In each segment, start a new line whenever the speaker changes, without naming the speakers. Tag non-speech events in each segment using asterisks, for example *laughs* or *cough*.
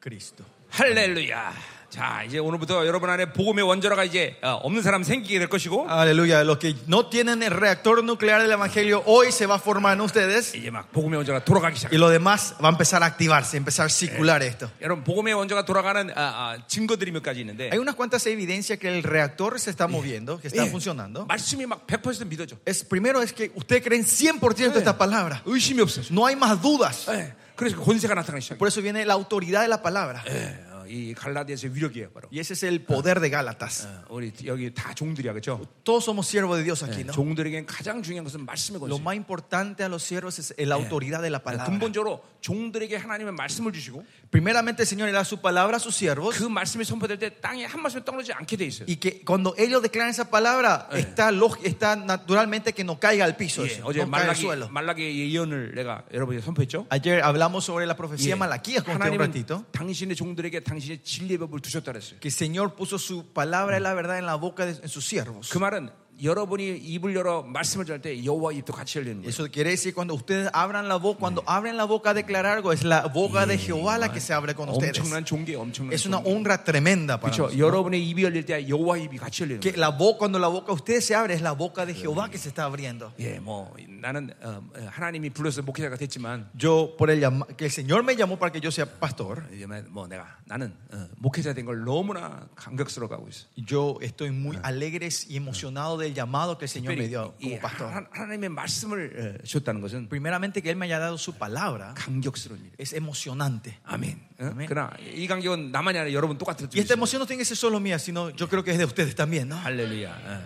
그리스도.
할렐루야. 자, 이제 오늘부터 여러분 안에 복음의 원자로가 이제 어, 없는 사람 생기게 될 것이고
Aleluya. Los que no tienen el reactor nuclear del Evangelio hoy se va a formar en ustedes
이제 막 복음의 원자가 돌아가기 시작.
y lo demás va a empezar a activarse, empezar a circular esto.
여러분 복음의 원자가 돌아가는 아, 예. 아, 증거들이 몇 가지 있는데
Hay unas cuantas evidencias que el reactor se está moviendo, que está
예,
funcionando.
말씀이 막 100% 믿어져.
Es, primero es que ustedes creen 100% esta palabra.
의심이 없어요.
No hay más dudas.
예, 그래서 그 권세가 나타나기 시작.
Por eso viene la autoridad de la palabra.
예, 어, 이 갈라디아서의 위력이에요, 바로.
Y ese es el poder de Gálatas.
어, 우리 여기 다 종들이야, 그렇죠?
Todos somos siervos de Dios
Eh.
aquí, ¿no?
종들에겐 가장 중요한 것은 말씀의
Lo
권세.
más importante a los siervos es la autoridad de la palabra.
근본적으로 종들에게 하나님의 말씀을 주시고
Primeramente, el Señor le da su palabra a sus siervos.
그 말씀이 선포될 때 땅에 한 말씀 떨어지지 않게 돼 있어요.
Y que cuando ellos declaran esa palabra, está, log- está naturalmente que no caiga al piso,
예,
eso,
어제
no caiga al
말라기
suelo.
말라기의 예언을 내가 여러분이 선포했죠.
Ayer hablamos sobre la profecía
예.
de Malaquías con usted un ratito.
하나님은 당신의 종들에게 당신의 진리의 법을 두셨다 그랬어요.
Que el Señor puso su palabra de la verdad en la boca de en sus siervos.
그 말은 여러분이 입을 열어 말씀을 전할 때 여호와 입도 같이 열리는 거예요.
Eso quiere decir cuando ustedes abran la boca, cuando abren la boca a declarar algo, es la boca de Jehová la que se abre con ustedes.
엄청난 종교, 엄청난
Es una
종교.
honra tremenda para
그렇죠.
nosotros.
여러분의 입이 열릴 때 여호와 입이 같이 열리는
Que
거예요.
la boca, cuando la boca de ustedes se abre, es la boca de Jehová que se está abriendo.
예, 뭐 나는 어, 하나님이 불러서 목회자가 됐지만
Yo, por el llama- que el Señor me llamó para que yo sea pastor,
이제 뭐 내가 나는 어, 목회자 된 걸 너무나 감격스러워하고 있어.
yo estoy muy alegre y emocionado del llamado que el Señor me
특별히
dio
이
como pastor.
하나- 하나님의 말씀을 어, 줬다는 것은
Primeramente, que Él me haya dado su palabra
감격스러운 일. 이에요
es emocionante.
아멘. 뭐 어?
아멘.
그러나 이 감격은 나만이 아니라 여러분 똑같을
Y esta
텐데.
emoción no tiene que ser solo mía, sino yo creo que es de ustedes también, ¿no?
할렐루야. 어.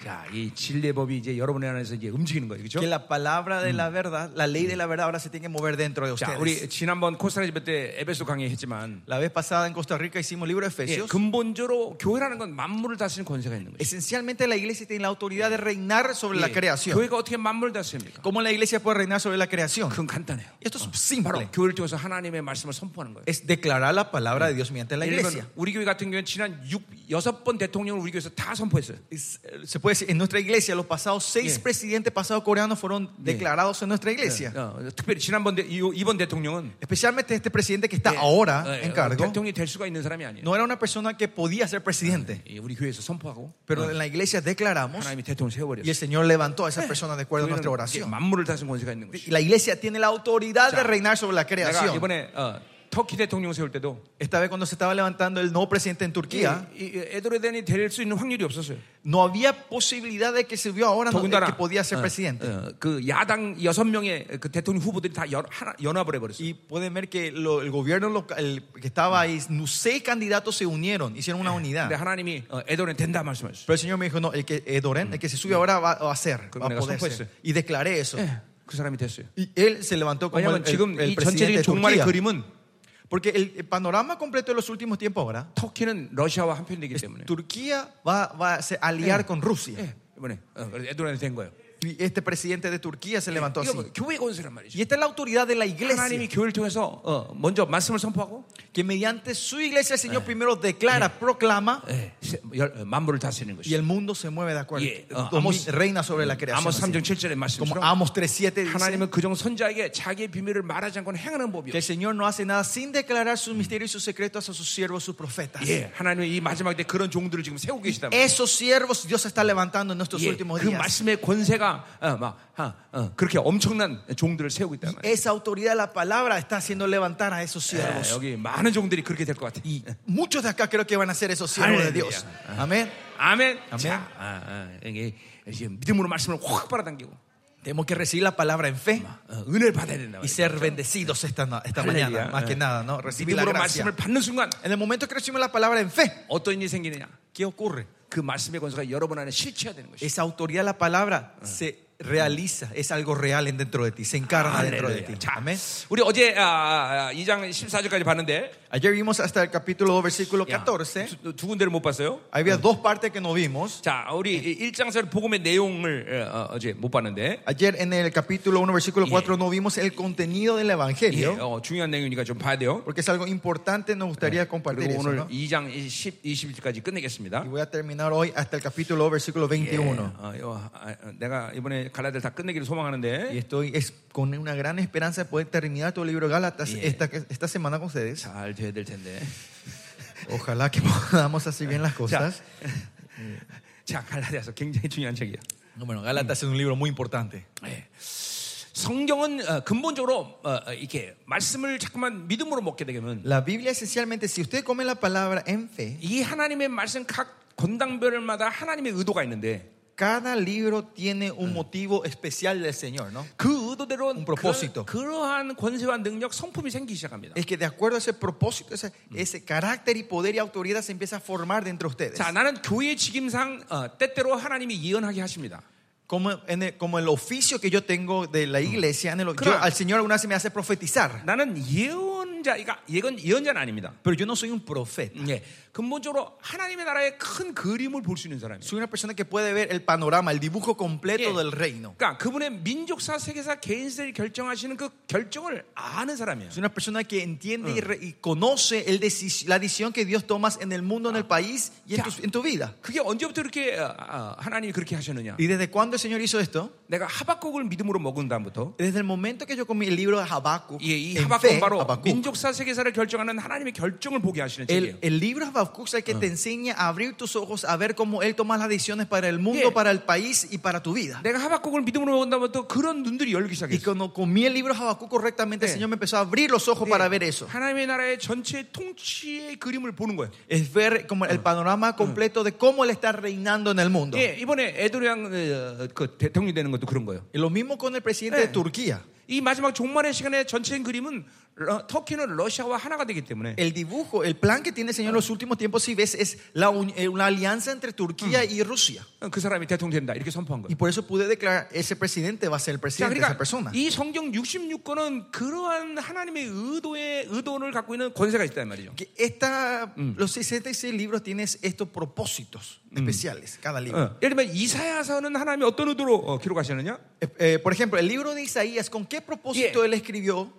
자, 이 진리의 법이 이제 여러분의 안에서 이제 움직이는 거예요. 그렇죠?
Que la palabra de la verdad, la ley de la verdad, ahora se tiene que mover dentro de
자, 우리
ustedes.
지난번 코스타리카 집회 때 에베소 강의했지만
La vez pasada en Costa Rica hicimos el libro de
예,
Efesios.
근본적으로 교회라는 건 만물을 다스리는 권세가 있는 거예요.
Esencialmente, la iglesia tiene la autoridad de reinar sobre la
예,
creación.
교회가 어떻게 만물을 다스립니까?
¿Cómo la iglesia puede reinar sobre la creación?
그건 간단해요.
Esto es
바로
simple.
교회를 통해서 하나님의 말씀을 선포하는 거예요.
Es declarar la palabra de Dios mediante la
예를
iglesia.
들면 우리 교회 같은 경우는 지난 6, 여섯 번 대통령을 우리 교회에서 다 선포했어요.
Es, eh, se puede decir, en nuestra iglesia, los pasados seis
Yeah.
presidentes pasados coreanos fueron declarados en nuestra iglesia.
어, 특별히 지난번 대, 이- 이번 대통령은
Especialmente este presidente que está ahora
어,
en cargo,
대통령이 될 수가 있는 사람이 아니에요.
no era una persona que podía ser presidente,
예, 우리 교회에서 선포하고
pero
어,
en la iglesia declaramos
하나님이 대통령
y el
세워버렸어요.
Señor levantó a esa persona de acuerdo a nuestra
교회는 이제
oración.
만물을 다스리는 권세가 있는
Y
것이죠.
La iglesia tiene la autoridad de
자,
reinar sobre la
내가
creación.
이번에 어, 터키 대통령 세울 때도
Esta vez cuando se estaba levantando el nuevo presidente en Turquía,
이- 이 에드레덴이 될 수 있는 확률이 없었어요.
no había posibilidad de que se vio ahora no,
더군다나
que podía ser
어,
presidente.
어, 그 야당 여섯 명의 그 대통령 후보들이 다 연, 하나, 연합을 해버렸어요.
Y pueden ver que lo- el gobierno loca- el que estaba ahí, no, seis candidatos se unieron, hicieron una
근데
unidad.
하나님이 어, 에드레덴 된다 말씀하셨어요.
Pero el Señor me dijo, no, el que Edoren, el que se sube ahora va, va a ser,
Creo
va
que
a
me
poder
casó,
ser.
pues.
Y declaré eso.
예, 그 사람이 됐어요.
Y él se levantó como
왜냐하면
el, el-
지금
el
이
presidente de
전체적인 종말의
Turquía.
그림은
Porque el, el panorama completo de los últimos tiempos ahora,
터키는 러시아와 한편되기 때문에
Turquía va, va a se aliar con Rusia.
예, 이번에 어, 그래서 에드레덴이 된 거예요.
Y este presidente de Turquía se levantó
이거
así.
뭐 교회 권세란 말이죠.
Y esta es la autoridad de la iglesia,
하나님이 교회를 통해서 어, 먼저 말씀을 선포하고
que mediante su iglesia el Señor primero declara, proclama,
예, 세- 열- 어, 만물을 다스리는
y
것이.
el mundo se mueve de acuerdo.
예, 어,
Como
Amos-
reina sobre la creación.
아모스
así.
3장 7절의
Como
말씀처럼
mm, Amos 3.7 dice
하나님은 그종 선자에게 자기의 비밀을 말하지 않고는 행하는
que
법이요.
el Señor no hace nada sin declarar sus misterios y sus secretos a sus siervos, sus profetas.
예, 하나님이 이 마지막 때 그런 종들을 지금 세우고 계시다. 말이에요.
Esos siervos Dios está levantando en nuesttos
예,
últimos
그
días.
말씀의 권세가 어, 막 아, 어, 그렇게 엄청난 종들을 세우고 있다. 말이에요.
Esa autoridad de la palabra está haciendo levantar a esos
예,
siervos.
여기 많은 종들이 그렇게 될 것 같아.
Y muchos de acá creo que van a ser esos siervos de Dios. Amén.
아멘.
아멘.
자, 아, 아, 이게 지금 믿음으로 말씀을 확 빨아당기고
Tenemos que recibir la palabra en fe
어, 은혜를 받아야 된다.
y
말이에요.
ser bendecidos esta, esta
할렐루야.
mañana, más que
예.
nada, ¿no? Recibir la
믿음으로
gracia.
말씀을 받는 순간
En el momento que recibimos la palabra en fe,
어떤 일이 생기느냐?
¿qué ocurre?
그 말씀의 권세가 여러분 안에 실체화되는 것이.
Esa autoridad de la palabra se realiza, es algo real en dentro de ti, se encarna dentro de ti.
자,
Amén.
우리 어제 아, 아, 2장 14절까지 봤는데
Ayer vimos hasta el capítulo 2, versículo
야,
14.
두, 두 군데를 못 봤어요.
Había dos partes que no vimos.
자, 우리 이 1장에서 복음의 내용을 어, 어, 제못 봤는데
Ayer en el capítulo 1, versículo 4, no vimos el contenido del
예,
evangelio,
어, 중요한 내용이니까 좀 봐야 돼요.
porque es algo importante. Nos gustaría compartir
그리고
eso.
오늘
¿no?
2장 10, 21절까지 끝내겠습니다. 예,
Y voy a terminar hoy hasta el capítulo 2, versículo 21.
어, 어, 아, 어, 내가 이번에 갈라디아를 다 끝내기를 소망하는데
Y estoy es- con una gran esperanza de poder terminar todo el libro de Gálatas
Bien.
esta, esta semana con ustedes.
잘 돼야 될 텐데. *laughs*
Ojalá que *laughs* podamos hacer bien las cosas.
자, 갈라디아서 굉장히 중요한 책이야.
Bueno, Gálatas es un libro muy importante.
예. 성경은 어, 근본적으로 어, 어, 이렇게 말씀을 자꾸만 믿음으로 먹게 되면
La Biblia esencialmente, si usted come la palabra en fe,
이 하나님의 말씀 각 건당별마다 하나님의 의도가 있는데
cada libro tiene
Ah.
un motivo especial del Señor, ¿no?
그 의도대로
Un propósito.
그, 그러한 권세와 능력 성품이 생기기 시작합니다.
Es que de acuerdo a ese propósito, ese,
Mm.
ese carácter y poder y autoridad se empieza a formar dentro de ustedes.
자, 나는 교회 직임상 어, 때때로 하나님이 예언하게 하십니다.
Como, en el, como el oficio que yo tengo de la
Mm.
iglesia, en el- yo,
Claro.
al Señor alguna vez se me hace profetizar,
나는 예언자, 그러니까 예건 예언자는 아닙니다.
pero yo no soy un profeta.
예, 근본적으로 하나님의 나라의 큰 그림을 볼 수 있는 사람이에요.
Soy una persona que puede ver el panorama, el dibujo completo
Yeah.
del reino.
그러니까 그분의 민족사, 세계사, 개인사를 결정하시는 그 결정을 아는 사람이에요.
Soy una persona que entiende y, re- y conoce el deci- la decisión que Dios toma en el mundo, en el país y en
Ya.
tu, en tu vida.
그게 언제부터 이렇게 어, 어, 하나님이 그렇게 하셨느냐?
¿Y desde cuándo el Señor hizo esto?
내가 하박국을 믿음으로 먹은 다음부터
Desde el momento que yo comí el libro de Habacuc,
예, 이
en
하박국은
fe,
바로
Habacuc,
민족사, 세계사를 결정하는 하나님의 결정을 보게 하시는
el,
책이에요.
el libro de Habacuc es el que te enseña a abrir tus ojos, a ver cómo Él toma las decisiones para el mundo,
Yeah.
para el país y para tu vida.
내가 하박국을 믿음으로 먹은 다음부터 그런 눈들이 열리기
Y
시작했어요.
cuando comí el libro de Habacuc correctamente, el
Yeah.
Señor me empezó a abrir los ojos para ver eso.
하나님의 나라의 전체 통치의 그림을 보는 거예요.
Es ver como el panorama completo de cómo Él está reinando en el mundo.
예, 이번에 에도리앙 어, 그 대통령 이 되는 것도 그런 거예요.
Y lo mismo con el presidente
Yeah.
de Turquía.
이 마지막 종말의 시간의 전체인 그림은 러- 터키는 러시아와 하나가 되기 때문에
El dibujo, el plan que tiene el Señor en los últimos tiempos, si ves, es la un- eh, una alianza entre Turquía y Rusia.
그 사람이 대통령 된다 이렇게
Y
선포한 거예요.
por eso pude declarar, ese presidente va a ser el
자,
presidente, esa
그러니까
persona.
이 성경 66권은 그러한 하나님의 의도의 의도를 갖고 있는 권세가 있단 말이죠.
Que esta, Los 66 libros tienen estos propósitos especiales, cada libro.
어, 예를 들면 이사야서는 하나님이 어떤 의도로 어, 기록하셨느냐?
Eh, eh, por ejemplo, el libro de Isaías, ¿con qué propósito
Yeah.
él escribió?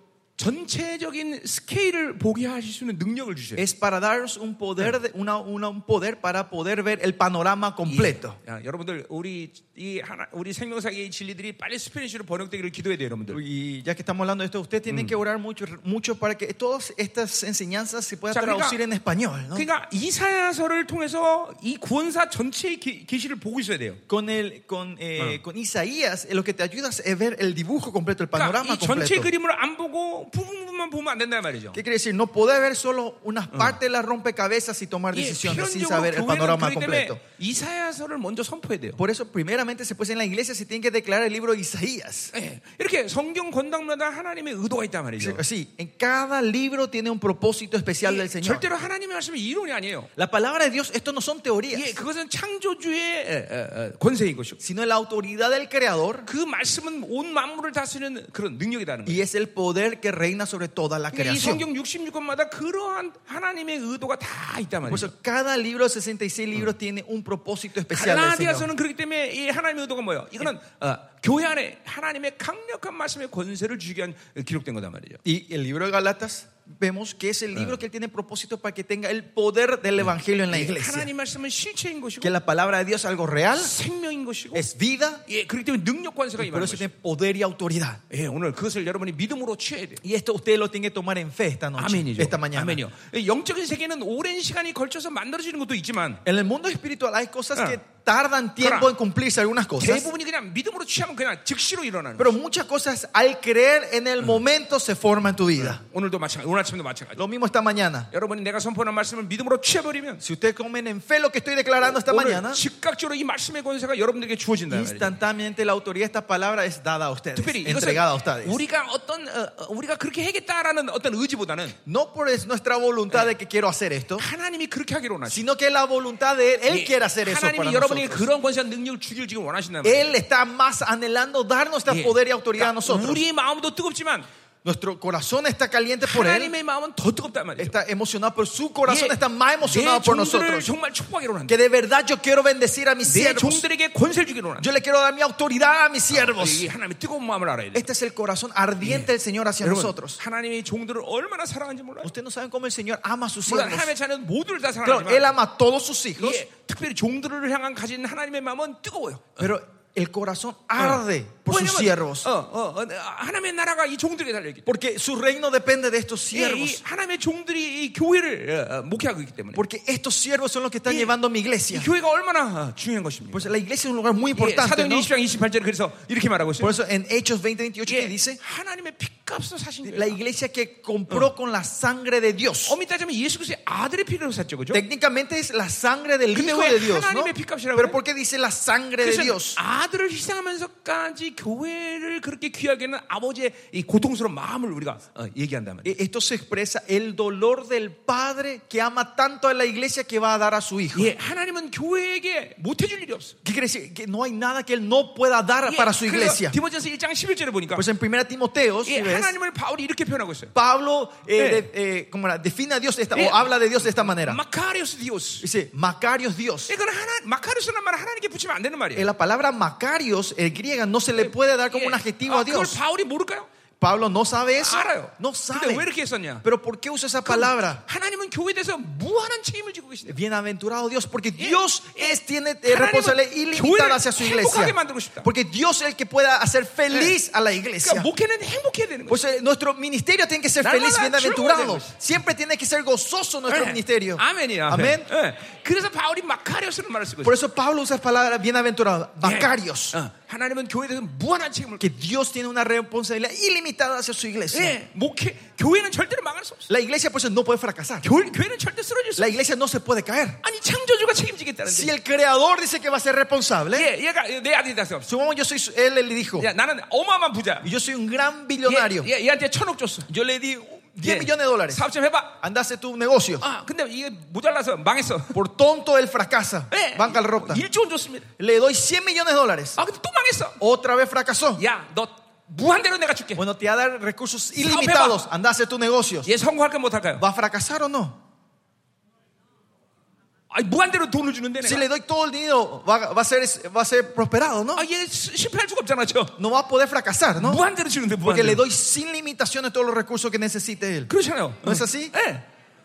전체적인 스케일을 보게 하실 수 있는 능력을 주셔요.
Es para daros un poder, de- una- una- un poder para poder ver el panorama completo.
예. 야, 여러분들 우리 이 하나 우리 생명사의 이 진리들이 빨리 스페니쉬로 번역되기를 기도해야 돼요, 여러분들.
Y ya que estamos hablando de esto, ustedes tienen que orar mucho, mucho para que todas estas enseñanzas se puedan
Ya, 그러니까-
traducir en español. ¿no?
그러니까 이사야서를 통해서 이 구원사 전체의 기- 계시를 보고 있어야 돼요.
Con, el, con, eh, con Isaías, eh, lo que te ayuda es ver el dibujo completo, el
그러니까
panorama
이 전체
completo.
그림을 안 보고 부분만 보면 안 된다는 말이죠.
¿Qué quiere decir? No podés ver solo una parte de la rompecabezas y tomar
예,
decisiones sin
필연적으로
saber el
교회는 뭐?
panorama
그렇기 때문에
completo.
이사야서를 먼저 선포해야 돼요.
Por eso, primeramente, se puede en la iglesia se tiene que declarar el libro de Isaías.
예, 이렇게 성경 권당마다 하나님의 의도가 있단 말이죠.
Sí, en cada libro tiene un propósito especial
예,
del Señor.
절대로 하나님의 말씀은 이론이 아니에요.
La palabra de Dios, esto no son teorías,
예, 그것은 창조주의 에, 에, 에, 권세인 것이고
sino la autoridad del Creador
그 말씀은 온 만물을 다스리는 그런 능력이라는 거예요.
y es el poder que reina sobre toda la
그러니까 이
creación.
성경 66권마다 그러한 하나님의 의도가 다 있단
Por
말이죠.
eso cada libro, 66 libros, tiene un propósito especial. del Señor.
갈라디아서는 그렇기 때문에 이 하나님의 의도가 뭐예요? 이거는 어, 교회 안에 하나님의 강력한 말씀의 권세를 주기 위한 기록된 거단 말이죠.
Y el libro de Galatas vemos que es el libro que él tiene propósito para que tenga el poder del evangelio en
네,
la iglesia.
하나님 말씀은 실체인 것이고
Que la palabra de Dios es algo real,
생명인 것이고
es vida,
예, 그렇기 때문에 능력 권세가
pero
임하는
eso
것이죠.
tiene poder y autoridad.
예, 오늘 그것을 여러분이 믿음으로 취해야 돼요.
Y esto ustedes lo tienen que tomar en fe esta noche,
아멘이죠.
esta mañana.
아멘이요. 예, 영적인 세계는 오랜 시간이 걸쳐서 만들어지는 것도 있지만
En el mundo espiritual hay cosas
Ah.
que tardan tiempo
Ahora,
en cumplirse algunas cosas,
대부분이 그냥 믿음으로 취하면 그냥 즉시로 일어나는. 거예요.
pero muchas cosas al creer en el momento se forma en tu vida.
오늘도 마찬가지. 오늘 아침도 마찬가지.
Lo mismo esta mañana.
여러분이 내가 선포하는 말씀을 믿음으로 취해버리면
Si ustedes comen en fe lo que estoy declarando esta mañana,
오늘 즉각적으로 이 말씀의 권세가 여러분들에게 주어진다는 말이죠.
instantáneamente la autoridad de esta palabra es dada a ustedes,
특별히 이것은
entregada a ustedes.
우리가 어떤 어, 어, 우리가 그렇게 하겠다라는 어떤 의지보다는
No por es nuestra voluntad de que quiero hacer esto,
하나님이 그렇게 하기로 원하시.
sino que la voluntad de Él, Él quiere hacer eso para
하나님이 여러분에게
nosotros.
그런 권세와 능력을 주길 지금 원하신다는 말이에요.
Él está más anhelando darnos esta
예.
poder y autoridad a
그러니까
nosotros.
우리의 마음도 뜨겁지만
Nuestro corazón está caliente
그
por Él,
하나님의 마음은 더 뜨겁단 말이죠.
está emocionado, pero su corazón
예,
está más emocionado
내
por
종들을
nosotros.
정말 축복하기로 한다.
Que de verdad yo quiero bendecir a mis
내
siervos.
종들에게 권세를 주기로 한다.
Yo le quiero dar mi autoridad a mis siervos.
어, 이 하나님의 뜨거운 마음을 알아야 돼.
Este es el corazón ardiente del Señor hacia
여러분,
nosotros.
하나님이 종들을 얼마나 사랑하는지 몰라요.
Ustedes no saben cómo el Señor ama a sus
물론
siervos.
하나님의 자녀는 모두를 다
Claro, Él
사랑하지만
ama a todos sus hijos,
예, 특별히 종들을 향한 가진 하나님의 마음은 뜨거워요.
pero el corazón
Ah.
arde por sus
왜냐면,
siervos.
어, 어, 어, 하나님의 나라가 이 종들에게 달려 있기 때문에.
Porque su reino depende de estos
예, 이
siervos.
하나님의 종들이 이 교회를 어, 어, 목회하고 있기 때문에.
Porque estos siervos son los que están
Y-
llevando a mi
이
iglesia.
교회가 얼마나 어, 중요한 것입니까?
Pues la iglesia es un lugar muy
예,
importante.
사도행전
¿no?
20장 28절에 그래서 이렇게 말하고 있어요.
Por eso en Hechos 20, 28 que
예,
dice,
하나님의 핏값으로 사신
la
교회.
iglesia que
Mm.
compró con la sangre de Dios.
엄밀히 따지면 예수 그리스도의 아들의 피로 샀죠, 그죠?
Técnicamente es la sangre del
Pero
Hijo
왜
de Dios, ¿no?
하나님의 핏값이라고
Pero
그래?
¿por qué dice la sangre de Dios?
그래서 아들을 희생하면서까지 교회를 그렇게 귀하게 하는 아버지의 이 고통스러운 마음을 우리가 어, 얘기한다면
E- Esto se expresa el dolor del Padre que ama tanto a la iglesia que va a dar a su Hijo.
예, 하나님은 교회에게 못 해줄 일이 없어.
¿Qué quiere decir? Que no hay nada que Él no pueda dar
예,
para su
그래서
iglesia.
디모데전서 1장 11절에 보니까
Pues en 1 Timoteo, si
예,
ves,
하나님을 바울이 이렇게 표현하고 있어요.
Pablo eh,
Eh.
de- eh, ¿cómo era? define a Dios de esta,
Eh.
o habla de Dios de esta manera.
마카리오스 디오스.
Dice, Macarios Dios.
이건 하나 마카리오스란 말은 하나님께 붙이면 안 되는
Eh,
말이에요.
La palabra Macarios, el griega, no se le puede dar como
예.
un adjetivo
아,
a
그걸
Dios.
바울이 모를까요?
Pablo no sabe eso.
알아요.
No
근데 왜
sabe.
이렇게 했었냐?
Pero ¿por qué usa esa palabra?
하나님은 교회에 대해서 무한한 책임을 지고 계신데.
Bienaventurado Dios, porque
Eh.
Dios es, tiene eh,
하나님은
responsabilidad
교회를
ilimitada hacia su
행복하게
iglesia.
만들고 싶다.
Porque Dios es el que pueda hacer feliz a la
그러니까
iglesia.
목회는 행복해야 되는 거예요.
Pues eh, nuestro ministerio tiene que ser
날마다
feliz, bienaventurado.
즐거워야 되는
Siempre tiene que ser gozoso nuestro
예.
ministerio.
아멘이야.
Eh. Amén.
예. 예. 그래서 바울이 마카리오스라는 말을 쓰고
Por
있어요.
eso Pablo usa la palabra bienaventurado, Macarios.
예. 어, 하나님은 교회에 대해서 무한한 책임을
Que Dios tiene una responsabilidad ilimitada hacia su iglesia.
예. 목회 교회는 절대로 망할 수 없어.
La iglesia, por eso, no puede fracasar.
교, 교회는 절대 쓰러질 수
La
없어.
iglesia no se puede caer.
아니 창조주가 책임지겠다는데.
Si el creador dice que va a ser responsable,
예, 얘가 내 아들이 다서 없어.
supongamos yo soy su- él, él le dijo,
야, 나는 어마어마한 부자.
y yo soy un gran billonario.
얘, 얘, 얘한테 천억 줬어.
Yo le di 10
예.
millones de dólares.
사업 좀 해봐.
Andase tu negocio.
아, 근데 이게 모자라서 망했어. *laughs*
Por tonto él fracasa.
예.
Banca rota.
일조원 줬습니다.
Le doy 100 millones de dólares.
아, 근데 또 망했어.
Otra vez fracasó.
야, 너 무한대로 내가 줄게.
Bueno, te va a dar recursos ilimitados. Andase tu negocio.
얘 성공할까 못할까요?
¿Va a fracasar o no?
아니, 무한대로 돈을 주는데
Si
내가.
le doy todo el dinero, va, va a, ser, va a ser prosperado, ¿no?
아, 얘 시- 실패할 수가 없잖아, 저.
No va a poder fracasar, ¿no?
무한대로 주는데
Porque le
무한대로.
doy sin limitaciones todos los recursos que necesite él.
그렇잖아요.
¿No es así?
예.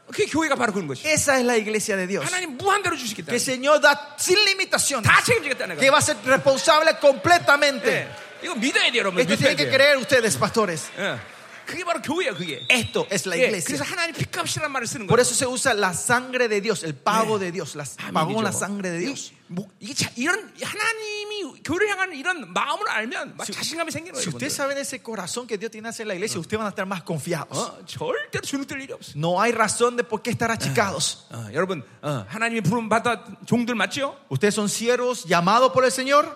그게 교회가 바로 그런 것이.
Esa es la iglesia de Dios.
하나님 무한대로 주시겠다.
Que el Señor da sin limitaciones.
다 책임지겠다
Que
내가.
va a ser responsable completamente.
예. 이거 믿어야 돼요, 여러분.
Esto
믿어야
tienen que
돼요.
creer ustedes, pastores.
예. 그게 바로 교회야, 그게.
Esto es la
예. 그래서
iglesia.
하나님 핏값이라는 말을 쓰는
Por
거예요.
eso se usa la sangre de Dios, el pago de Dios. Las, pagó con la
아멘이죠.
sangre de Dios.
이, 뭐, 이게 자, 이런 하나님이 교를 향하는 이런 마음을 알면 막 자신감이 생기는
Si
거예요.
ustedes
여러분들.
saben ese corazón que Dios tiene hacia la iglesia, ustedes van a estar más confiados.
어, 절대로 주눅들 일이 없어.
No hay razón de por qué estar achicados.
어, 여러분 어, 하나님이 부름 받아 종들 맞죠?
Ustedes son siervos llamados por el Señor.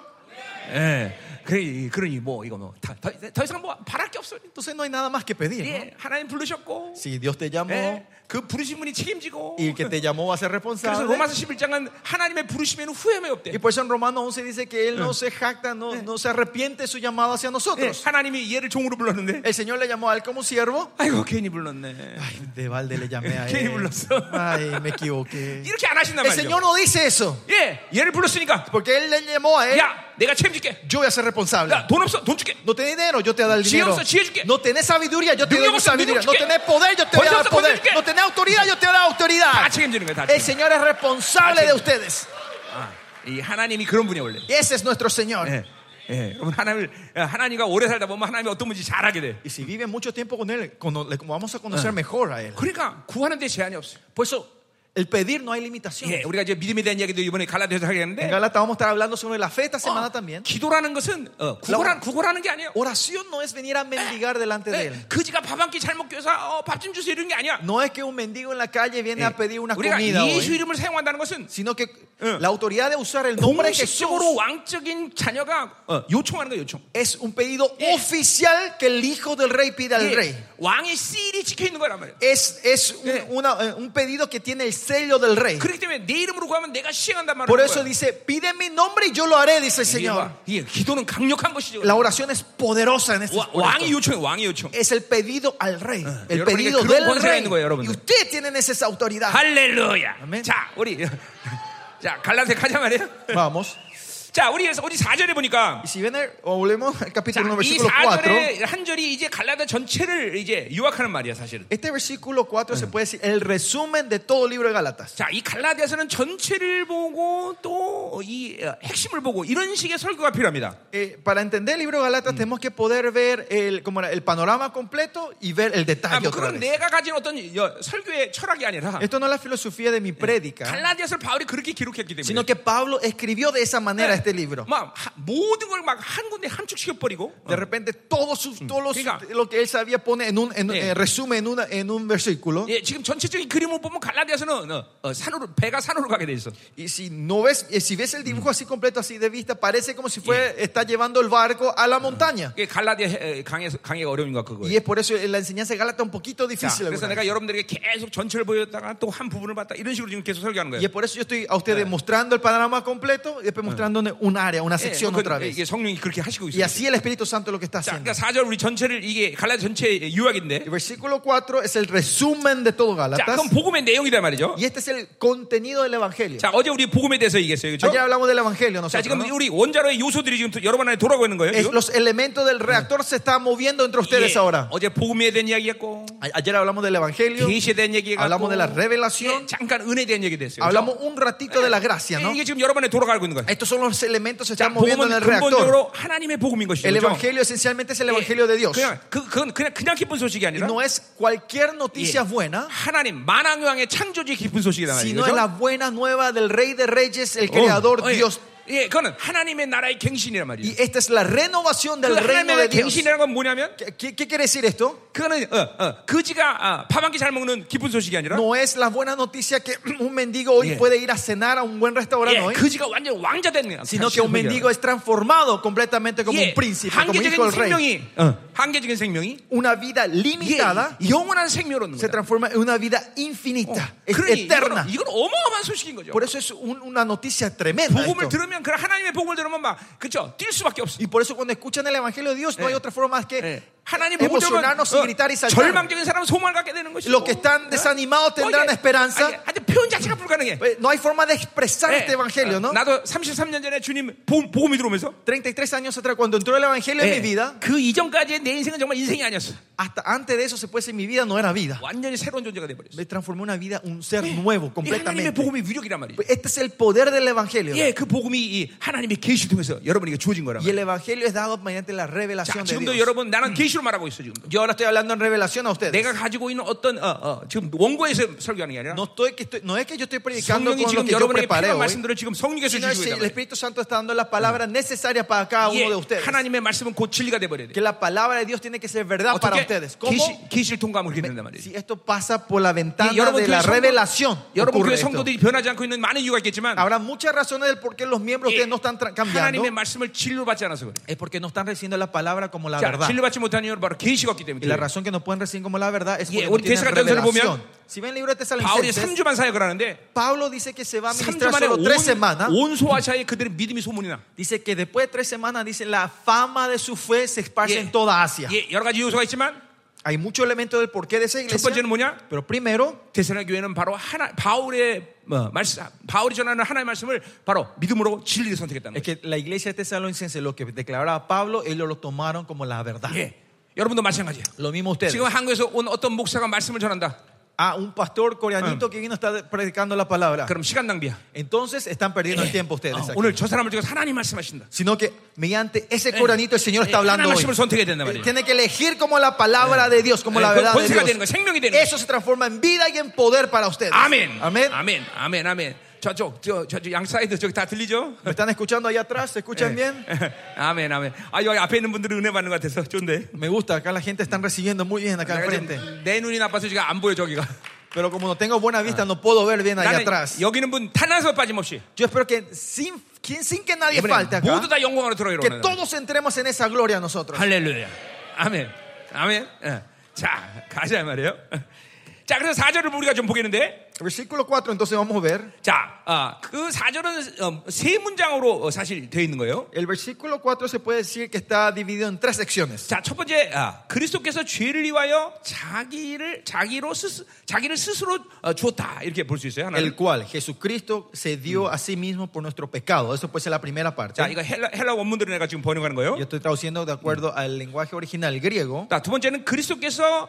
예. 그래 그러니 뭐 이거 뭐더더 더 이상 뭐 바랄 게 없어요.
Entonces no hay nada más que pedir. ¿no?
예, 하나님 부르셨고
Si Dios te llamó
예, 그 부르신 분이 책임지고
y el que te llamó va a ser
그래서
responsable.
로마서 11장은 하나님의 부르심에는 후회함이 없대. 예,
Y por eso en Romanos 11 dice que Él no se jacta, no, no se arrepiente de su llamado hacia
예,
nosotros.
하나님이 얘를 종으로 불렀는데
El Señor le llamó a Él como siervo.
아이고 괜히 불렀네.
Ay, de balde le llamé *laughs* a
¿Qué
Él.
burloso?
Ay, me equivoqué.
이렇게 안 하신단
El
말이죠.
Señor no dice eso.
예, 얘를 불렀으니까
Porque Él le llamó a Él.
야, 내가 책임질게.
Yo voy a ser responsable.
야, 돈 없어, 돈 줄게.
No tenés dinero, yo te voy a dar el
Sí,
dinero.
vamos a- sí, es que-
No tenés sabiduría, yo te doy mi
Niño, vamos a-
sabiduría.
niño,
No
es que-
tenés poder, yo te voy a dar
Vamos a- vamos a-
poder.
es que-
No tenés autoridad, yo te voy a dar
다
autoridad.
책임지는 거야, 다.
El
책임.
Señor es responsable de
Ah, sí.
ustedes.
아, 이 하나님이 그런 분이 원래.
Ese es nuestro Señor.
예, 예, 여러분 하나님을 예, 하나님과 오래 살다 보면 하나님이 어떤 분인지 잘 알게 돼.
Y si viven mucho tiempo con Él, cono- le- como vamos a
Ah.
conocer mejor a Él.
그러니까 구하는 데 제한이 없어.
Por eso, el pedir no hay
예,
limitación.
우리가 이제 믿음에 대한 이야기도 이번에 갈라디아서
En
하겠는데.
Galata vamos a estar hablando sobre la fe esta semana
어,
también.
기도라는 것은 어, 구걸한 구걸하는 게 아니에요.
Oración no es venir a mendigar
Eh.
delante de
예,
Él.
그지가 밥 한 끼 잘못 껴서 어, 밥 좀 주세요 이런 게 아니야.
No es que un mendigo en la calle viene
Eh.
a pedir una
네. 우리가
comida,
예수
hoy,
이름을 사용한다는 것은
sino que
Eh.
la autoridad de usar el nombre de Jesús.
공식적으로 왕적인 자녀가 어, 요청하는 거예요 요청.
es un pedido
Yeah.
oficial que el hijo del rey pide al
예,
rey.
왕의 씰이 찍혀 있는 거란 말이에요.
Es, es un,
Yeah.
una- eh, un pedido que tiene el sello del rey.
그렇기 때문에 내 이름으로 구하면 내가 시행한단 말이에요.
Por eso dice, pide mi nombre y yo lo haré, dice el Señor.
이게 기도는 강력한 것이죠.
La oración es poderosa en este
와- 왕의 요청이 왕의 요청.
Es el pedido al rey, el
여러분에게
pedido
그런
del
권세가
rey.
있는 거예요,
y
여러분들.
ustedes tienen esa autoridad.
할렐루야. *laughs*
아멘.
자, 우리 자, 갈라데 가자 말이에요.
Vamos.
자, 우리 어디 4절에 보니까
Y si ven, el- o volvemos al
자,
capítulo 1,
이
versículo 4.
4절의 한 절이 이제 갈라다 전체를 이제 유학하는 말이야, 사실은.
Este versículo 4 se puede decir el resumen de todo el libro de Galatas.
자, 이 갈라디아서는 전체를 보고 또 이 어, 핵심을 보고 이런 식의 설교가 필요합니다.
Eh, para entender el libro de Galatas tenemos que poder ver el, como era, el panorama completo y ver el
아,
detalle
뭐
otra
그건
vez.
내가 가진 어떤 여- 설교의 철학이 아니라
Esto no es la filosofía de mi prédica,
갈라디아서를 바울이 그렇게 기록했기 때문에
sino que Pablo escribió de esa manera este libro.
막 하- 모든 걸 막 한 군데 함축시켜 버리고
De repente todo, su- todo lo, su-
Diga.
lo que él sabía pone en un, en un-
Eh.
Mm. eh, resume en, una, en un versículo.
예, 지금 전체적인 그림을 보면 갈라디아서는 어, 어, 산으로 배가 산으로 가게 돼 있어.
Y si no ves, eh, si ves el dibujo así completo, así de vista, parece como si fuera, está llevando el barco a la montaña.
이게 갈라디아 해- 강의 강의 어려운가 그거.
Y es por eso la enseñanza de Galata un poquito difícil.
예, 그래서
alguna
내가
vez.
여러분들에게 계속 전체를 보였다가 또 한 부분을 봤다 이런 식으로 지금 계속 설교하는
Y
거예요.
es por eso yo estoy a ustedes mostrando el panorama completo y después mostrándole un área, una
예,
sección
뭐
otra
그건 이게
vez.
성령이 그렇게 하시고
eh, Y
있어요.
así el Espíritu Santo es lo que está
자,
haciendo.
그러니까 4절 우리 전체를 이게 갈라디아 전체 유학인데.
El versículo 4 es el resumen de todo
자,
Galatas.
그럼 복음의 내용이란 말이죠.
Y este es el contenido del Evangelio.
자, 어제 우리 복음에 대해서 얘기했어요. 그렇죠?
Ayer hablamos del Evangelio
자,
nosotros.
지금
¿no?
우리 원자로의 요소들이 지금 여러분 안에 돌아오고 있는 어? 거예요.
Es-
지금?
los elementos del reactor se están moviendo entre ustedes
예,
ahora.
어제 복음에 대한 이야기했고
A- Ayer hablamos del Evangelio.
계시에 대한 얘기가 예,
Hablamos de la revelación.
잠깐 은혜에 대한 얘기 됐어요.
Hablamos un ratito de la gracia,
그렇죠?
¿no?
예, 이게 지금 여러분에 돌아가고 있는 거예요.
Estos son los elementos que se
자,
están moviendo en
복음은
el reactor.
근본적으로 하나님의 복음인 것이죠.
El
그렇죠?
Evangelio esencialmente es el
예,
Evangelio de Dios.
그냥 그 그건 그냥 그냥 기쁜 소식이 아니라
No es cualquier noticia buena,
하나님 만왕왕의 창조주의 기쁜 소식이란 말이죠.
sino es la buena nueva del Rey de Reyes, el Creador
예,
Dios.
예, 그거는 하나님의 나라의 갱신이란 말이에요.
Y esta es la renovación
그
del reino de
하나님의
Dios.
갱신이라는 건 뭐냐면
¿Qué, qué- qué quiere decir esto?
그거는 어, 어, 그지가 밥 한 끼 잘 먹는 기쁜 소식이 아니라
No es la buena noticia que *clears throat* un mendigo hoy
Yeah.
puede ir a cenar a un buen restaurante
예,
hoy,
그지가 완전 왕자 됐네요. 예,
sino que un mendigo es transformado completamente como un príncipe, como hijo
한계적인
del rey.
생명이
어.
한계적인 생명이
Una vida
이게
limitada
영원한 생명으로
se transforma en una vida infinita, es
그러니
eterna.
이건, 이건 어마어마한 소식인 거죠.
Por eso es un- una noticia tremenda.
복음을
esto.
들으면 그 하나님의 복음을 들으면 막 그죠 뛸 수밖에 없어.
Y por eso cuando escuchan el Evangelio de Dios no hay otra forma más
예.
que
하나님 복음 들으면
emocionarnos y gritar y
어,
saltar.
절망적인 사람은 소망을 갖게 되는 것이고.
Los que están desanimados tendrán
어, 이게-
esperanza.
아니, 아니, 표현 자체가 불가능해.
Eh, No hay forma de expresar
예.
este Evangelio, ¿no?
나도 33년 전에 주님 복- 복음이 들어오면서
33 años atrás, cuando entró el Evangelio en
예,
mi vida,
그 이전까지의 내 인생은 정말 인생이 아니었어.
hasta antes de eso se puede decir mi vida no era vida.
완전히 새로운 존재가 돼버렸어.
Me transformó una vida, un ser nuevo
이 하나님의
completamente.
복음의 위력이란 말이죠.
Este es el poder del Evangelio.
예, 그 복음이 이 하나님의 계시 통해서 여러분에게 주어진 거란
Y
말이에요.
el Evangelio es dado mediante la
자,
revelación de
지금도
Dios.
여러분 나는 계시로 말하고 있어 지금도.
Yo ahora estoy hablando en revelación a ustedes.
내가 가지고 있는 어떤 어, 어, 지금 원고에서 설교하는 게 아니라
No, estoy, que estoy- no es que yo estoy predicando con
성령이
lo
지금
que yo
여러분에게
preparé
필요한
hoy,
말씀들을 지금 성령께서
sino
주시고
que el
있다.
Espíritu Santo está dando la palabra necesaria para cada uno de ustedes.
하나님의 말씀은 곧 진리가 돼버려야 돼.
Que la palabra de Dios tiene que ser verdad para
어떻게
ustedes.
계시-
¿Cómo?
계시를 통과하면 그렇게 된단 말이에요.
Si esto pasa por la
예,
ventana
여러분
de la
교회 성도-
revelación,
여러분
ocurre
교회
esto.
성도들이 변하지 않고 있는 많은 이유가 있겠지만
habrá muchas razones del por qué los miembros
예,
que no están tra- cambiando
하나님의 말씀을 진리로 받지 않아서 그래.
es porque no están recibiendo la palabra como la
자,
Ah, verdad.
진료 받지 못한 이유는 바로 계시가 없기
Y
때문에.
la razón que no pueden recibir como la verdad es porque
예,
no
우리
tienen
대사관전서를
revelación.
보면
Si ven el libro de
바울이
Tesalonicenses,
3주만 사역을 하는데
Pablo dice que se va a
3주
ministrar
만에
solo tres
온,
semanas.
온 소아시아에 그들의 믿음이 소문이 나.
Dice que después de tres semanas, dice la fama de su fe se esparce en toda Asia.
예, 여러 가지 요소가 있지만
Hay muchos elementos del porqué de esa
첫
iglesia.
번째는 뭐냐?
Pero primero,
데살로니가 교회는 바로 하나 바울의 어, 말씀 바울이 전하는 하나님의 말씀을 바로 믿음으로 진리를 선택했다는
es
거예요.
que la iglesia de Tesalonicenses, lo que declaraba Pablo, ellos lo tomaron como la verdad.
예. 여러분도 마찬가지예요.
Lo mismo ustedes.
지금 한국에서 온 어떤 목사가 말씀을 전한다.
A un pastor coreanito que vino está predicando la palabra.
그럼 시간 낭비야.
Entonces están perdiendo el tiempo ustedes.
어,
aquí.
오늘 저 saram을 통해서 하나님 말씀하신다.
Sino que mediante ese coreanito el Señor
예,
está hablando
하나님
hoy. Eh,
말씀을 선택해야 된단 말이에요.
Tiene que elegir como la palabra de Dios, como la
예,
verdad
그 권세가
de
되는 거야.
Dios.
생명이 되는 거야.
Eso se transforma en vida y en poder para ustedes.
아멘.
Amén.
아멘. 아멘. 아멘. 저쪽 저 저쪽 양 사이드 저기 다 들리죠? *laughs*
¿Me están escuchando ahí atrás? ¿Se escuchan bien?
아멘. 아멘. 아 여기 앞에 있는 분들은 은혜 받는 것 같아서 좋은데.
Me gusta, acá la gente están recibiendo muy bien acá
내가 지금
enfrente.
내 눈이 나빠서 지금 안 보여 저기가.
Pero como no tengo buena vista, no puedo ver bien ahí
나는
atrás.
여기는 분 탄나서 빠짐없이
Yo espero que sin, quien- sin que nadie
이번에
falte acá,
모두 다 영광으로 들어요.
que todos entremos en esa gloria nosotros.
할렐루야. 아멘. 아멘. 예. 자, 가자 말이에요. 자, 그래서 4절을 우리가 좀 보겠는데.
Versículo 4, entonces vamos a ver.
자, 아, 그 4절은 어, 세 문장으로 어, 사실 되어 있는 거예요.
El versículo 4 se puede decir que está dividido en tres secciones.
자, 첫 번째, 아, 그리스도께서 죄를 위하여 자기를 자기로 스스, 자기를 스스로 어, 주었다 이렇게 볼 수 있어요. 하나는.
El cual Jesucristo se dio a sí mismo por nuestro pecado. Eso puede ser la primera
자,
parte.
이거 헬라, 헬라 원문들을 내가 지금 번역하는 거예요.
Yo estoy traduciendo de acuerdo al lenguaje original griego.
자, 두 번째는 그리스도께서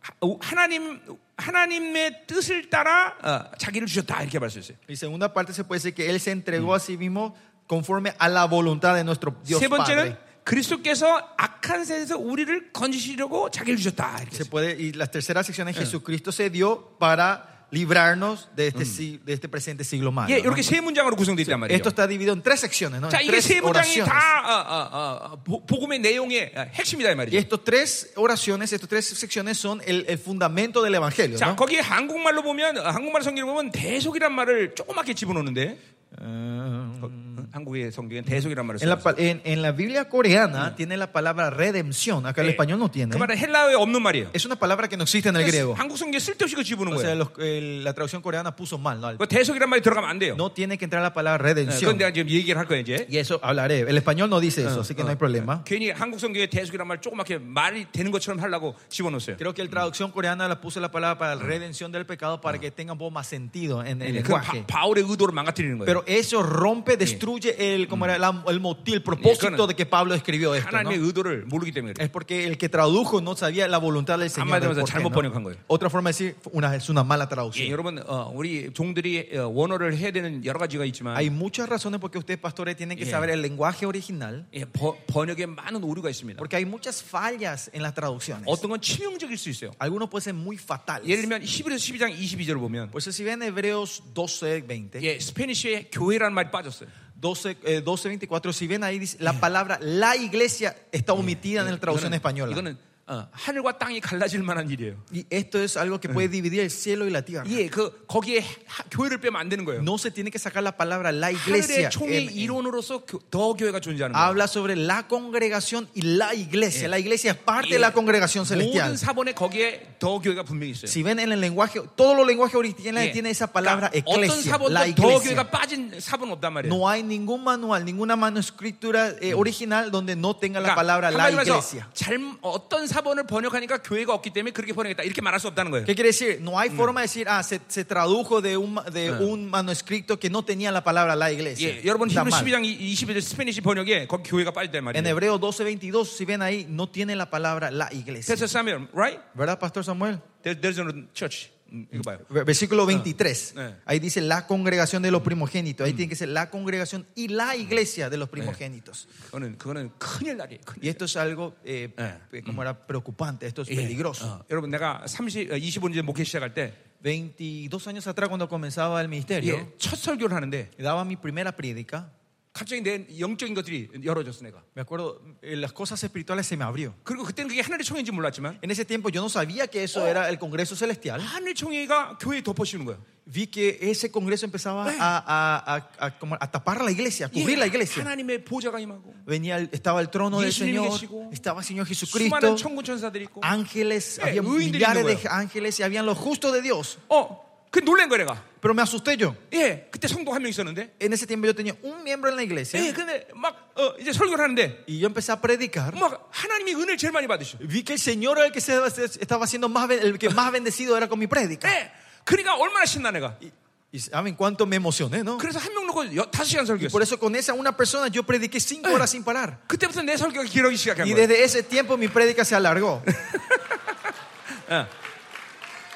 하- 하나님 하나님의 뜻을 따라 어, 자기를 주셨다 이렇게 말씀했어요.
Y segunda parte se puede decir que Él se entregó a sí mismo conforme a la voluntad de nuestro Dios
세 번째는
Padre.
그리스도께서 악한 세에서 우리를 건지시려고 자기를 주셨다 이렇게.
Se
했어요.
puede, y la tercera sección es Jesucristo se dio para librarnos de este, si- de este presente siglo malo.
예,
¿no?
이렇게 세 문장으로 구성되어 있단 말이에요.
Esto está dividido en tres secciones, ¿no?
자,
En
이게
tres
세 문장이
oraciones.
다 어, 어, 어, 보- 복음의 내용의 어, 핵심이다 이
Y
말이죠.
estos tres oraciones, estas tres secciones son el, el fundamento del Evangelio.
자,
¿no?
거기 한국말로 보면 어, 한국말 성경을 보면 대속이란 말을 조그맣게 집어넣는데 어,
Eh,
한국의 성경엔 대속이란 말을
En la,
써요.
pa- en- en la Biblia coreana tiene la palabra redención, acá
Eh,
el español no tiene. ¿eh?
그 말은 헬라어에 없는 말이에요.
Es una palabra que no existe en el griego.
한국 성경에 쓸데없이 그 집어넣은
O sea,
거예요.
los- el- la traducción coreana puso mal, ¿no?
그 대속이란 말이 들어가면 안 돼요.
No tiene que entrar la palabra
어, 그건
redención.
내가 지금 얘기를 할 거예요 이제.
Y eso hablaré. El español no dice eso, así que no hay problema.
괜히 한국 성경에 대속이란 말 조그맣게 말이 되는 것처럼 하려고 집어넣었어요.
Creo que la traducción coreana la puso la palabra para redención del pecado para que tenga un poco más sentido en el Pues.
예, 그건 바,
*laughs* lenguaje.
바울의 의도를 망가뜨리는 거예요.
Pero eso rompe, destruye el, como era, la- el motivo, el
Sí,
propósito
claro.
de que Pablo escribió esto. ¿no?
하나님의 의도를 모르기 때문에 그래요.
Es porque el que tradujo no sabía la voluntad del Señor. del
말하자면
porqué, ¿no?
잘못 번역한 거예요.
Otra forma de decir, una, es una mala
예,
traducción.
여러분 어, 우리 종들이 어, 원어를 해야 되는 여러 가지가 있지만
Hay muchas razones por qué ustedes, pastores, tienen que
Yeah.
saber el lenguaje original.
예, 버- 번역에 많은 오류가 있습니다.
Porque hay muchas fallas en las traducciones.
어떤 건 치명적일 수 있어요.
Algunos pueden ser muy
예를
fatales.
들면 히브리서 12장 22절을 보면
Por eso, si ven Hebreos 12, 20,
예, 스페니쉬에 교회라는 말이 빠졌어요.
12, eh, 12, 24, si ven ahí, dice, la palabra la iglesia está omitida en la traducción española.
이거는 어, 하늘과 땅이 갈라질 만한 일이에요.
Y esto es algo que puede dividir el cielo y la tierra.
예, 그 거기에 하- 교회를 빼면 안 되는 거예요.
No se tiene que sacar la palabra la iglesia.
하늘의 총의
en- en-
이론으로서 교- 더 교회가 존재하는 거예요.
habla sobre la congregación y la iglesia. La iglesia es parte
예,
de la congregación
모든
celestial.
사본에 거기에 더 교회가 분명히 있어요.
Si ven en el lenguaje, todos los lenguajes originales
예.
tiene esa palabra
그러니까 어떤
eclesia,
사본도
la
더
iglesia.
교회가 빠진 사본 없단 말이에요.
No hay ningún manual, ninguna manuscritura eh, original donde no tenga la
그러니까
palabra la
한마디로 말해서
iglesia.
잘, 어떤 사본을 번역하니까 교회가 없기 때문에 그렇게 번역했다 이렇게 말할 수 없다는 거예요.
¿Qué quiere decir? No hay forma de decir, ah, se, se tradujo de un, ma- de
Ah.
un manuscrito que no tenía la palabra la iglesia.
예, 여러분
Está
히브리
mal.
12장 21절 스페니시 번역에 거기 교회가 빠졌단
En
말이에요.
Hebreo 12, 22, si ven ahí, no tiene la palabra la iglesia.
그래서 사면 right?
¿Verdad, Pastor Samuel?
There, there's no church. 음, 이거 봐요.
Ver- Versículo 23.
Ah, eh. Mm.
Ahí dice la congregación de los primogénitos. Ahí tiene que ser la congregación y la iglesia de
Eh.
los primogénitos.
그거는 그거는 큰일 날이에요. 큰일.
Y esto es algo, eh,
Eh. Ah.
eh, como era preocupante, esto es
예.
peligroso.
어, 여러분 내가 30 25년 목회 시작할 때
22 años atrás, cuando comenzaba el ministerio,
예, 첫 설교를 하는데
daba mi primera prédica.
갑자기 내 영적인 것들이 열어졌어 내가.
Me acuerdo, eh, las cosas espirituales se me abrió.
그리고 그때는 그게 하늘의 총회인지 몰랐지만
En ese tiempo yo no sabía que eso era el Congreso Celestial.
하늘 총회가 교회에 덮어씌우는 거예요.
Vi que ese Congreso empezaba a, a- a- a- como a tapar la iglesia, a cubrir la iglesia.
예, 하나님의 보좌가 임하고
Venía el- estaba el trono del
예수님이
Señor,
계시고,
estaba el Señor
수많은
Jesucristo,
천군 천사들이 있고.
ángeles,
Eh,
había
의인들이
millares
있는
de ángeles y habían los justos de Dios.
어, 그 놀란 거야 내가.
Pero me asusté yo.
예, 그때 성도 한 명 있었는데.
En ese tiempo yo tenía un miembro en la iglesia
예, 근데 막 어, 이제 설교를 하는데
y yo empecé a predicar.
막 하나님이 은혜를 제일 많이 받으셔.
Vi que el Señor era el que se- estaba siendo más, ben- el que más bendecido era con mi prédica.
예, 그러니까 얼마나 신나 내가.
Y, y saben cuánto me emocioné, ¿no?
그래서 한 명 놓고 여- 다섯 시간 설교했어.
Por eso con esa una persona yo prediqué cinco horas sin parar.
그때부터 내 설교가 길어지기 시작한
Y
거예요.
desde ese tiempo mi prédica se alargó.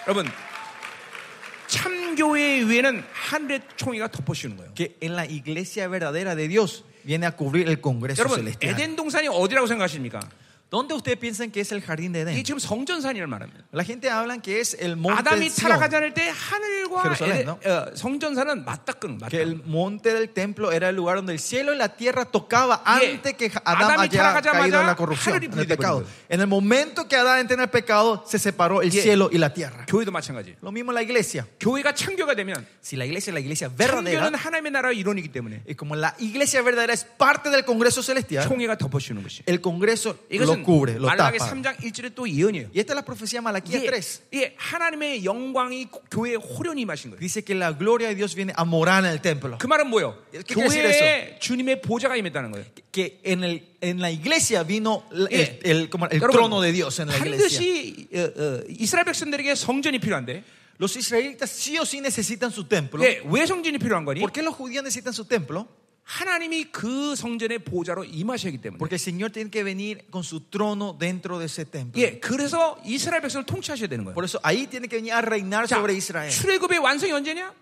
여러분, 참교회 위에는 하늘의 총이가 덮어씌우는 거예요.
Que en la iglesia verdadera de Dios viene a cubrir el Congreso
여러분,
Celestial.
에덴 동산이 어디라고 생각하십니까?
¿Dónde ustedes piensan que es el jardín de
이게
Edén?
지금 성전산이라는 말입니다.
La gente habla que es el monte
아담이
Sión,
타락하지 않을 때 하늘과
Jerusalén,
에덴,
no?
어, 성전산은 맞닥뜨는 거예요.
que el monte del templo era el lugar donde el cielo y la tierra tocaba antes que Adán
Adam이
haya caído en
타락하자마자
la corrupción,
하늘이
en el pecado.
분리돼 버린
En el momento que Adán entró en el pecado, se separó el
Yeah.
cielo y la tierra.
교회도 마찬가지.
Lo mismo la iglesia.
교회가 창교가 되면
Si la iglesia es la iglesia
창교는
verdadera,
하나님의 나라의 일원이기 때문에
y como la iglesia verdadera es parte del Congreso Celestial,
총회가 덮어씌우는 것이.
el Congreso lo
이것은
lo cubre, lo tapa.
말라기 3장 1절에 또 예언이에요.
Y esta es la profecía de Malaquía
이게,
3.
이게 하나님의 영광이 교회에 호련히 임하신 거예요.
Dice que la gloria de Dios viene a morar en el templo.
그 말은 뭐예요?
¿Qué quiere decir
교회에 주님의 보좌가 임했다는 거예요.
Que en, el, en la iglesia vino la- el,
예.
el- como el
여러분,
trono de Dios en la iglesia.
반드시 어, 어, 이스라엘 백성들에게 성전이 필요한데
Los israelitas sí o sí necesitan su templo.
예, 왜 성전이 필요한 거니?
¿Por qué los judíos necesitan su templo?
하나님이 그 성전의 보좌로 임하시기 때문에.
Porque el Señor tiene que venir con su trono dentro de ese templo.
예, 그래서 이스라엘 백성을 통치하셔야 되는 거예요.
Por eso ahí tiene que venir a reinar
자,
sobre Israel.
출애굽의 완성이 언제냐?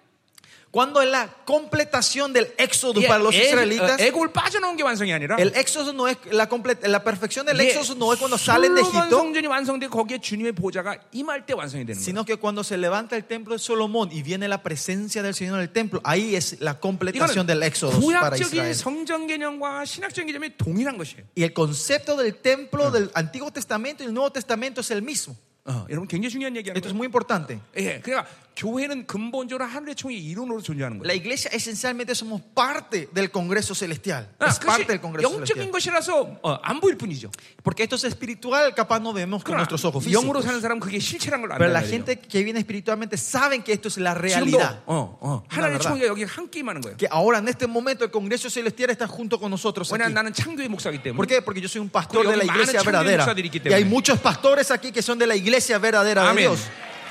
Cuando es la completación del éxodo
예,
para los
애- 어,
israelitas,
애굽을 빠져나온 게 완성이 아니라
el éxodo no es la, comple- la perfección del
예,
éxodo no es cuando salen de
솔로몬
Egipto,
성전이 완성돼 거기에 주님의 보좌가 임할 때 완성이 되는 거예요.
sino que cuando se levanta el templo de Solomón y viene la presencia del Señor en el templo, ahí es la completación del éxodo para
구약적인
Israel.
성전 개념과 신약적인 개념이 동일한 것이에요.
Y el concepto del templo del Antiguo Testamento y el Nuevo Testamento es el mismo.
어, 여러분 굉장히 중요한 얘기하는
Esto es
거예요.
muy importante.
예, 그러니까 교회는 근본적으로 하늘의 총의 이론으로 존재하는
La
거예요.
iglesia esencialmente somos parte del Congreso Celestial.
아,
Es parte del
그것이
Congreso
영적인
Celestial.
것이라서 어, 안 보일 뿐이죠.
Porque esto es espiritual, capaz no vemos con
그러나
nuestros ojos
영으로
físicos.
사는 사람은 그게 실체란 걸
Pero la
안다는 거예요.
gente que viene espiritualmente saben que esto es la
지금도
realidad.
어, 어,
La
하나님의
verdad.
총회가 여기 함께 임하는 거예요.
Que ahora en este momento el Congreso Celestial está junto con nosotros
왜냐하면
aquí.
나는 창조의 목사이기
¿Por
때문에.
qué? Porque yo soy un pastor
Porque
de la
여기
iglesia
많은 청년
verdadera.
목사들이 있기
Y hay
때문에.
muchos pastores aquí que son de la iglesia verdadera de
아멘.
Dios.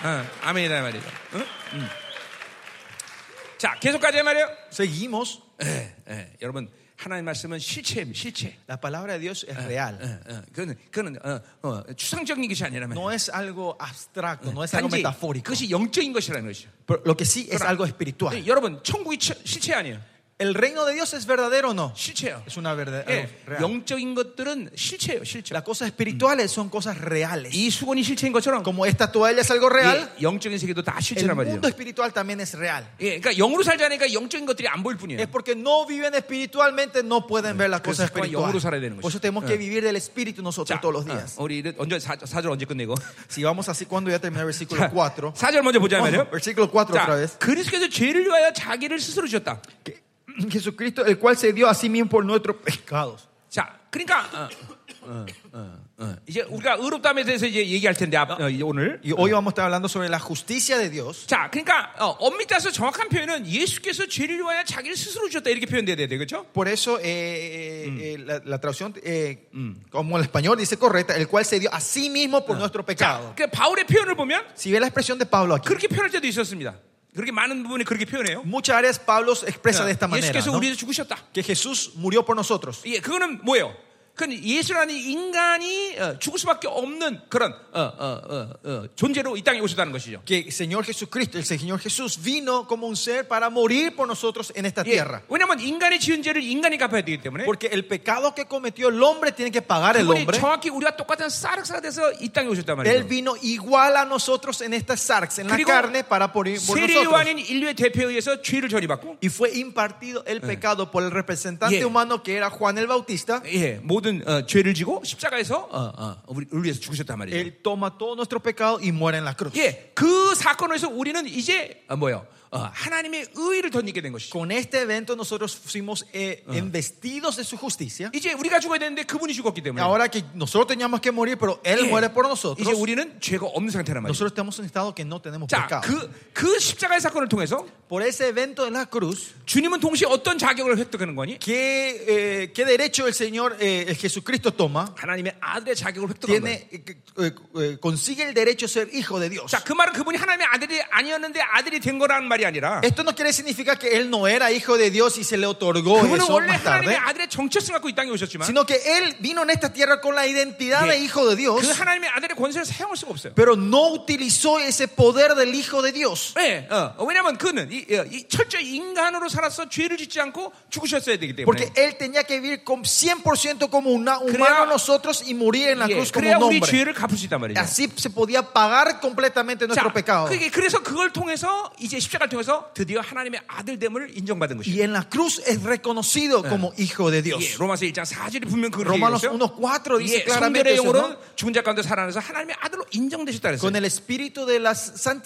어, 아멘이다 말이죠. 응? 음. 자, 계속 가자 말이에요.
Seguimos.
예, 예. 여러분 하나님 말씀은 실체입니다. 실체.
La palabra de Dios es real.
예, 예. 그거는 그거는 어, 어, 추상적인 것이 아니라면.
No es algo abstracto, no es algo
단지
metafórico.
그것이 영적인 것이라는 것이죠.
Pero lo que sí es algo espiritual.
예, 여러분 천국이 처- 실체 아니에요.
¿El reino de Dios es verdadero o no?
실체요.
Es una verdad.
예,
algo real.
영적인 것들은 실체예요. 실체.
Las cosas espirituales son cosas reales.
이 수건이 실체인 것처럼
Como esta toalla es algo real,
예, 영적인 세계도 다
el
실체란 말이죠.
mundo espiritual también es real.
예, 그러니까 영으로 살자니까 영적인 것들이 안 보일 뿐이에요.
Es porque no viven espiritualmente, no pueden ver las
그래서
cosas
습관이 영으로 살아야
espirituales.
되는 거죠.
Por eso tenemos que vivir del espíritu nosotros
자,
todos los
어,
días.
우리 이제 언제 사, 사절 언제 끝내고?
Si vamos así, cuando ya termina el versículo
자,
4.
사절 먼저 보자
Bueno,
말이에요.
versículo 4 otra
자,
vez.
그리스도께서 죄를 위하여 자기를 스스로 지었다.
Que- Jesucristo, el cual se dio a sí mismo por nuestros pecados.
자, 그러니까 어, 어, 어, 어. 이제 우리가 의롭다함에 대해서 이제 얘기할 텐데 앞, 어, 이제 오늘.
Y hoy vamos a estar hablando sobre la justicia de Dios.
자, 그러니까 어, 엄밀히 따서 정확한 표현은 예수께서 죄를 위하여 자기를 스스로 지었다 이렇게 표현돼야 돼요, 그렇죠?
Por eso eh, eh, eh, la, la traducción, eh, como el español dice correcta, el cual se dio a sí mismo por nuestro pecado.
그 바울의 표현을 보면
Si ve la expresión de Pablo aquí,
그렇게 표현할 때도 있었습니다. 그렇게 많은 부분이 그렇게 표현해요.
muchas áreas Pablo
Ah.
expresa de esta manera.
예수께서
¿no?
우리를 죽으셨다.
Que Jesús murió por nosotros.
예, 그거는 뭐예요? 그건 예수라는 인간이 어, 죽을 수밖에 없는 그런 어, 어, 어, 어, 존재로 이 땅에 오셨다는 것이죠.
Que el Señor Jesucristo, el Señor Jesús vino como un ser para morir por nosotros en esta
예,
tierra.
왜냐하면 인간이 지은 죄를 인간이 갚아야 되기 때문에
Porque el pecado que cometió el hombre tiene que pagar el
그분이
hombre.
정확히 우리가 똑같은 싸륵싸륵 돼서 이 땅에 오셨단
Él
말이에요.
vino igual a nosotros en esta sarx, en la
그리고
carne, para morir por
세례
nosotros.
요한인 인류의 대표에 의해서 죄를 전이받고
Y fue impartido el pecado por el representante
Yeah.
humano que era Juan el Bautista.
예, 모든 어, 죄를 지고 십자가에서 어, 어, 우리, 우리 위해서 죽으셨단 말이에요.
Él toma todo nuestro pecado y muere en la cruz.
예, 그 사건에서 우리는 이제 어, 뭐예요? 어, 하나님의 의의를 덧입게 된 것이죠.
Con este evento nosotros fuimos eh, embestidos de su justicia.
이제 우리가 죽어야 되는데 그분이 죽었기 때문에
Ahora que nosotros teníamos que morir, pero Él
예.
muere por
이제
nosotros.
우리는 죄가 없는 상태란 말이죠.
Nosotros estamos en un estado que no tenemos
자,
pecado.
그, 그 십자가의 사건을 통해서
Por ese evento de la cruz,
주님은 동시에 어떤 자격을 획득하는 거니?
¿qué, eh, qué derecho el Señor eh, el Jesucristo toma?
하나님의 아들의 자격을 획득한 거예요.
Tiene, eh, eh, consigue el derecho de ser hijo de Dios.
자, 그 말은 그분이 하나님의 아들이 아니었는데 아들이 된 거라는 말이 아니라
Esto no quiere significar que Él no era hijo de Dios y se le otorgó
그분은
eso
원래
más
하나님의
tarde,
아들의 정체성 갖고 이 땅에 오셨지만
sino que Él vino en esta tierra con la identidad
예.
de hijo de Dios.
그 하나님의 아들의 권세를 사용할 수가 없어요.
pero no utilizó ese poder del Hijo de Dios.
예, 어, 어, 왜냐하면 그는 이, 어, 이 철저히 인간으로 살아서 죄를 짓지 않고 죽으셨어야 되기 때문에
Porque él tenía que vivir con 100% como un humano
Crea-
nosotros y morir en la
예,
cruz como
그래야
un
우리
hombre.
죄를 갚을 수 있단 말이죠.
Así se podía pagar completamente nuestro
자,
pecado.
그게 그래서 그걸 통해서 이제 십자가를 통해서 드디어 하나님의 아들됨을 인정받은 것이죠.
Y en la cruz es reconocido
Ah.
como hijo de
예,
Dios.
로마서 1장 4절이 분명 그걸
Romanos
얘기했어요.
1.4 dice
예, 성별의
claramente eso,
영으로
¿no?
죽은 자 가운데 살아나서 하나님의 아들로 인정되셨다 그랬어요.
Con el espíritu de la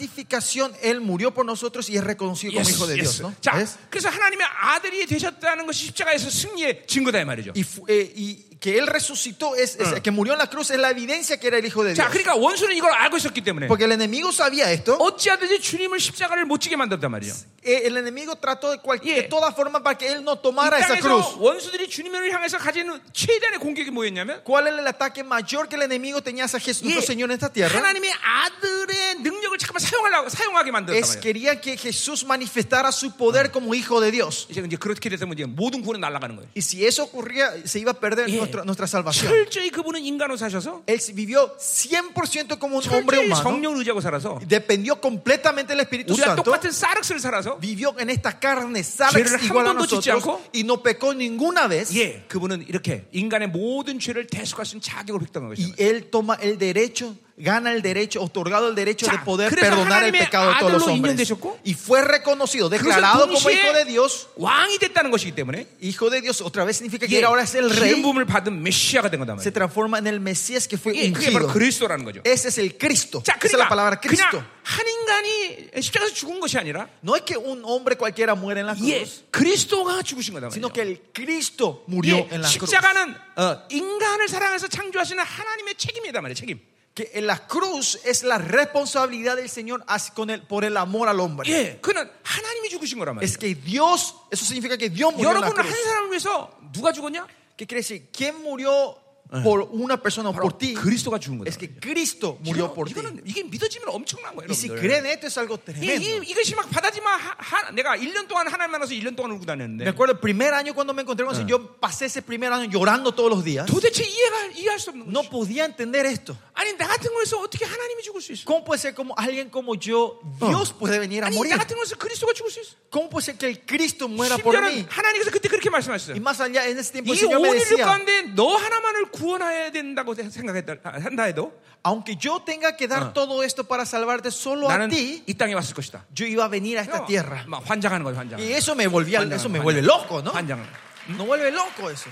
santificación, él murió por nosotros y es reconocido como
Yes,
hijo de
yes.
Dios. ¿no?
자,
¿Ves?
그래서 하나님의 아들이 되셨다는 것이 십자가에서 승리의 증거다 이 말이죠.
Y, fu- eh, y que él resucitó, es,
Ah.
es- que murió en la cruz, es la evidencia que era el Hijo de Dios.
자, 그러니까 원수는 이걸 알고 있었기 때문에
Porque el enemigo sabía esto.
Oh. 어찌하든지 주님을 십자가를 못 지게 만들단 말이에요.
Eh, el enemigo trató de, cual-
Yeah.
de todas formas para que él no
이
tomara esa
땅에서
cruz.
원수들이 주님을 향해서 가지는 최대한의 공격이 뭐였냐면
¿Cuál era el ataque mayor que el enemigo tenía hacia Jesús, nuestro
예,
Señor, en esta tierra?
하나님의 아들의 능력을 잠깐만 사용하려고 사용하게 만들었단
Es
말이에요.
quería que Jesús manifestara su
Ah.
poder como Hijo de Dios.
이제 이제 그렇게 되면 이제 모든 구원은 날아가는 거예요.
Y si eso ocurría, se iba a perder
Yeah.
nuestra, nuestra salvación.
철저히 그분은 인간으로 사셔서
Él vivió 100% como un hombre
철저히
humano.
성령을 의지하고 살아서
Dependió completamente del Espíritu
우리가
Santo.
똑같은 사륵스를 살아서
Vivió en esta carne,
죄를
sabes,
한
igual a
번도 짓지
nosotros.
않고
Y no pecó ninguna vez.
예, 그분은 이렇게 인간의 모든 죄를 대속할 수 있는 자격을 획득한
Y
것이잖아요.
él toma el derecho, gana el derecho, otorgado el derecho
자,
de poder
그래서
perdonar el
하나님의
pecado de todos los
아들로
hombres.
인정되셨고,
Y fue reconocido,
그것은
declarado como
동시에
hijo de Dios.
왕이 됐다는 것이기 때문에
Hijo de Dios otra vez significa que
예,
él ahora es el rey.
기름 부음을 받은 메시아가 된 거다
Se
말이에요.
transforma en el Mesías que fue
예, 그게 바로
ungido.
그리스도라는 거죠.
Ese es el Cristo.
자,
Esa es la
그러니까
palabra Cristo.
그냥 한 인간이 십자가에서 죽은 것이 아니라
No es que un hombre cualquiera muere en la cruz,
예, 그리스도가 죽으신 거다
sino
말이에요.
que el Cristo murió
예,
en la cruz.
십자가는 어, 인간을 사랑해서 창조하시는 하나님의 책임이다 말이에요. 책임.
Que en la cruz es la responsabilidad del Señor hacia- con el- por el amor al hombre.
예, 그는 하나님이 죽으신 거란 말이에요.
Es que Dios, eso significa que Dios murió en la
여러분을
cruz.
한 사람을 위해서 누가 죽었냐?
¿Qué quiere decir? ¿Quién murió por una persona o por ti?
그리스도가 죽은 거다.
Es que Cristo murió por ti.
이거는 이게 믿어지면 엄청난 거예요.
Y si
여러분들.
creen esto es algo
예,
tremendo.
이, 이것이 막 받아지만 하, 하- 내가 1년 동안 하나님 만나서 1년 동안 울고
Me
다녔는데
acuerdo el primer año cuando me encontré con el Señor, yo pasé ese primer año llorando todos los días.
도대체 이해가 이해할 수 없는 거죠.
No podía entender esto.
아니 나 같은 거에서 어떻게 하나님이 죽을 수 있어?
¿Cómo puede ser como alguien como yo,
Oh.
Dios puede venir a
아니
morir?
나 같은 거에서 그리스도가 죽을 수 있어?
¿Cómo puede ser que el Cristo muera por mí?
심지어는 하나님께서 그때 그렇게
Y
말씀하셨어요.
más allá, en ese tiempo el
이
Señor me
온일을
decía,
가운데 너 하나만을 구원해야 된다고 생각했다 한다 해도
aunque yo tenga que dar todo esto para salvarte solo a
나는
ti,
이 땅에 왔을 것이다.
yo iba a venir a esta tierra.
막 환장하는 거예요, 환장.
Y eso me volvía,
환장,
eso me
환장.
vuelve loco, ¿no?
환장.
No vuelve loco eso.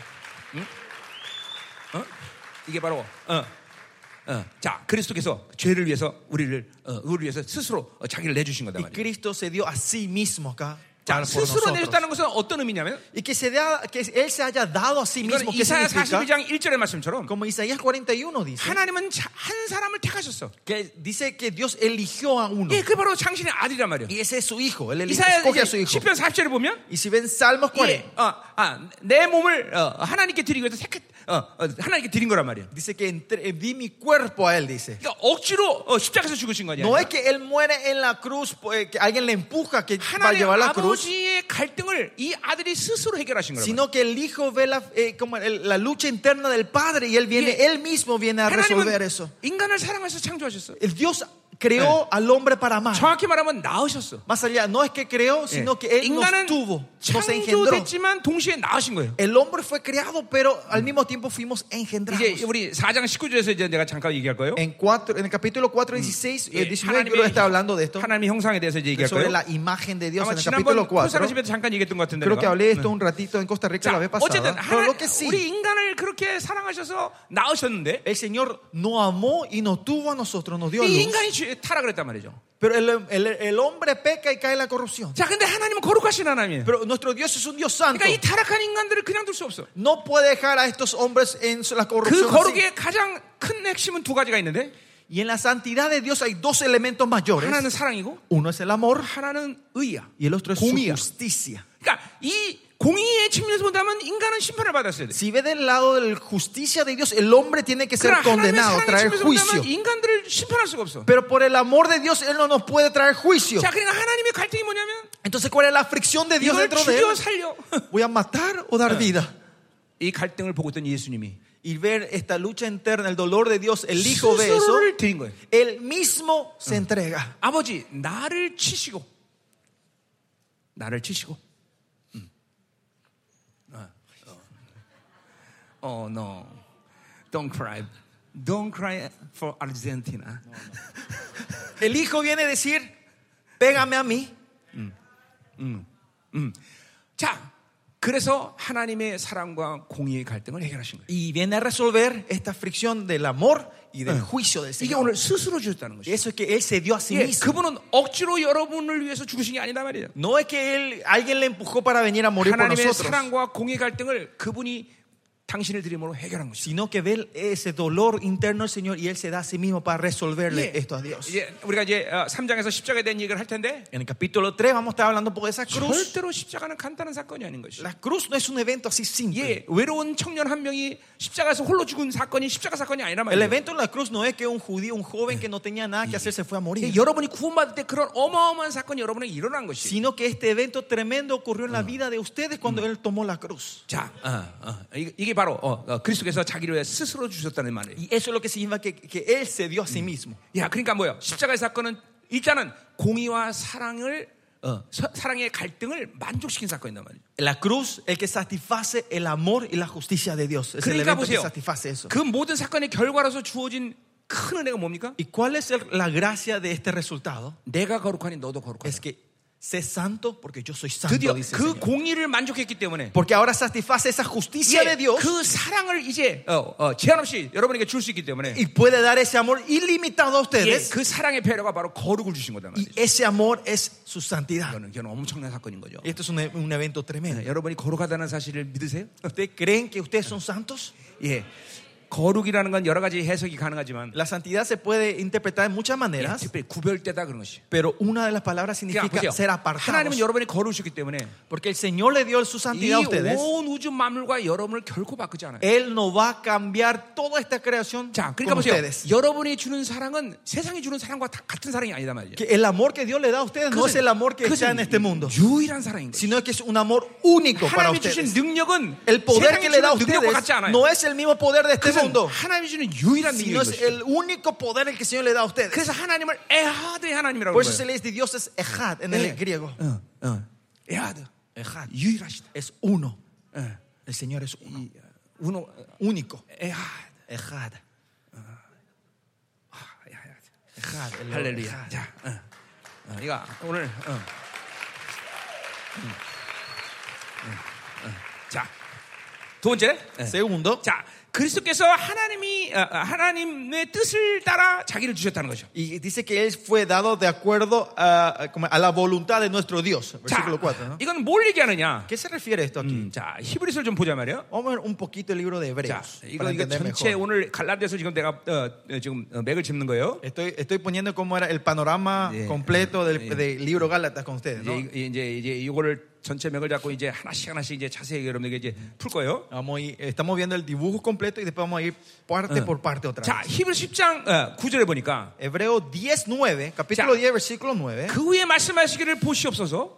어? 이게 바로 어. 어. 자, 그리스도께서 죄를 위해서 우리를 어, 우리를 위해서 스스로 어, 자기를 내 주신 거다
Y
말이에요.
Cristo se dio a sí mismo acá.
자,
para- por
스스로
nosotros.
내줬다는 것은 어떤 의미냐면
Y que, se da, que Él se haya dado a sí mismo.
이거는
¿Qué
이사야
significa?
42장 1절의 말씀처럼
Como Isaías 41 dice.
하나님은 자- 한 사람을 택하셨어.
Que dice que Dios eligió a uno.
예, 그게 바로 당신의 아들이란 말이에요.
Y ese es su hijo. Él elige,
이사야
escoge a su hijo.
10편 40절을 보면
Y si ven Salmos 40,
예, 어, 아, 내 몸을 어, 하나님께 드리기 위해서 택, 어, 어, 하나님께 드린 거란 말이에요.
dice que entre- eh, di mi cuerpo a Él, dice.
그러니까 억지로 어, 십자가에서 죽으신 거냐?
No es que Él muere en la cruz, pues, que alguien le empuja que, para
하나님
llevar la cruz.
아버지의 갈등을 이 아들이 스스로 해결하신 거란 말이에요.
sino que el hijo ve la, eh, como el- la lucha interna del padre y él viene,
Yeah.
él mismo viene a resolver
하나님은
eso.
인간을 사랑해서 창조하셨어.
El Dios creó al hombre para amar.
정확히 말하면 낳으셨어.
Más allá, no es que creó,
예.
sino que él nos
인간은
tuvo, nos engendró.
창조됐지만 동시에 낳으신 거예요.
El hombre fue creado, pero al mismo tiempo fuimos engendrados.
이제 우리 4장 19절에서 이제 내가 잠깐 얘기할 거예요.
En, cuatro, en el capítulo 4, 16, eh,
예,
19, yo está hablando de esto,
하나님의 형상에 대해서 이제 얘기할
sobre
거예요.
la imagen de Dios
아마
en el
지난번
capítulo 4.
코사라 집에서 잠깐 얘기했던 것 같은데
Creo que
내가.
hablé de esto un ratito en Costa Rica la vez
자,
pasada.
어쨌든
Pero
하나,
lo que sí,
우리 인간을 그렇게 사랑하셔서 낳으셨는데
el Señor nos amó y nos tuvo a nosotros, nos dio a
이
luz.
인간이 죄- 타락을 했단 말이죠.
Pero el, el- el hombre peca y cae en la corrupción.
자, 근데 하나님은 거룩하신 하나님이에요.
Pero nuestro Dios es un Dios santo.
그러니까 이 타락한 인간들을 그러니까 그냥 둘 수 없어.
No puede dejar a estos hombres en la
그렇죠. 그
corrupción. así.
거룩의 가장 큰 핵심은 두 가지가 있는데
Y en la santidad de Dios hay dos elementos
하나는
mayores.
사랑이고
Uno es el amor
하나는 의야.
y el otro es su
공의야.
justicia.
그러니까 이 공의의 측면에서 본다면 인간은 심판을 받았어야 돼.
Si ve del lado de la justicia de Dios, el hombre tiene que ser
그러나 하나님의
condenado,
사랑의
traer
측면에서
juicio.
본다면 인간들을 심판할 수가 없어.
Pero por el amor de Dios, Él no nos puede traer juicio.
자, 그러니까 하나님의 갈등이 뭐냐면
Entonces, ¿cuál es la fricción de Dios Ah.
이걸
dentro de Él?
죽여 *laughs* 살려.
¿Voy a matar o dar vida?
이 갈등을 보고 있던 예수님이
Y ver esta lucha interna, el dolor de Dios, el Hijo ve eso.
스스로를 드린 거예요.
Él mismo se entrega.
아버지 나를 치시고 나를 치시고 음. 어, 어. oh no don't cry don't cry for Argentina
El hijo viene a decir, pégame a mí.
자 그래서 하나님의 사랑과 공의의 갈등을 해결하신 거예요
Y viene a resolver esta fricción del amor Ah. y del juicio del
이게
Señor.
오늘 스스로 주셨다는 것이에요
Eso es que Él se dio a sí
예,
mismo.
그분은 억지로 여러분을 위해서 죽으신 게 아니다 말이에요
No es que él, alguien le empujó para venir a morir por
하나님의
nosotros.
사랑과 공의 갈등을 그분이 당신을 드림으로 해결한 것이죠.
sino que ve ese dolor interno del Señor y Él se da a sí mismo para resolverle
예,
esto a Dios.
이제 우리가 이제 어, 3장에서 십자가에 대한 얘기를 할 텐데
En el capítulo 3 vamos a estar hablando un poco de esa cruz.
절대로 십자가는 간단한 사건이 아닌 것이.
La cruz no es un evento así simple.
예, 외로운 청년 한 명이 십자가에서 홀로 죽은 사건이 십자가 사건이 아니란
El
말이에요.
evento de la cruz no es que un judío, un joven que no tenía nada que hacer se fue a
예,
morir,
여러분이 구원받을 때 그런 어마어마한 사건이 여러분에게 일어난 것이.
sino que este evento tremendo ocurrió en la vida de ustedes cuando Él tomó la cruz.
자, 어, 어, 이- 이게 바로 어, 어, 그리스도께서 자기를 위해 스스로 주셨다는 말이에요.
Y eso es lo que significa que, que Él se dio a sí mismo.
야, 그러니까 뭐요? 십자가의 사건은 일단은 공의와 사랑을 어, 사- 사랑의 갈등을 만족시킨 사건이란 말이에요.
La cruz, el que satisface el amor y la justicia de Dios. Es el
그러니까
evento que
보세요.
satisface eso.
그 모든 사건의 결과로서 주어진 큰 은혜가 뭡니까?
¿Y cuál es el- la gracia de este resultado?
내가 거룩하니 너도 거룩하니.
Es que sé santo porque yo soy
드디어
santo. Dice el
그
Señor.
공의를 만족했기 때문에
Porque ahora satisface esa justicia de
예,
Dios
그 사랑을 이제 어, 어, 제한 없이 여러분에게 줄 수 있기 때문에
y puede dar ese amor ilimitado a
예,
ustedes.
그 사랑의 배려가 바로 거룩을 주신 거다
Y
말이죠.
ese amor es su santidad.
이거는, 이거는 엄청난 사건인 거죠.
Y esto es un, e, un evento
네,
tremendo.
여러분이 거룩하다는 사실을 믿으세요?
¿Ustedes creen que ustedes son santos?
예. 거룩이라는 건 여러 가지 해석이 가능하지만
La santidad se puede interpretar de muchas
예,
maneras,
특별히 구별되다 그런 것이.
pero una de las palabras
그냥
significa
보세요.
ser
하나님은
apartados.
여러분이 거룩이셨기 때문에
Porque el Señor le dio su santidad a
이
ustedes.
온 우주 만물과 여러분을 결코 바꾸지 않아요.
Él no va a cambiar toda esta creación
자,
con
그러니까 보세요.
ustedes.
여러분이 주는 사랑은 세상이 주는 사랑과 다- 같은 사랑이 아니다 말이에요.
Que el amor que Dios le da a ustedes no es el amor que está en este mundo,
유일한 사랑인 거예요.
sino que es un amor único para
하나님이 주신
ustedes.
능력은
El poder
세상이
que le da a
주는 능력과 같지
ustedes
않아요.
no eh. es el mismo poder de este
그것은
mundo,
하나님이 주는 유일한 능력인
sino es
것이죠.
el único poder el que el Señor le da a ustedes.
그래서 하나님을 에하드의 하나님이라고
Por eso
불러요.
se le dice Dios es Ejad en
Eh.
el griego.
어, 어. 에하드.
Ejad
유일하시다.
es uno.
예.
El Señor es uno.
우노
Único.
에하드.
Ejad.
아, 에하드.
Ejad. el
할렐루야.
Ejad.
자, 어. 어, 이거 오늘 어. 음. 음, 어. 자, 두 번째.
Eh.
예.
Segundo,
자, 그리스도께서 하나님이 어, 어, 하나님의 뜻을 따라 자기를 주셨다는 거죠.
y dice que Él fue dado de acuerdo a, a- como a la voluntad de nuestro Dios.
자,
Versículo 4. ¿no?
뭐 이건 뭘 얘기하느냐?
¿Qué se refiere esto aquí?
음, 자, 히브리서를 좀 보자 말이에요.
Vamos a ver un poquito el libro de
자,
Hebreos
이거,
para
이거
entender
전체
mejor.
오늘 갈라디아서 지금 내가 어, 어, 지금 어, 맥을 짚는 거예요.
Estoy, estoy poniendo como era el panorama
Yeah.
completo del, del libro Gálatas con ustedes. ¿no?
이제 이- 이제 이제 이거를 전체 맥을 잡고 이제 하나씩 하나씩 이제 자세히 여러분에게 이제 풀 거예요.
Vamos a ir- estamos viendo el dibujo completo y después vamos a ir parte por parte otra
자,
vez.
히브리 10장 어, 9절에 보니까
Hebreos 19, capítulo
Ya.
10, versículo 9.
그 후에 말씀하시기를 보시옵소서.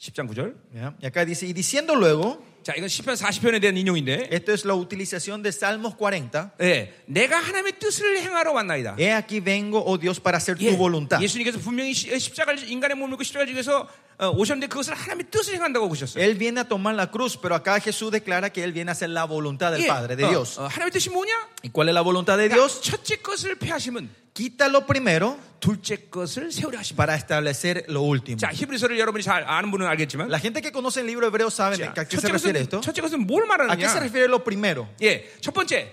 10장 9절.
¿ya? Y acá dice, y diciendo luego,
자, 이건 10편 40편에 대한 인용인데.
esto es la utilización de Salmos 40.
예, 내가 하나님의 뜻을 행하러 왔나이다.
He aquí vengo, oh Dios, para hacer
예,
tu voluntad.
예수님께서 분명히 시- 어, 십자가를 인간의 몸을 입고 십자가를 지고서 어, 오셨는데 그것을 하나님의 뜻을 행한다고 오셨어요.
Él viene a tomar la cruz, pero acá Jesús declara que Él viene a hacer la voluntad del
예,
Padre, de
어,
Dios.
어, 하나님의 뜻이 뭐냐?
¿Y cuál es la voluntad de
그러니까
Dios?
첫째 것을 폐하시면
Quita lo primero
둘째 것을 세우려 하십니다.
para establecer lo último.
자, 히브리서를 여러분이 잘 아는 분은 알겠지만
La gente que conoce el libro hebreo sabe
자,
a qué se
첫째,
refiere
것은,
esto.
첫째 것은 뭘
¿A qué se
말하느냐?
refiere lo primero?
예, 첫 번째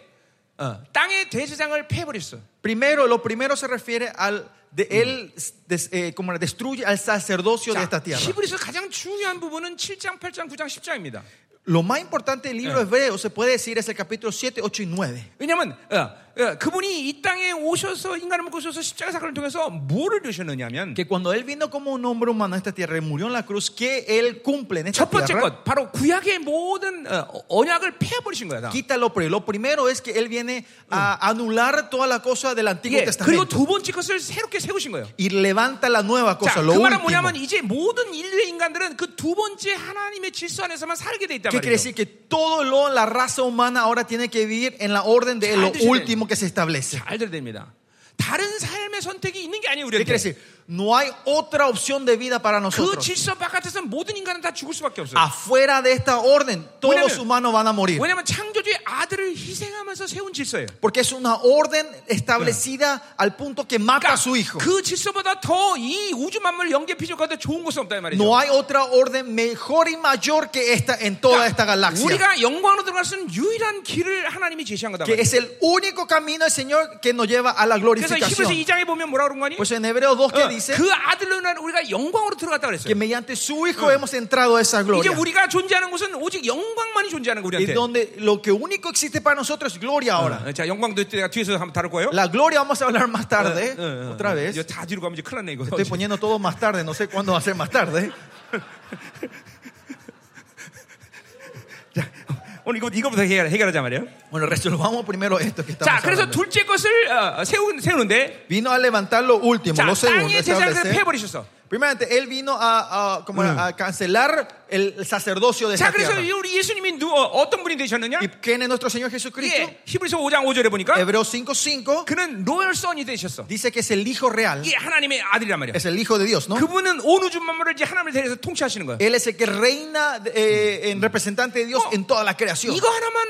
어, 땅의 대제장을 패버렸어.
Primero, lo primero se refiere al de él des- eh, como destruye al sacerdocio de
자,
esta tierra.
히브리서 가장 중요한 부분은 7장, 8장, 9장, 10장입니다.
Lo más importante del libro hebreo se puede decir es el capítulo 7, 8 y 9.
왜냐하면 어, 그분이 이 땅에 오셔서 인간을 먹고 오셔서 십자가 사건을 통해서 뭐를 이루셨느냐면
Que cuando él vino como un hombre humano a esta tierra y murió en la cruz, que él cumple en esta
첫 번째
tierra.
것 바로 구약의 모든 어, 언약을 패버리신 거야. 다.
Quita lo primero. Lo primero es que él viene a anular toda la cosa del Antiguo
예, 그리고
Testamento
두 번째 것을 새롭게 세우신 거예요.
y levanta la nueva
자,
cosa,
그
lo
말은
último.
뭐냐면 이제 모든 인류의 인간들은 그 두 번째 하나님의 질서 안에서만 살게 돼 있단
¿Qué quiere
그 말이에요.
decir? Que todo lo, la raza humana ahora tiene que vivir en la orden de lo
Tradicional.
último que se establece.
잘 들어야 됩니다. 다른 삶의 선택이 있는 게 아니에요,
¿Qué quiere
우리한테.
decir? No hay otra opción de vida para
그
nosotros.
질서 바깥에서 모든 인간은 다 죽을 수밖에 없어요.
Afuera de esta orden, todos
Bueno,
los humanos van a morir.
왜냐하면 창조주의 아들을 희생하면서 세운 질서예요.
Porque es una orden establecida al punto que mata a su hijo.
그 질서보다 더 이 우주 만물 영계 피조가더 좋은 것은 없다 이 말이죠.
No hay otra orden mejor y mayor que esta en toda esta galaxia.
그러니까 우리가 영광으로 들어갈 수 있는 유일한 길을 하나님이 제시한 거다.
Que
말이죠.
es el único camino del Señor que nos lleva a la
그래서 히브리서
glorificación.
2장에 보면 뭐라 그런 거니?
Pues en Hebreos 2 que
어,
dice
그 아들로 인한 우리가 영광으로 들어갔다 그랬어요.
que mediante su Hijo hemos entrado a esa
이제
gloria.
우리가 존재하는 곳은 오직 영광만이 존재하는 거
Y
우리한테.
donde lo que único existe para nosotros es gloria ahora.
어, 자, 영광도 내가 뒤에서 한번 다룰 거예요.
La gloria vamos a hablar más tarde,
어, 어, 어.
otra vez.
이거 다 뒤로 가면 이제 큰일 났네 이거.
Estoy poniendo todo más tarde, no sé cuándo va a ser más tarde.
오늘 이거 이거부터 해결, 해결하자 말이에요.
Bueno, resolvamos primero esto que
자,
estamos
그래서
hablando.
둘째 것을 어, 세우, 세우는데
Vino a levantar lo último,
자,
lo segundo.
땅의 제사장을
establecer.
패버리셨어.
Primeramente, él vino a, a- como a- a cancelar el sacerdocio de
자,
esta
그래서
tierra.
이 우리 예수님이 누, 어, 떤 네, 분이 되셨느냐?
¿Y quién es nuestro Señor Jesucristo?
예, 히브리서 5장 5절에 보니까
Hebreos 5.5
그는 로열 선이 되셨어.
dice que es el Hijo real,
이게 하나님의 아들이란 말이야.
es el Hijo de Dios, ¿no?
그분은 온 우주 만물을 이제 하나님을 대해서 통치하시는 거야.
Él es el que reina eh, en representante de Dios
No.
en toda la creación.
이거 하나만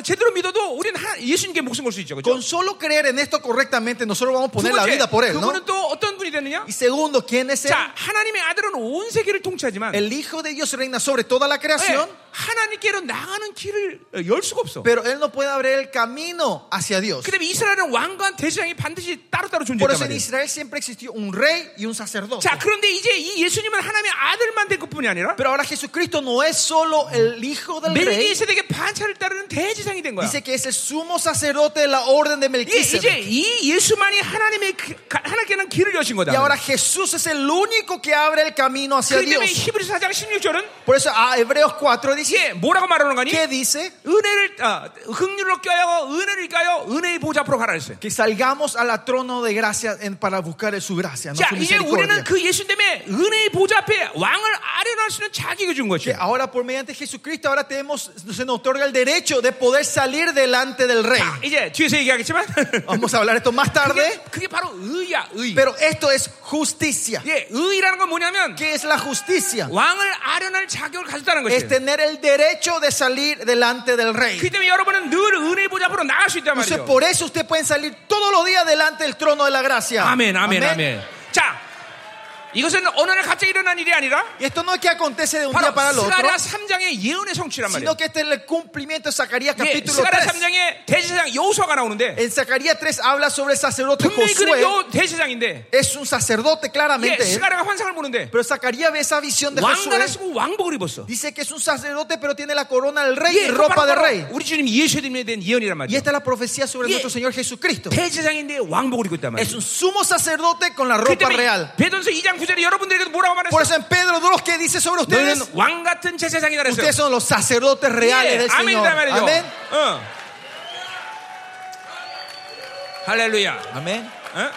아- 제대로 믿어도 우리는 하- 예수님께 목숨 걸 수 있죠. 그죠?
Con solo creer en esto correctamente, nosotros vamos a
두
poner la vida por Él, ¿no?
그분은 또 어떤 분이 되느냐?
Y segundo, ¿quién es Él?
자, 하나님의 아들은 온 세계를 통치하지만
El Hijo de Dios reina sobre toda la creación,
예, 하나님께로 나가는 길을 어, 열 수가 없어.
pero Él no puede abrir el camino hacia Dios.
그다음에 이스라엘은 왕관 대장이 반드시 따로따로
Por
존재했단
eso en
말이에요.
Israel siempre existió un rey y un sacerdote.
자, 그런데 이제 이 예수님은 하나님의 아들만 될 것뿐이 아니라
Pero ahora Jesucristo no es solo el Hijo del
메리니
Rey,
세대의 반차를 따르는 대지상이 된 거야.
dice que es el sumo sacerdote de la orden de
예, 이제
Melquisedec.
이 예수만이 하나님의 그- 가- 하나님께는 길을 여신 거다.
Y ahora Jesús es el único que abre el camino hacia
그 때문에
Dios.
히브리서 4장 16절은
Por eso a Hebreos 4 dice,
예, 뭐라고 말하는 거니?
¿qué dice?
은혜를 아, 긍휼로 껴요 은혜를 껴요 은혜의 보좌 앞으로 가라 했어요.
Que salgamos a la trono de gracia en- para buscar su gracia, no
자,
su
이제 우리는
misericordia.
아, 그 예수 때문에 은혜의 보좌 앞에 왕을 아련할 수 있는 자격을 준
Que
것이에요.
ahora por mediante Jesucristo ahora tenemos, se nos otorga el derecho de poder salir delante del Rey.
자, 아, 이제 뒤에서 *laughs* 얘기하겠지만
Vamos a hablar esto más tarde.
그게, 그게 바로 의야 의.
Pero esto es justicia.
예, 의라는 건 뭐냐면
¿Qué es la justicia?
왕을 아련할 자격을 가졌다는
Es
것이에요.
tener el derecho de salir delante del
그
Rey.
때문에 여러분은 늘 은혜의 보좌 앞으로 나갈 수 있단
Entonces,
말이에요.
por eso usted pueden salir todos los días delante del trono de la gracia.
아멘, 아멘, 아멘. 자, 이것은 어느 날 갑자기 일어난 일이 아니라
Y esto no es que acontece de un día para el
바로
otro,
그러니까 스가랴 3장의 예언의 성취란 말이에요.
sino que este es el cumplimiento de Zacarías
예,
capítulo
스가랴
3.
3장의 대제사장 여호수아가 나오는데
En Zacarías 3 habla sobre el sacerdote
분명히 그는
Josué.
여 대제사장인데
Es un sacerdote
예,
claramente. él.
스가랴가 환상을 보는데
Pero Zacarías ve esa visión de
왕관을
Josué.
쓰고 왕복을 입었어.
Dice que es un sacerdote, pero tiene la corona del rey
예,
y ropa de rey.
우리 주님 예수님에 대한 예언이란
Y
말이에요.
esta es la profecía sobre
Yeah.
nuestro Señor Jesucristo.
대제사장인데 왕복을 입고 있단
Es
말이에요.
un sumo sacerdote con la
그
ropa
때문에
real.
베드로서 2장 9절에 여러분들에게도 뭐라고
Por
말했어?
eso en Pedro 2, ¿qué dice sobre ustedes?
너희는 왕 같은 제사장이다 그랬어.
Ustedes son los sacerdotes reales del Señor.
아멘이다 말이죠.
Amén.
어. 할렐루야.
Amén.
어?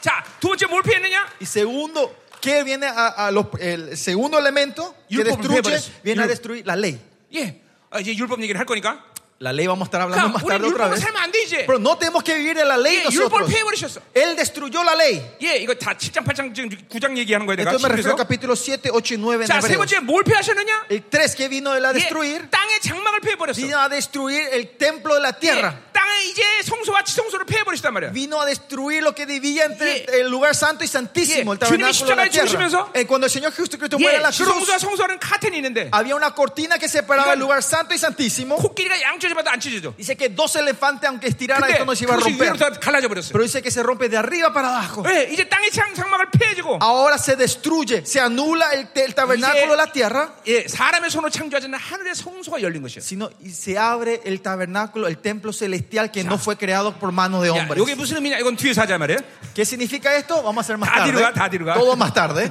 자, 두 번째 뭘 피했느냐?
Y segundo, ¿qué viene a, a los- el segundo elemento que
율법을
destruye?
폐버렸어.
Viene a
율-
destruir la ley.
예. 아, 이제 율법 얘기를 할 거니까.
La ley vamos a estar hablando
아, 그러니까
más tarde
우리
otra
율법을
vez.
살면 안 돼 이제.
Pero no tenemos que vivir en la ley
예, 율법을
nosotros.
폐해버리셨어.
Él destruyó la ley.
예, 이거 다 7장, 8장, 지금 9장 얘기하는 거야 내가.
Entonces me refiero
그래서.
al capítulo 7, 8 y 9 en
자, 세
Hebreos.
번째 뭘 폐하셨느냐?
El 3 que vino él a destruir,
예, 땅의 장막을 폐해버렸어.
vino a destruir el templo de la tierra.
예, 땅에 이제 성소와 지성소를 폐해버리셨단 말이야.
Vino a destruir lo que dividía entre
Yeah.
el lugar santo y santísimo,
Yeah.
el tabernáculo de la
주님이 십자가에
tierra. Eh, Cuando el Señor Jesucristo muere en
예,
la cruz,
지성소와 성소는 카텐이 있는데
había una cortina que separaba
Diga-
el lugar santo y santísimo.
코끼리가 양쪽에 잡아도 안 찢어져.
Dice que dos elefantes, aunque estirara
근데
esto, no se iba a
그것이
romper.
위로 다 갈라져 버렸어요.
Pero dice que se rompe de arriba para abajo.
예, 이제 땅의 장, 장막을 폐해지고
Ahora se destruye, se anula el, te- el tabernáculo de la tierra,
예, 사람의 손으로 창조하지 않는 하늘의 성소가 열린 것이에요.
sino y se abre el tabernáculo, el templo celestial que no fue creado por mano de
야,
hombres.
이게 무슨 의미냐? 이건 뒤에서 하자 말이에요.
¿Qué significa esto? Vamos a hacer más
Da
tarde.
diruga, da diruga.
Todo más tarde.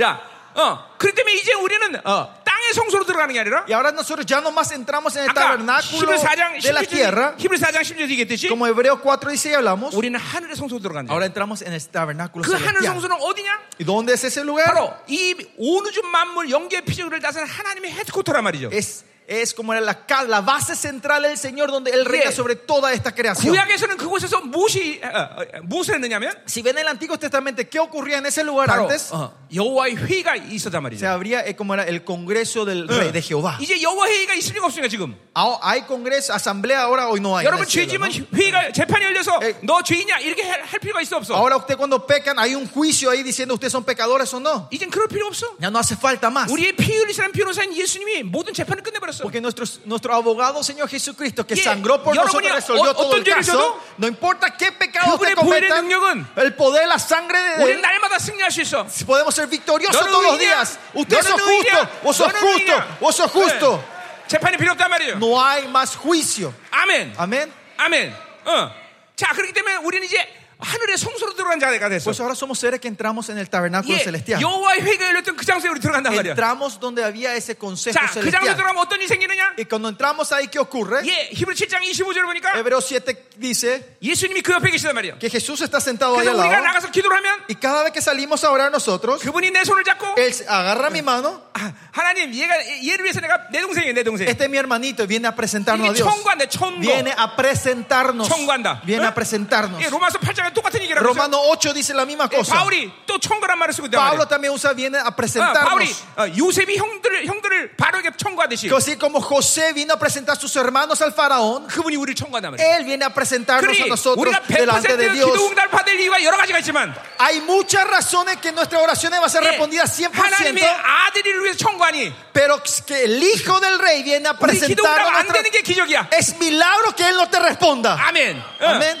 야, 어, 그렇기 때문에 이제 우리는 어, 땅의 성소로 들어가는 게 아니라
Y ahora nosotros ya nomás entramos en el
아까
tabernáculo
히브리 4장
de la tierra.
16절 히브리 4장 16절 얘기했듯이
Como Hebreos 4 dice y hablamos,
우리는 하늘의 성소로 들어간다.
ahora entramos en el tabernáculo
그 하늘
celestial.
성소는 어디냐?
¿Y dónde es ese lugar?
바로 이 온우주 만물 영계 피조를 다스리는 하나님의 헤드코터란 말이죠.
Es, es como era la, ca- la base central del Señor donde Él reina
Sí.
sobre toda esta
그렇죠.
creación.
구약에서는 그곳에서 무엇이 어, 어, 무엇을 했느냐면
Si ven el Antiguo Testamento, ¿qué ocurría en ese lugar
바로
antes?
어, 여호와의 회의가 있었단
Se
말이죠.
abría eh, como era el congreso del rey de Jehová.
이제 여호와 회의가 있을 리가 없으니까 지금.
Ah, Hay congreso, asamblea ahora, hoy no hay. en
여러분
el cielo,
죄지면
¿no?
회의가 재판이 열려서
에.
너 죄인이야 이렇게 할, 할 필요가 있어 예. 없어.
Ahora usted cuando pecan hay un juicio ahí diciendo ustedes son pecadores o no.
이젠 그럴 필요 없어. 아,
Ya no hace falta más.
우리의 피 흘리시는 변호사인 예수님이 모든 재판을 죽었어.
Porque nuestro, nuestro abogado, Señor Jesucristo, que
예,
sangró por nosotros,
여러분이
resolvió
어-
todo el
어떤 죄를
caso.
¿No?
져도
no importa qué pecado te
그분의 보혈의 능력은
cometan, el poder, la sangre de
우리는
Él,
날마다 승리할 수 있어.
podemos ser victoriosos
너는
todos los
의인이야.
días. Usted
너는
sos justo,
의인이야.
vos sos
너는
justo,
의인이야.
vos sos justo.
네. 재판이 필요 없단 말이에요.
No hay más juicio.
아멘.
Amén.
아멘. 어. 자, 그렇기 때문에 우리는 이제 하늘의 성소로 들어간 자가 됐어.
Pues ahora somos seres que entramos en el tabernáculo
예,
celestial.
여호와의 회가 열렸던 그 장소에 우리 들어간단 말이야.
Entramos donde había ese consejo
자, 그 장소에
celestial.
들어가면 어떤 일이 생기느냐?
Y cuando entramos ahí, ¿qué ocurre?
예, 히브리 7장 25절을 보니까
Hebreos 7 dice
예수님이 그 옆에 계시단 말이에요.
que Jesús está sentado ahí
그래서
al
우리가
lado.
나가서 기도를 하면
Y cada vez que salimos a orar nosotros,
그분이 내 손을 잡고
Él agarra mi mano.
아, 하나님 얘가 얘를 위해서 내가 내 동생이에요, 내 동생.
Este es mi hermanito. Viene a presentarnos a
이게
Dios.
청구한대, 청구.
Viene a presentarnos.
청구한다.
Viene
¿Eh?
a presentarnos.
예, 로마서 8장에 똑같은 얘기라고 했어요.
Romano 8 dice la misma
예,
cosa.
바울이 또 청구란 말을 쓰고 있단
Pablo
말이에요.
también usa, viene a
어, 바울이
presentarnos.
어, 요셉이 형들을 형들을 바로에게 청구하듯이
Así como José vino a presentar sus hermanos al faraón,
그분이 우리를 청구한단 말이에요.
Él viene a presentarnos a
그러니
nosotros
우리가
delante de
100%
Dios.
기도응답을 받을 이유가 여러 가지가 있지만
Hay muchas razones que nuestra oración va a ser
예,
respondida
하나님의
100%,
아들을 위해서 청구하니
pero que el Hijo del Rey viene a
우리 기도응답
presentarnos.
안
nuestra-
되는 게 기적이야.
Es milagro que Él no te responda.
아멘. 어,
Amén.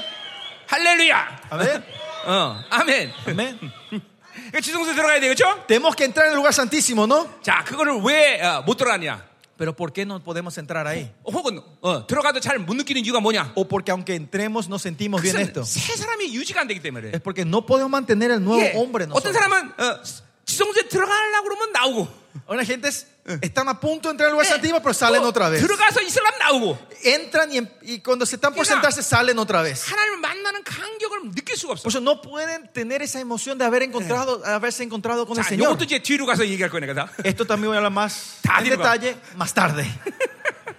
할렐루야.
Amén.
*laughs* 어, 아멘.
Amén.
그 지성소 들어가야 되겠죠?
Tenemos que entrar en el lugar santísimo, ¿no?
자, 그거를 왜 못 들어가냐?
Pero ¿por qué no podemos entrar ahí?
혹은 어, 들어가도 잘 못 느끼는 이유가 뭐냐?
O porque aunque entremos no sentimos bien
그것은
esto.
새 사람이 유지가 안 되기 때문에.
Es porque no podemos mantener el nuevo
예,
hombre en
어떤
nosotros.
사람은 어, 지성소에 들어가려고 그러면 나오고 예.
Ahora, gente, es- están a punto de entrar al
Eh.
lugar santísimo, pero
또
salen otra vez.
들어가서 이슬람 나오고
Entran y, en- y cuando se están por
Mira.
sentarse salen otra vez.
하나님을 만나는 간격을 느낄 수가 없어.
Por eso no pueden tener esa emoción de haber encontrado, haberse encontrado con el
자,
Señor.
이것도 이제 뒤로 가서 얘기할 거니까 *laughs* 다.
Esto también voy a hablar más
Ta-
en
digo.
detalle más tarde.
자,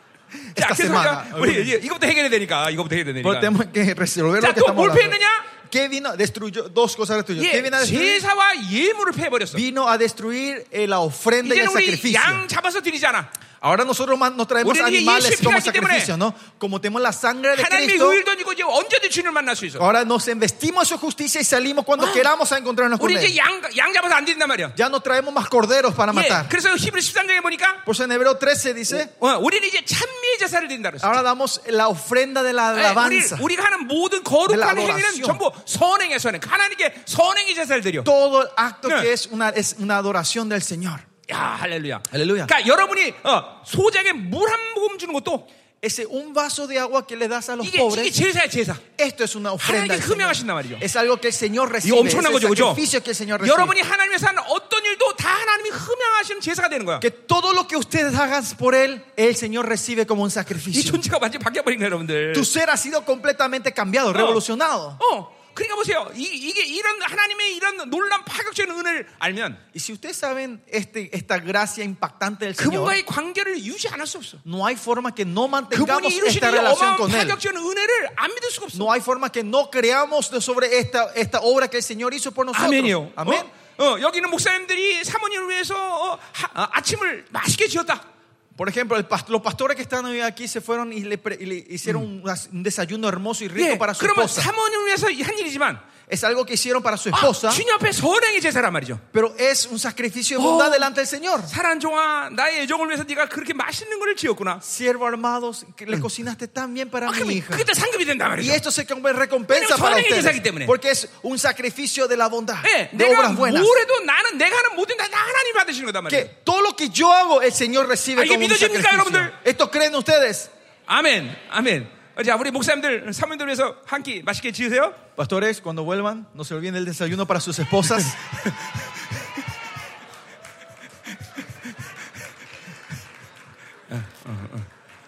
Esta
그래서
semana.
우리가 우리 이- 뭐 이거부터 해결해야 되니까 이거부터 해결해야
Pero
되니까.
tenemos que resolver
자,
lo que
또
estamos
뭘
hablando.
패했느냐?
¿Qué vino? Destruyó dos cosas destruyó. ¿Qué vino a
예,
destruir?
제사와 예물을 패버렸어.
Vino a destruir eh, la ofrenda y el
이제는 우리
sacrificio.
양 잡아서 드리지 않아.
Ahora nosotros ma- nos traemos
우리는 이제
animales
예수
como
피하기 때문에
sacrificio, ¿no? Como tenemos la sangre de
하나님의
Cristo,
의를 던지고 이제 언제든 주님을 만날 수 네, 있어.
ahora nos investimos de su justicia y salimos cuando queramos a encontrarnos con
우리
Él.
이제 양, 양 잡아서 안 드린단 말이야.
Ya no traemos más corderos para
예,
matar.
그래서 히브리 13장에 보니까
Por eso en Hebreo 13 dice,
어, 우리는 이제 찬미의 제사를 드린다 그랬어.
ahora damos la ofrenda de la
예, 우리,
alabanza.
우리가 하는 모든 거룩한
De la
행위는
adoración.
전부 선행의 선행. 하나님께 선행의 제사를 드려.
Todo el acto
Yeah.
que es una, es una adoración del Señor.
야, 할렐루야.
할렐루야.
그러니까 여러분이 어, 소작에 물 한 모금 주는 것도
Ese un vaso de agua que le das a los
이게, 이게
pobres,
제사야, 제사.
esto es una ofrenda.
하나님께
del Señor.
흠양하신단 말이죠.
Es algo que el Señor
이거
recibe. Es el
엄청난 거죠, 그죠?
sacrificio que el Señor recibe.
여러분이 하나님에서 하는 어떤 일도 다 하나님이 흠양하시는 제사가 되는 거야.
Que todo lo que ustedes hagan por Él, el Señor recibe como un
이
sacrificio.
존재가 완전히 바뀌어버린 거예요, 여러분들.
Tu ser ha sido completamente cambiado, revolucionado.
어, 그러니까 보세요. 이, 이게 이런 하나님의 이런 놀란 파격적인 은혜를 알면
Y si ustedes saben este, esta gracia impactante del Señor,
그분과의 관계를 유지 안 할 수 없어.
no hay forma que no mantengamos
그분이 이루시는
esta
이
relación
어마어마한
con Él.
파격적인 은혜를 안 믿을 수가 없어.
No hay forma que no creamos de- sobre esta, esta obra que el Señor hizo por nosotros.
아멘이요.
Amén. Oh.
어? 어, 여기는 목사님들이 사모님을 위해서 어, 하- 아, 아침을 맛있게 지었다.
Por ejemplo, el past- los pastores que están hoy aquí se fueron y le, pre- y le hicieron un, as- un desayuno hermoso y rico
예,
para su
그러면
esposa.
사모님을 위해서 한 일이지만
Es algo que hicieron para su
아,
esposa,
주님 앞에 선행의 제사란 말이죠.
pero es un sacrificio de
Oh.
bondad delante del Señor.
사랑 종아 나의 애정을 위해서 네가 그렇게 맛있는 걸 지었구나.
Siervo armados, que le cocinaste tan bien para
아,
mi
그러면
hija.
그때 상급이 된단
Y
말이죠.
esto se Ah, come recompensa
Pero
para
son ellos
ustedes.
aquí también.
Porque es un sacrificio de la bondad,
예,
de
내가
obras buenas.
뭘 해도 나는 내가 하는 모든 다 하나님 받으시는 거단
Que
말이에요.
todo lo que yo hago, el Señor recibe
Ah, ¿y
como un
믿어집니까,
sacrificio.
여러분들?
¿Esto creen ustedes?
아멘, 아멘. 어, 자, 우리 목사님들 사모님들 위해서 한 끼 맛있게 지으세요.
Pastores, cuando vuelvan, no se olviden del desayuno para sus esposas.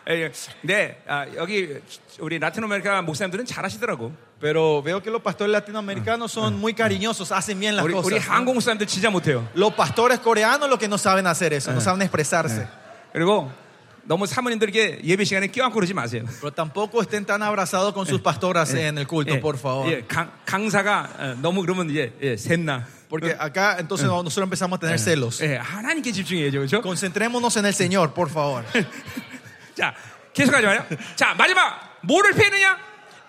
예, 예. 네, 아, 여기 우리 라틴 아메리카 목사님들은 잘하시더라고.
Pero veo que los pastores latinoamericanos son muy cariñosos, hacen bien las
우리, 우리
cosas.
한국 목사님들 진짜 못해요.
Los pastores coreanos lo que no saben hacer eso, no saben expresarse.
그리고 너무 사모님들에게 예배 시간에 끼얹고 그러지 마세요.
Pero tampoco estén tan abrazados con sus pastoras eh, en el culto,
예,
por favor.
예, 강, 강사가 어, 너무 그러면 이제 예, 셋나.
Porque acá entonces nosotros empezamos a tener celos.
예, 하나님께 집중해야죠, 그렇죠?
Concentrémonos en el Señor, por favor.
자, 계속하지 마요. 자, 마지막 뭐를 패느냐?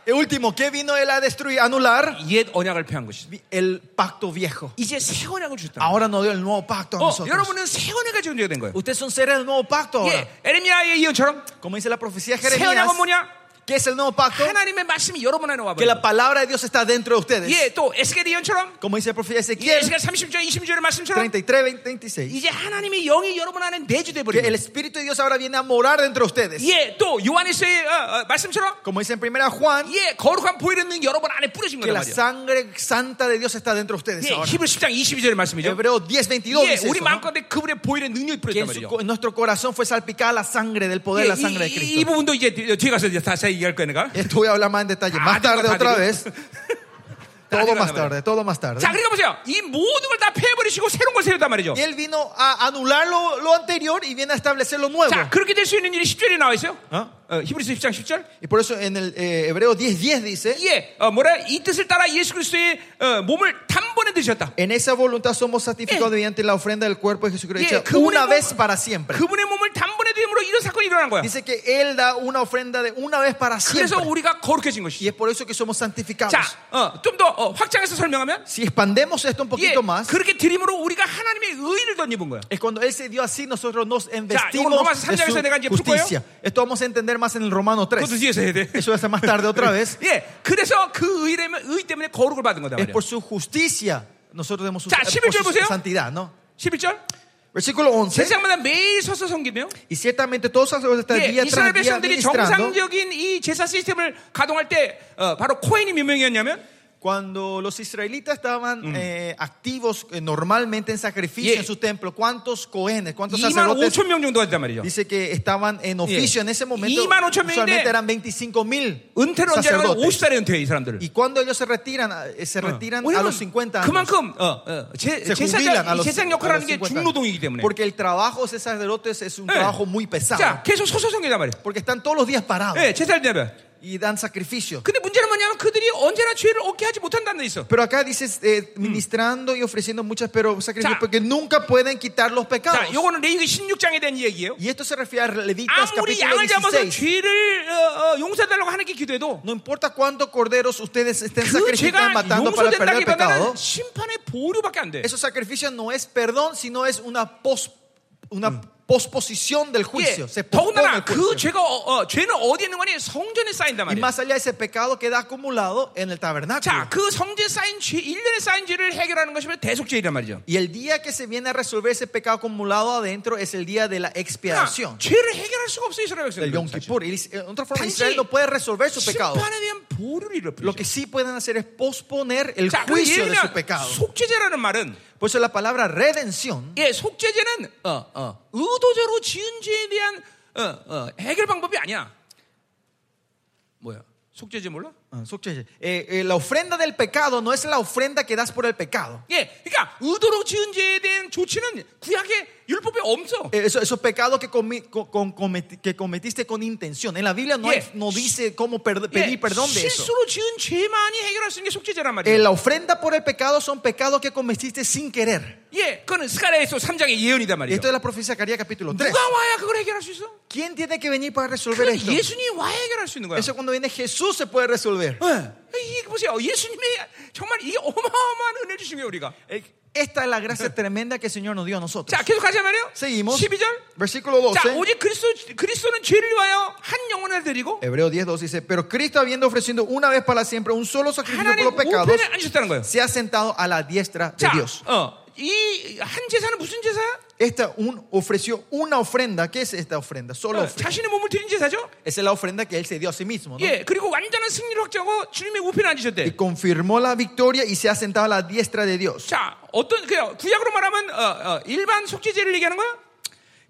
El último, ¿qué vino él a destruir, anular?
옛 언약을 폐한 것이다.
El pacto viejo.
이제 새 언약을 줬다.
Ahora nos dio el nuevo pacto a
어,
nosotros.
여러분은 새 언약을 지금 줘야 된 거예요.
Ustedes son seres del nuevo pacto ahora.
예, 에르미야의 예언처럼
Como dice la profecía de
새
Jeremías,
언약은 뭐냐?
¿qué es el nuevo pacto?
하나님의 말씀이 여러분 안에
Que la
와버려.
palabra de Dios está dentro de ustedes.
예, 또 에스겔의 예언처럼
Como dice el profeta
예,
Ezequiel
에스겔 30절, 20절의 말씀처럼
33, 20, 36.
이제 하나님의 영이 여러분 안에 내주돼
Que el
버리고.
Espíritu de Dios ahora viene a morar dentro de ustedes.
예, 또 요한에서의 어, 어, 말씀처럼
Como dice en primera Juan,
예, 거룩한 보이는 능 여러분 안에 뿌려진
que
거란
la
말이야.
sangre santa de Dios está dentro de ustedes
예,
ahora.
히브리 10장 22절의 말씀이죠.
Hebreo 10, 22
예,
dice
우리
eso, ¿no?
마음껏에 그분의 보이는
Que
능력이 뿌렸단
en, su-
말이죠.
en nuestro corazón fue salpicada la sangre del poder, la sangre de
예, 이, 이, 이
Cristo.
부분도 이제 뒤- 뒤에 가서 이제 다시 얘기할 거야 내가.
Esto voy a hablar más en detalle.
Ah,
Más tarde
digo,
otra
digo. *laughs*
vez.
Ah,
Todo
digo,
más
digo, digo.
tarde, todo más tarde.
자, 그러니까 보세요. 이 모든 걸 다 패버리시고 새로운 걸 세웠단 말이죠.
Y él vino a anular lo, lo anterior y viene a establecer lo nuevo.
자, 그렇게 될 수 있는 일이 10절에 나와 뭐. 있어요.
어?
어, 히브리서 10장 10절.
Y por eso en el eh, Hebreo 10, 10 dice,
예, 어, 뭐라 이 뜻을 따라 예수 그리스도의 어, 몸을 단번에 드셨다.
en esa voluntad somos santificados
Yeah.
mediante la ofrenda del cuerpo de Jesucristo
Yeah,
hecha
그분의
una
몸-
vez para siempre.
그분의 몸을 단번에 드림으로 이런 사건이 일어난 거야.
Dice que él da una ofrenda de una vez para
그래서
siempre.
우리가 거룩해진
Y
것이지.
es por eso que somos santificados.
자, 어, 좀 더 확장해서 설명하면
Si expandemos esto un
예,
poquito más,
그렇게 드림으로 우리가 하나님의 의를 덧입은 거야.
Es cuando Él se dio así, nosotros nos
이건 로마서
investimos de
3장에서 내가 이제
su
풀 거예요.
justicia. Esto vamos a entender más en el Romano
그것도
3.
뒤에서 해야 *laughs* 돼.
Eso va a ser más tarde otra vez.
예, 그래서 그 의라면 의 때문에 거룩을 받은 거다
Es
말이야.
por su justicia. Nosotros tenemos su,
자,
eh,
11
por
절 보세요.
su santidad, ¿no?
11절.
Versículo 11.
제사장마다 매일 서서 섬기며
Y ciertamente todos los
예,
día tras día
이스라엘 백성들이
administrando.
정상적인 이 제사 시스템을 가동할 때 어, 바로 코인이 몇 명이었냐면
Cuando los israelitas estaban eh, activos eh, normalmente en sacrificio
Mm. Yeah.
en su templo, ¿cuántos cohenes, cuántos
2만
sacerdotes?
5천 명 정도 했단 말이죠.
Dice que estaban en oficio
Yeah.
en ese momento.
25,000
Usualmente
명인데
eran 25 mil
은퇴를 언제 하냐면
sacerdotes.
50살에 은퇴해 이 어, 사람들은.
Y cuando ellos se retiran, eh, se retiran a
왜냐면
los 50 años.
Ah. 그만큼 어, 어, 제,
Se jubilan a
제사장, 이
los,
제사장
a los
역할하는 게
50
중노동이기 때문에.
años. Porque el trabajo de sacerdotes es un
예.
trabajo muy pesado.
자, 계속 서서 섬기단 말이에요.
Porque están todos los días parados
예, 제사를 대면.
y dan sacrificio.
근데 문제는 뭐냐면 그들이 언제나 죄를 얻게 하지 못한다는 데 있어.
Pero acá dices eh, ministrando y ofreciendo muchas pero sacrificios
자.
porque nunca pueden quitar los pecados.
자, 요거는 레위기 16장에 대한 이야기예요.
y esto se refiere a Levitas
아무리
capítulo
양을 잡아서
16.
죄를 어, 어, 용서해달라고 하나님께 기도해도
No importa cuántos corderos ustedes estén
그 죄가
sacrificando, matando para perder el pecado,
용서된다기보다는 심판의 보류밖에 안 돼.
esos sacrificios no es perdón, sino es una, pos- una posposición del juicio.
예,
Se pospone
더군다나
el
그
juicio.
죄가 어, 어, 죄는 어디에 있는 거니? 성전에 쌓인단
Y
말이야.
más allá de ese pecado queda acumulado en el tabernáculo.
자, 그 성전에 쌓인 죄, 일련의 쌓인 죄를 해결하는 것이면 대속죄이란 말이죠.
Y el día que se viene a resolver ese pecado acumulado adentro es el día de la
그러니까
expiación,
죄를 he결할 수가 없어 이스라엘
del Yom
백성들.
Kippur. Y de otra forma,
Tanji-
Israel no puede resolver su pecado.
심판에 대한 보류를
Lo
일으키죠.
que sí pueden hacer es posponer el
자, 그
juicio
예를
de su
들면
pecado.
속죄죄라는 말은
Por eso la palabra redención,
예, 속죄죄는 어, 어, 의도적으로 지은 죄에 대한 어, 어, 해결 방법이 아니야. 뭐야? 속죄죄 몰라?
ah, 속죄죄. Eh, eh, la ofrenda del pecado no es la ofrenda que das por el pecado.
예, 그러니까 의도로 지은 죄에 대한 조치는 구약의 율법에 없어.
Eh, eso- esos pecados que, comi- co- con- cometi- que cometiste con intención. En la Biblia no, hay-
Yeah.
no dice cómo perd-
예,
pedir perdón de eso.
실수로 지은 죄만이 해결할 수 있는 게 속죄죄란 말이야.
Eh, la ofrenda por el pecado son pecados que cometiste sin querer.
예, 그거는 스가랴에서 3장의 예언이단
Y
말이야.
esto es la profecía de Zacarías capítulo 3.
누가 와야 그걸 해결할 수 있어?
¿Quién tiene que venir para resolver
그건
esto?
예수님이 와야 해결할 수 있는 거야.
Eso cuando viene Jesús se puede resolver.
예, 이게 보세요. 예수님의 정말 이게 어마어마한 은혜 주신 거예요, 우리가.
Eh, Esta es la gracia tremenda que el Señor nos dio a nosotros.
자, 계속 가자 말이에요.
Seguimos.
12절.
Versículo
자,
12.
오직 그리스도 그리스도는 죄를 위하여 한 영혼을 드리고
Hebreo 10, 12 dice, pero Cristo habiendo ofrecido una vez para siempre un solo sacrificio por
하나님
los pecados,
우편에 앉으셨다는 거예요.
se ha sentado a la diestra de
자,
네, Dios.
어, 이 한 제사는 무슨 제사야?
Esta un, ofreció una ofrenda. ¿Qué es esta ofrenda? Solo
어,
ofrenda.
자신의 몸을 드린 제사죠.
Esa es la ofrenda que Él se dio a sí mismo. ¿no?
예, 그리고 완전한 승리를 확정하고 주님의 우편에
Y
앉으셨대.
confirmó la victoria y se ha sentado a la diestra de Dios.
자, 어떤 그냥 구약으로 말하면 어, 어, 일반 속죄제를 얘기하는 거야?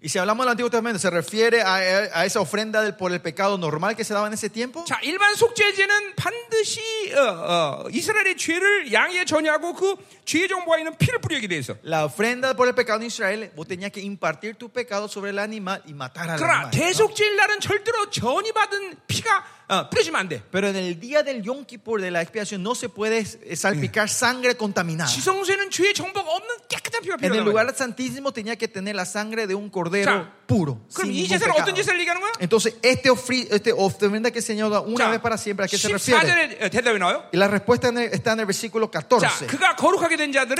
Y si hablamos del Antiguo Testamento, ¿se refiere a, a esa ofrenda del- por el pecado normal que se daba en ese tiempo?
자, 일반 속죄제는 반드시 어, 어, 이스라엘의 죄를 양에 전이하고 그 죄의 정보가 있는 피를 뿌리게 돼 있어.
La ofrenda por el pecado en Israel, vos tenías que impartir tu pecado sobre el animal y matar al
그러나
animal. ¿no?
대속죄일 날은 절대로 전이 받은 피가 어, 뿌려지면 안 돼.
Pero en el día del Yom Kippur, de la expiación, no se puede eh, salpicar sangre contaminada.
아. 지성소에는 죄의 정보가 없는 깨끗한 피가
En el
필요하다.
lugar santísimo tenía que tener la sangre de un cordero
자,
puro.
그럼
sin
이 예,
ningún
제사를
pecado.
어떤 제사를 얘기하는 거야?
Entonces, este ofri- este ofrenda que se añada una
자,
vez para siempre, ¿a qué se refiere?
14절에 예, 대답이 나와요.
Y la respuesta en el- está en el versículo
자,
14.
그가 거룩하게 된 자들을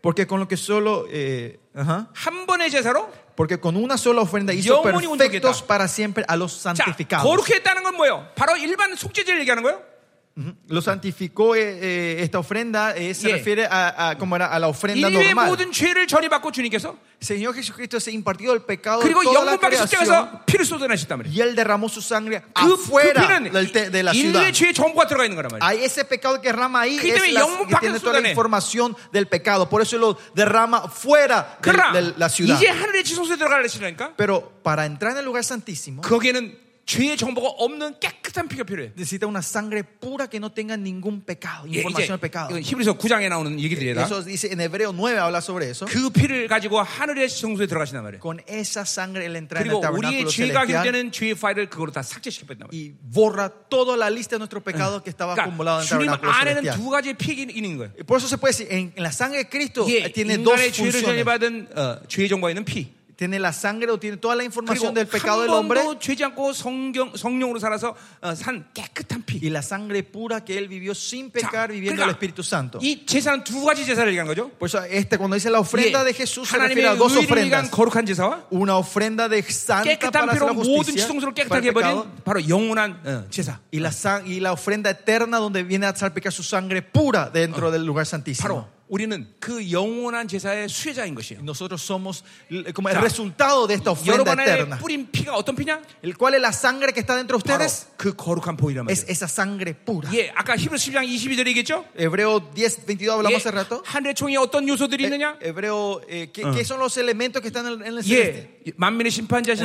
Porque con lo que solo, eh, ajá,
한 번의 제사로
porque con una sola ofrenda hizo
영원히
perfectos
온전히
para siempre a los
자,
santificados.
거룩했다는 건 뭐예요? 바로 일반 속죄제를 얘기하는 거예요.
Ujú. Lo santificó eh, eh, esta ofrenda, eh, se
Yeah.
refiere a, a- como era, a la ofrenda
인류의
normal.
모든 죄를 전이받고 주님께서
Señor Jesucristo se impartió el pecado de
어, 그리고
toda la
영분밖에
creación
십자가에서 피를 쏟아내셨단 말이에요.
y él derramó su sangre
그, 그
afuera
피는
del te- de la ciudad.
인류의 죄의 전부가 들어가 있는 거란 말이에요.
Hay ese pecado que derrama ahí
그렇기 때문에
es la-
영문
que tiene
밖에서
toda la
쏟아내.
información del pecado. Por eso lo derrama fuera del-
그러나
de, la ciudad.
이제 하늘의 지성소에 들어가려시니까
Pero para entrar en el lugar santísimo
거기에는 죄의 정보가 없는 깨끗한 피가 필요해.
necesita una sangre pura que no tenga ningún pecado,
예, 이제
información del pecado.
이건 히브리서 9장에 나오는 얘기들이다.
Eso dice en Hebreo 9 habla sobre eso.
그 피를 가지고 하늘의 성소에 들어가신단 말이에요.
Con esa sangre él entra en el
그리고 우리의
tabernáculo
죄가
celestial
기록되는 죄의 파일을 그걸로 다 삭제시켜버린단 말이에요.
y borra toda la lista de nuestros pecados que estaba acumulado en el
그러니까 주님
tabernáculo
안에는 두
celestial.
가지의 피해가 있는 거예요.
Por eso se puede decir, en, en la sangre de Cristo
예,
eh, tiene dos
인간의 죄를
funciones.
전이받은 어, 죄의 정보가 있는 피.
Tiene la sangre o tiene toda la
그리고
información del pecado
한
del hombre
번도 죄지 않고 성경, 성령으로 살아서 어, 산 깨끗한 피.
y la sangre pura que él vivió sin
자, 그러니까
pecar viviendo el Espíritu Santo.
이 제사는 두 가지 제사를 얘기하는 거죠.
Por eso este, cuando dice la ofrenda de Jesús se
하나님의
refiere a dos
의를 위한
ofrendas.
거룩한 제사와
Una ofrenda de santa
깨끗한
para hacer
피로
la
모든
justicia
지성소를
para el
깨끗하게
pecado,
해버린 바로 영원한 어, 제사.
y la, san- y la ofrenda eterna donde viene a salpicar su sangre pura dentro del lugar
바로
santísimo.
우리는 그 영원한 제사의 수혜자인 것이에요.
Y Nosotros somos l- como el
자,
resultado de esta ofrenda
음. 여러분 안에
eterna.
뿌린 피가 어떤 피냐?
El cual es la sangre que está dentro de
바로
ustedes,
그 거룩한 보혈이란
es
말이에요.
esa sangre pura.
예, 아까 히브리서 10장 22절에 얘기했죠? 예.
Hebreo 10, 22 hablamos hace rato.
하늘의 총에 어떤 요소들이 있느냐?
He- Hebreo, eh, ¿qué, qué son los elementos que están en el, en el celeste?
예, 만민의 심판자신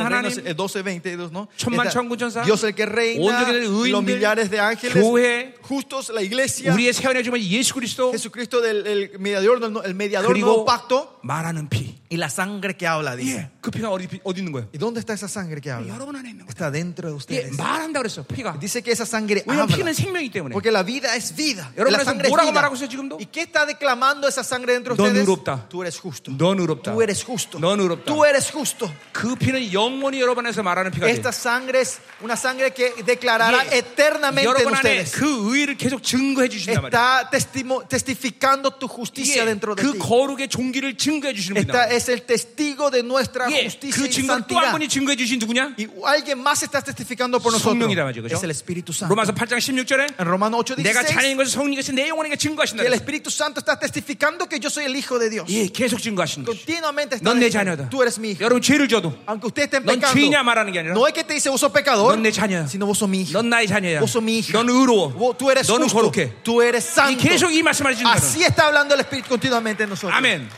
En el reino,
하나님,
eh, 12, 22, ¿no?
천만,
Está
천군, 천사,
Dios el que reina,
온전히 의인들,
los millares de ángeles,
교회,
justos, la iglesia,
우리의 세원해 주면 예수 그리스도
Jesucristo, del, el mediador, del, el mediador del nuevo
그리고
pacto,
말하는 피.
y la sangre que habla, dice.
예, 그 피가 어디 어디 있는 거예요?
¿Y dónde está esa sangre que habla?
여러분 안에 있는 거예요.
Está dentro de
예,
ustedes.
말한다 그랬어. 피가.
Dice que esa sangre
왜냐면
habla.
피는 생명이기 때문에.
Porque la vida es vida.
여러분
La
안에서
sangre es
뭐라고
vida.
말하고 있어요, 지금도?
¿Y qué está declamando esa sangre dentro de
넌
ustedes?
의롭다.
Tú eres justo.
넌 의롭다.
Tú eres justo.
넌 의롭다.
Tú eres justo.
그 피는 영원히 여러분 안에서 말하는 피가 돼.
Esta sangre es una sangre que declarará
예.
eternamente en
여러분 안에
ustedes.
그 의를 계속 증거해 주신단 말이에요.
Está testimo- testificando tu justicia
예,
dentro de
그
ti.
거룩의 종기를 증거해 주시는
Esta
분이다.
es el testigo de nuestra
예,
justicia
그
y
증거 또한
santidad.
분이 증거해 주신 누구냐?
Y alguien más está testificando por nosotros.
성령이란 말이죠, 그죠?
Es el Espíritu Santo.
로마서 8장 16절에
En Romanos 8,
내가 자녀인
16,
것을 성령것이내 영혼에게 증거하신다.
que el
그랬어요.
Espíritu Santo está testificando que yo soy el Hijo de Dios.
예, 계속 증거하시는 것이.
Continuamente está
넌 내
diciendo,
자녀다.
tú eres mi hijo.
여러분 죄를 져도
Aunque usted esté
넌
pecando,
죄냐 말하는 게 아니라
no es que te dice vos sos pecador,
넌내 자녀야.
sino vos sos mi hijo.
넌 나의 자녀야.
Vos sos mi hija.
넌 의로워.
Vos- tú eres
너는
justo.
거룩해.
Tú eres
이
santo.
계속 이 말씀을 해주는 거예요.
Así está hablando el Espíritu continuamente en nosotros.
아멘.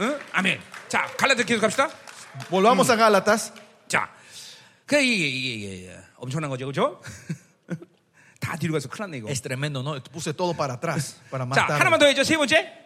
응? 아멘. 자, 갈라디아 계속 갑시다.
Volvamos a Gálatas.
자, 그 이게 이게, 이게 엄청난 거죠, *laughs* 그렇죠? 다 뒤로 가서 큰일 났네 이거.
Es tremendo, ¿no? Puse todo para atrás, para
자,
matar.
하나만 더 해줘. 세 번째,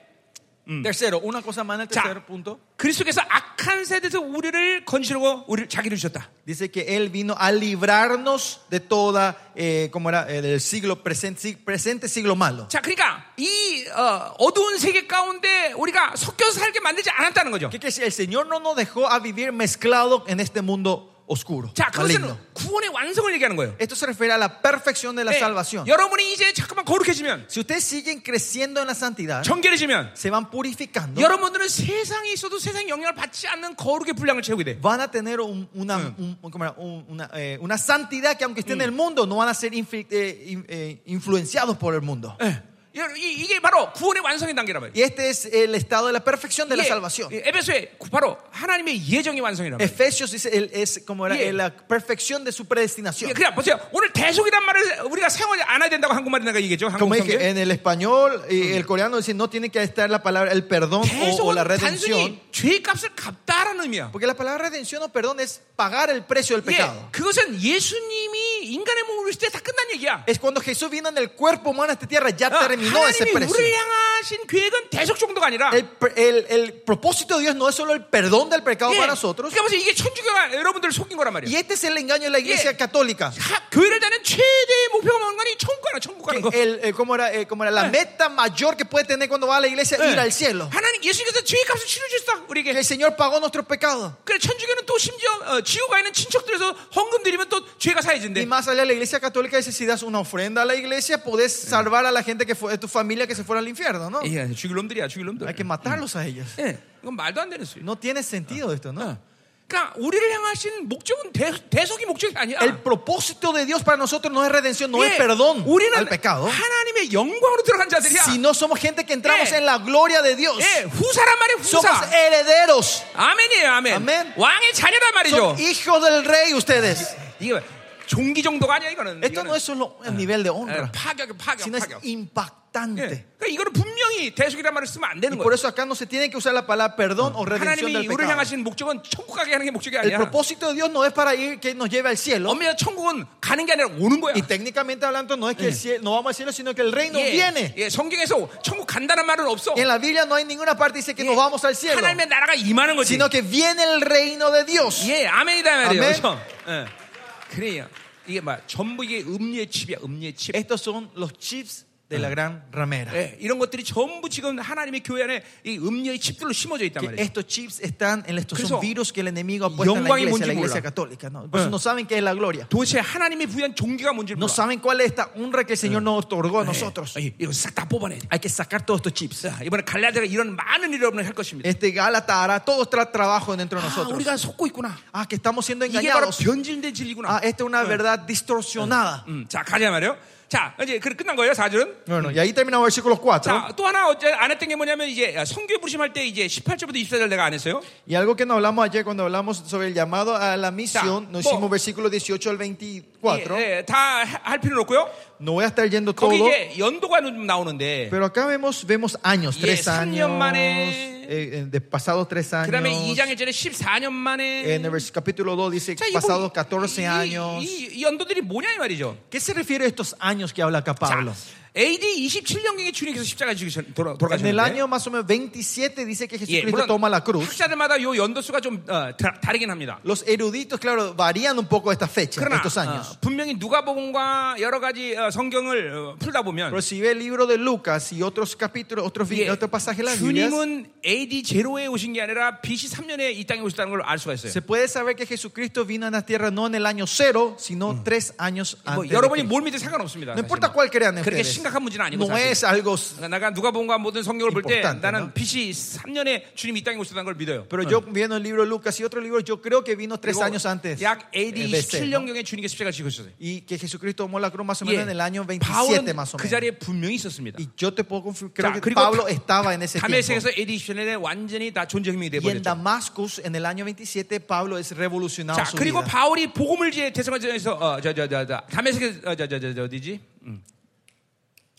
Tercero, una cosa más en el
자,
tercer punto.
그리스도께서 악한 세대에서 우리를 건지려고 우리를 자기를 주셨다.
Dice que Él vino a librarnos de toda, eh, ¿cómo era? Eh, del siglo presente, si- presente siglo malo.
자, 그러니까 이 어, 어두운 세계 가운데 우리가 섞여서 살게 만들지 않았다는 거죠.
¿Qué quiere decir? El Señor no nos dejó a vivir mezclado en este mundo oscuro,
자, 그것은
maligno.
구원의 완성을 얘기하는 거예요.
Esto se refiere a la perfección de la
네,
salvación.
여러분이 이제 잠깐만 거룩해지면,
Si ustedes siguen creciendo en la santidad,
정결해지면,
se van purificando,
여러분들은 세상에 있어도 세상 영향을 받지 않는 거룩의 분량을 채우게 돼.
van a tener un- una, un- ¿cómo era? Un- una, eh, una santidad que aunque esté en el mundo, no van a ser infi- eh, in- eh, influenciados por el mundo.
예. 여러분, 이- 이게 바로 구원의 완성의 단계란 말이에요.
Y este es el estado de la perfección de la
이게
salvación.
예. 에베소에 바로 하나님의 예정의 완성이란 말이에요.
Efesios dice él es como era
Yeah.
eh, la perfección de su
예,
predestinación.
그냥 보세요. 오늘 대속이란 말을 우리가 사용하지 않아야 된다고 한국말에 내가 얘기했죠.
Como
한국
dije,
성경.
en el español y el coreano dice no tiene que estar la palabra el perdón o, o
대속은
la redención.
단순히 죄의 값을 갚다라는 의미야.
Porque la palabra redención o perdón es pagar el precio del
예,
pecado.
그것은 예수님이 인간의 몸을 입을 때다 끝난 얘기야.
Es cuando Jesús vino en el cuerpo humano a esta tierra, ya
아,
terminó ese
하나님이
precio.
우리를 향하신 계획은 대속 정도가 아니라
El, el- el propósito de Dios no es solo el perdón del pecado
예,
para nosotros.
그러니까 무슨 이게 천주교가 여러분들을 속인 거란 말이야.
Y este es el engaño de la
Yeah.
iglesia católica.
하- 교회를 다는 최대의 목표가 뭔가니 천국 가는 천국 가는 거.
El, el- como era, eh, como era la meta mayor que puede tener cuando va a la iglesia,
예.
ir al cielo.
하나님 예수님께서 죄값을 치러 주셨다
Que
우리에게.
el Señor pagó nuestros pecados.
그래 천주교는 또 심지어 어, 지옥에 있는 친척들에서 헌금 드리면 또 죄가
Y
사해진대.
más allá de la iglesia católica, dice, si das una ofrenda a la iglesia, podés salvar a la gente que fue, de tu familia que se fuera al infierno, ¿no?
예, 죽일 놈들이야, 죽일 놈들.
Hay que matarlos a ellos.
예, 이건 말도 안 되는 소리.
No tiene sentido esto, ¿no?
어. 그러니까 우리를 향하신 목적은 대, 대속이 목적이 아니야.
El propósito de Dios para nosotros no es redención, no es
예,
perdón
우리는
al pecado,
ah, 하나님의 영광으로 들어간 자들이야.
Si no somos gente que entramos
예.
en la gloria de Dios.
예, 후사란 말이
Somos
후사.
herederos.
아멘이에요, 아멘.
아멘.
왕의 자녀란 말이죠.
Son hijos del rey ustedes.
이게 종기 정도가 아니야 이거는.
Esto no
이거는,
es solo el nivel de honra,
예, 파격, 파격,
sino es
파격. 예.
impactante.
그러니까 이거는 분명히 대속이란 말을 쓰면 안
Y
되는
por
거예요.
eso acá no se tiene que usar la palabra perdón o redención
하나님이
del
우리를
pecado.
향하신 목적은 천국 가게 하는 게 목적이
El
아니야.
propósito de Dios no es para ir que nos lleve al cielo.
엄밀히 천국은 가는 게 아니라 오는 거야.
Y técnicamente hablando, no es que el cielo- no vamos al cielo, sino que el reino
예,
viene.
예, 성경에서 천국 간다는 말은 없어.
Y en la Biblia no hay ninguna parte que dice que
예,
nos vamos al cielo,
하나님의 나라가 임하는 거지.
sino que viene el reino de Dios.
예, 아멘이다 말이에요.
아멘.
그렇죠? 예. 그래요. 이게 막 전부 이게 음료의 칩이야, 음료의 칩.
Estos son los chips de la gran ramera.
예, 이런 것들이 전부 지금 하나님의 교회 안에 이 음료의 칩들로 심어져 있단
que
그 말이에요.
estos chips están en estos
그래서
son virus que el enemigo ha puesto en la
영광이
iglesia,
뭔지
la iglesia
몰라.
católica. ¿no? Por
예.
eso no saben qué es la gloria.
도대체 하나님이 부여한 종기가 뭔지
No
몰라.
saben cuál es esta honra que el Señor nos otorgó a nosotros.
예, 이거 싹 다 뽑아내.
Hay que sacar todos estos chips.
자, 이번에 갈라디아가 이런 많은 일을 여러분을 할 것입니다.
Este Gálata hará todo tra- trabajo dentro de
아, 아,
nosotros.
우리가 속고 있구나.
Ah, que estamos siendo
이게 바로
engañados.
변질된 진리구나.
Ah, esta es una verdad distorsionada.
음, 자, 가자 말이요. 자, 이제 그 끝난 거예요, 사절은.
Bueno, y ahí terminamos versículos 4.
자, 또 하나 어제 안 했던 게 뭐냐면 이제 성교 부심할 때 이제 18절부터 24절 내가 안 했어요.
Y algo que no hablamos ayer cuando hablamos sobre el llamado a la misión, nos
Ya.
hicimos versículos 18 al 24.
예, 예, 다할 필요는 없고요.
No voy a estar yendo
거기
todo.
이제 연도가 좀 나오는데
Pero acá vemos, vemos años,
예,
tres
3년
años,
만에.
eh, eh, de pasados tres años.
그다음에 2장 1절에 14년 만에
En el vers- capítulo 2 dice
자, 이거 뭐
pasados 14
이,
años.
이, 이 연도들이 뭐냐 이 말이죠.
¿Qué se refiere a estos años que habla acá
자,
Pablo?
AD 27년경에 주님께서 십자가에 죽으셔- 돌아,
En el
돌아가셨는데
año más o menos 27 dice que
예,
Jesucristo
물론
toma la cruz.
학자들마다 요 연도수가 좀 어, 다, 다르긴 합니다.
Los eruditos, claro, varían un poco esta fecha,
그러나
estos años.
어, 분명히 누가복음과 여러 가지 어, 성경을 어, 풀다 보면
Pero si ve el libro de Lucas y otros capítulos, otros, vi-
예,
otros pasajes de la Biblia,
주님은 AD 제로에 오신 게 아니라 BC 3년에 이 땅에 오셨다는 걸 알 수가 있어요.
se puede saber que Jesucristo vino a la tierra no en el año cero, sino tres años
뭐
antes. de
여러분이
Cristo.
뭘 믿든 상관없습니다.
No
사실은.
importa cuál crean
그렇게
ustedes.
심각한 문제는 아니고
No
사실.
es algo
내가 누가복음과 모든 성경을 볼 때
Importante,
나는
no?
BC 3년에 주님이 이 땅에 오셨다는 걸 믿어요.
Pero yo viendo el libro de Lucas y otro libro, yo creo que vino tres
그리고
años antes.
약 AD
eh, de ser, ¿no?
27년경에 주님께 십자가 지으셨어요.
Y que Jesucristo tomó la cruz más o
예.
menos en el año 27
바울은
más o
그
menos.
자리에 분명히 있었습니다.
Y yo te puedo confirmar, creo
자,
que
그리고
Pablo
다-
estaba en ese tiempo.
담에색에서 AD 27년에 완전히 다 존재 혁명이
뭐 Y en
돼버렸죠.
Damascus, en el año 27, Pablo es revolucionado.
자,
su
그리고
vida.
바울이 복음을 이제 대성전에서 어, 저저저 저, 담에색에서 저저저 어디지? 음.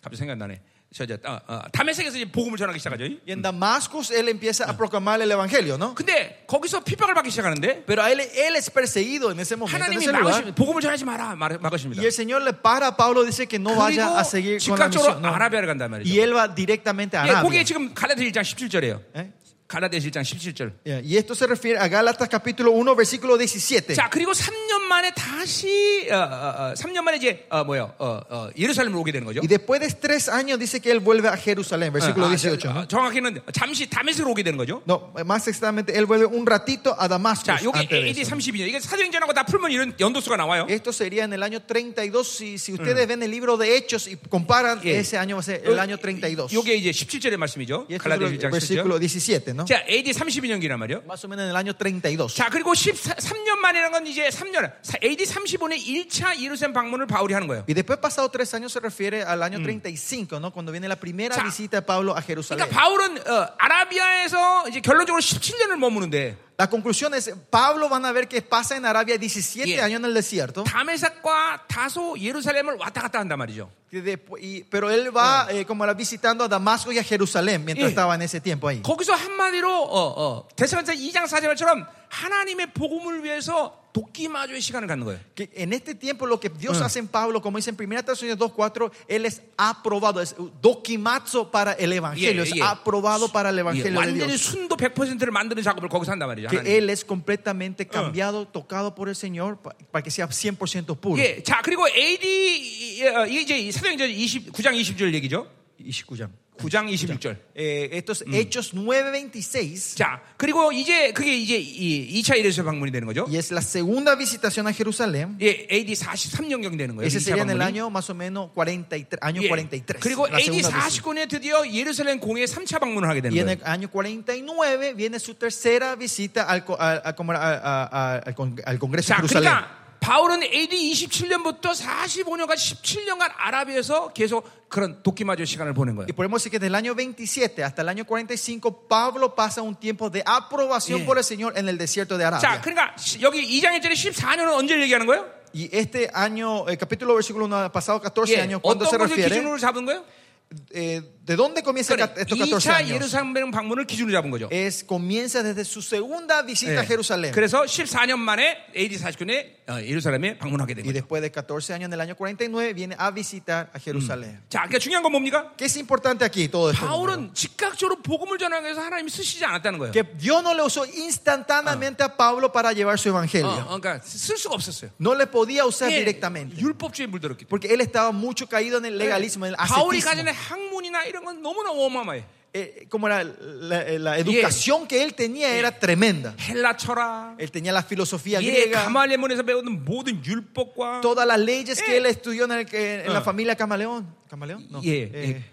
갑자기 생각나네. 저저 어, 어, 담에색에서 이제 복음을 전하기 시작하죠.
Y en Damascus él empieza a proclamar el evangelio, ¿no?
근데 거기서 핍박을 받기 시작하는데
Pero a él, él es perseguido en ese momento. en
하나님이
ese lugar.
막으시, 복음을 전하지 마라 막- 막으십니다.
y el Señor le para a Pablo, dice que no vaya a
그리고
seguir con la misión.
즉각적으로
no.
아라비아를 간단
Y
말이죠.
él va directamente a
예,
Arabia.
그게 지금 갈라디아 1장 17절이에요.
¿Eh?
갈라디아 1장 17절.
Yeah, Y esto se refiere a Gálatas capítulo 1, versículo 17.
자, 그리고 3년 만에 다시 어, 어, 어, 3년 만에 이제 어, 뭐요? 어, 어, 예루살렘으로 오게 되는 거죠.
Y después de tres años dice que él vuelve a Jerusalén, versículo
아,
18.
저,
¿no?
어, 정확히는 잠시 다메스로 오게 되는 거죠.
No, más exactamente, él vuelve un ratito a Damasco.
자, 여기
antes de
AD
eso.
32년. 이게 사도행전하고 다 풀면 이런 연도수가 나와요.
Esto sería en el año 32. Si,
Mm.
si ustedes ven el libro de Hechos y comparan,
Yeah.
ese año va a ser el año 32.
이게 이제 17절의 말씀이죠.
y esto es
갈라디아
lo-
1장 17절.
versículo 17, ¿no?
자, AD 32년기란 말이요.
Más o menos en el año 32.
자, 그리고 13년 만이라는 건 이제 3년, AD 35년에 1차 예루살렘 방문을 바울이 하는 거예요.
Y después, pasado tres años, se refiere al año 35, ¿no? Cuando viene la primera
Cha.
visita de Pablo a Jerusalén.
그러니까 바울은 어, 아라비아에서 이제 결론적으로 17년을 머무는데
La conclusión es: Pablo van a ver que pasa en Arabia 17
Yeah.
años en el desierto.
다메삭과 다소 예루살렘을 왔다 갔다 한단 말이죠.
que despu- y- pero él va eh, como era visitando a Damasco y a Jerusalén mientras
Yeah.
estaba en ese tiempo ahí.
거기서 한마디로 어, 어, 대사관사 2장 4절처럼 하나님의 복음을 위해서 도끼 마주의 시간을 갖는 거예요.
Que en este tiempo lo que Dios
Mm.
hace en Pablo, como dice en 1 Tesalonicenses 2.4, Él es aprobado, es doquimazo para el Evangelio,
Yeah,
es
yeah.
aprobado para el
예,
Evangelio de
완전히
Dios.
순도 100%를 만드는 작업을 거기서 한단 말이죠.
Que
하나님.
Él es completamente cambiado, tocado por el Señor pa- para que sea 100% puro.
예, 자 그리고 AD 이- 이- 어, 이제 사도행전 20, 9장 20절 얘기죠.
29.
9장 26절.
Eh, estos Hechos 9.26.
자 그리고 이제 그게 이제 이 2차 이래서 방문이 되는 거죠.
Y es la segunda visitación a Jerusalén.
예, AD 43년경 되는 거예요.
Ese
2차
sería en el
방문이.
año más o menos 43, año
예,
43.
그리고
la
AD
segunda visita.
49년에 드디어 예루살렘 공회 3차 방문을 하게
Y
되는
en
거예요.
el año 49 viene su tercera visita al, co- al, al, como era, a- a- a- al con- al Congreso de
자,
Jerusalén.
그러니까 바울은 AD 27년부터 45년간 17년간 아라비에서 계속 그런 도끼마저 시간을 보낸 거예요.
Y podemos decir que desde el año 27 hasta el año 45, Pablo pasa un tiempo de aprobación
Yeah.
por el Señor en el desierto de
자,
Arabia.
그러니까 시- 여기 2장 1절에 14년은 언제 얘기하는 거예요?
y este año, el capítulo versículo 1, pasado 14
예,
años, ¿cuándo
어떤
se
것을
refiere?
기준으로 잡은 거예요?
Eh, ¿De dónde comienza el
그러니까
ca- estos 14
2차
años?
예루살렘 방문을 기준으로 잡은 거죠.
Es, comienza desde su segunda visita
예.
a Jerusalén.
그래서 14년 만에 AD 49년에 어, 예루살렘에 방문하게 된
Y
거죠.
después de 14 años, en el año 49, viene a visitar a Jerusalén.
자, 그러니까 중요한 건 뭡니까?
¿Qué es importante aquí todo
네.
esto?
바울은 즉각적으로 복음을 전하기 위해서 하나님이 쓰시지 않았다는 거예요.
que Dios no le usó instantáneamente a Pablo para llevar su
어,
evangelio.
어, 그러니까 쓸 수가 없었어요.
No le podía usar
예,
directamente.
율법주의에 물들었기 때문에. 예.
Porque él estaba mucho caído en el legalismo, en el
바울이
ascetismo.
가진 학문이나 이런 건 너무나 어마어마해.
Eh, como era la, la educación que él tenía era tremenda.
헬라 철학,
Él tenía la filosofía
예,
griega,
가말레몬에서 배우는 모든 율법과
todas las leyes que
Eh.
él estudió en, el que- en
Ah.
la familia Camaleón. ¿Camaleón? No.
Yeah,
Eh,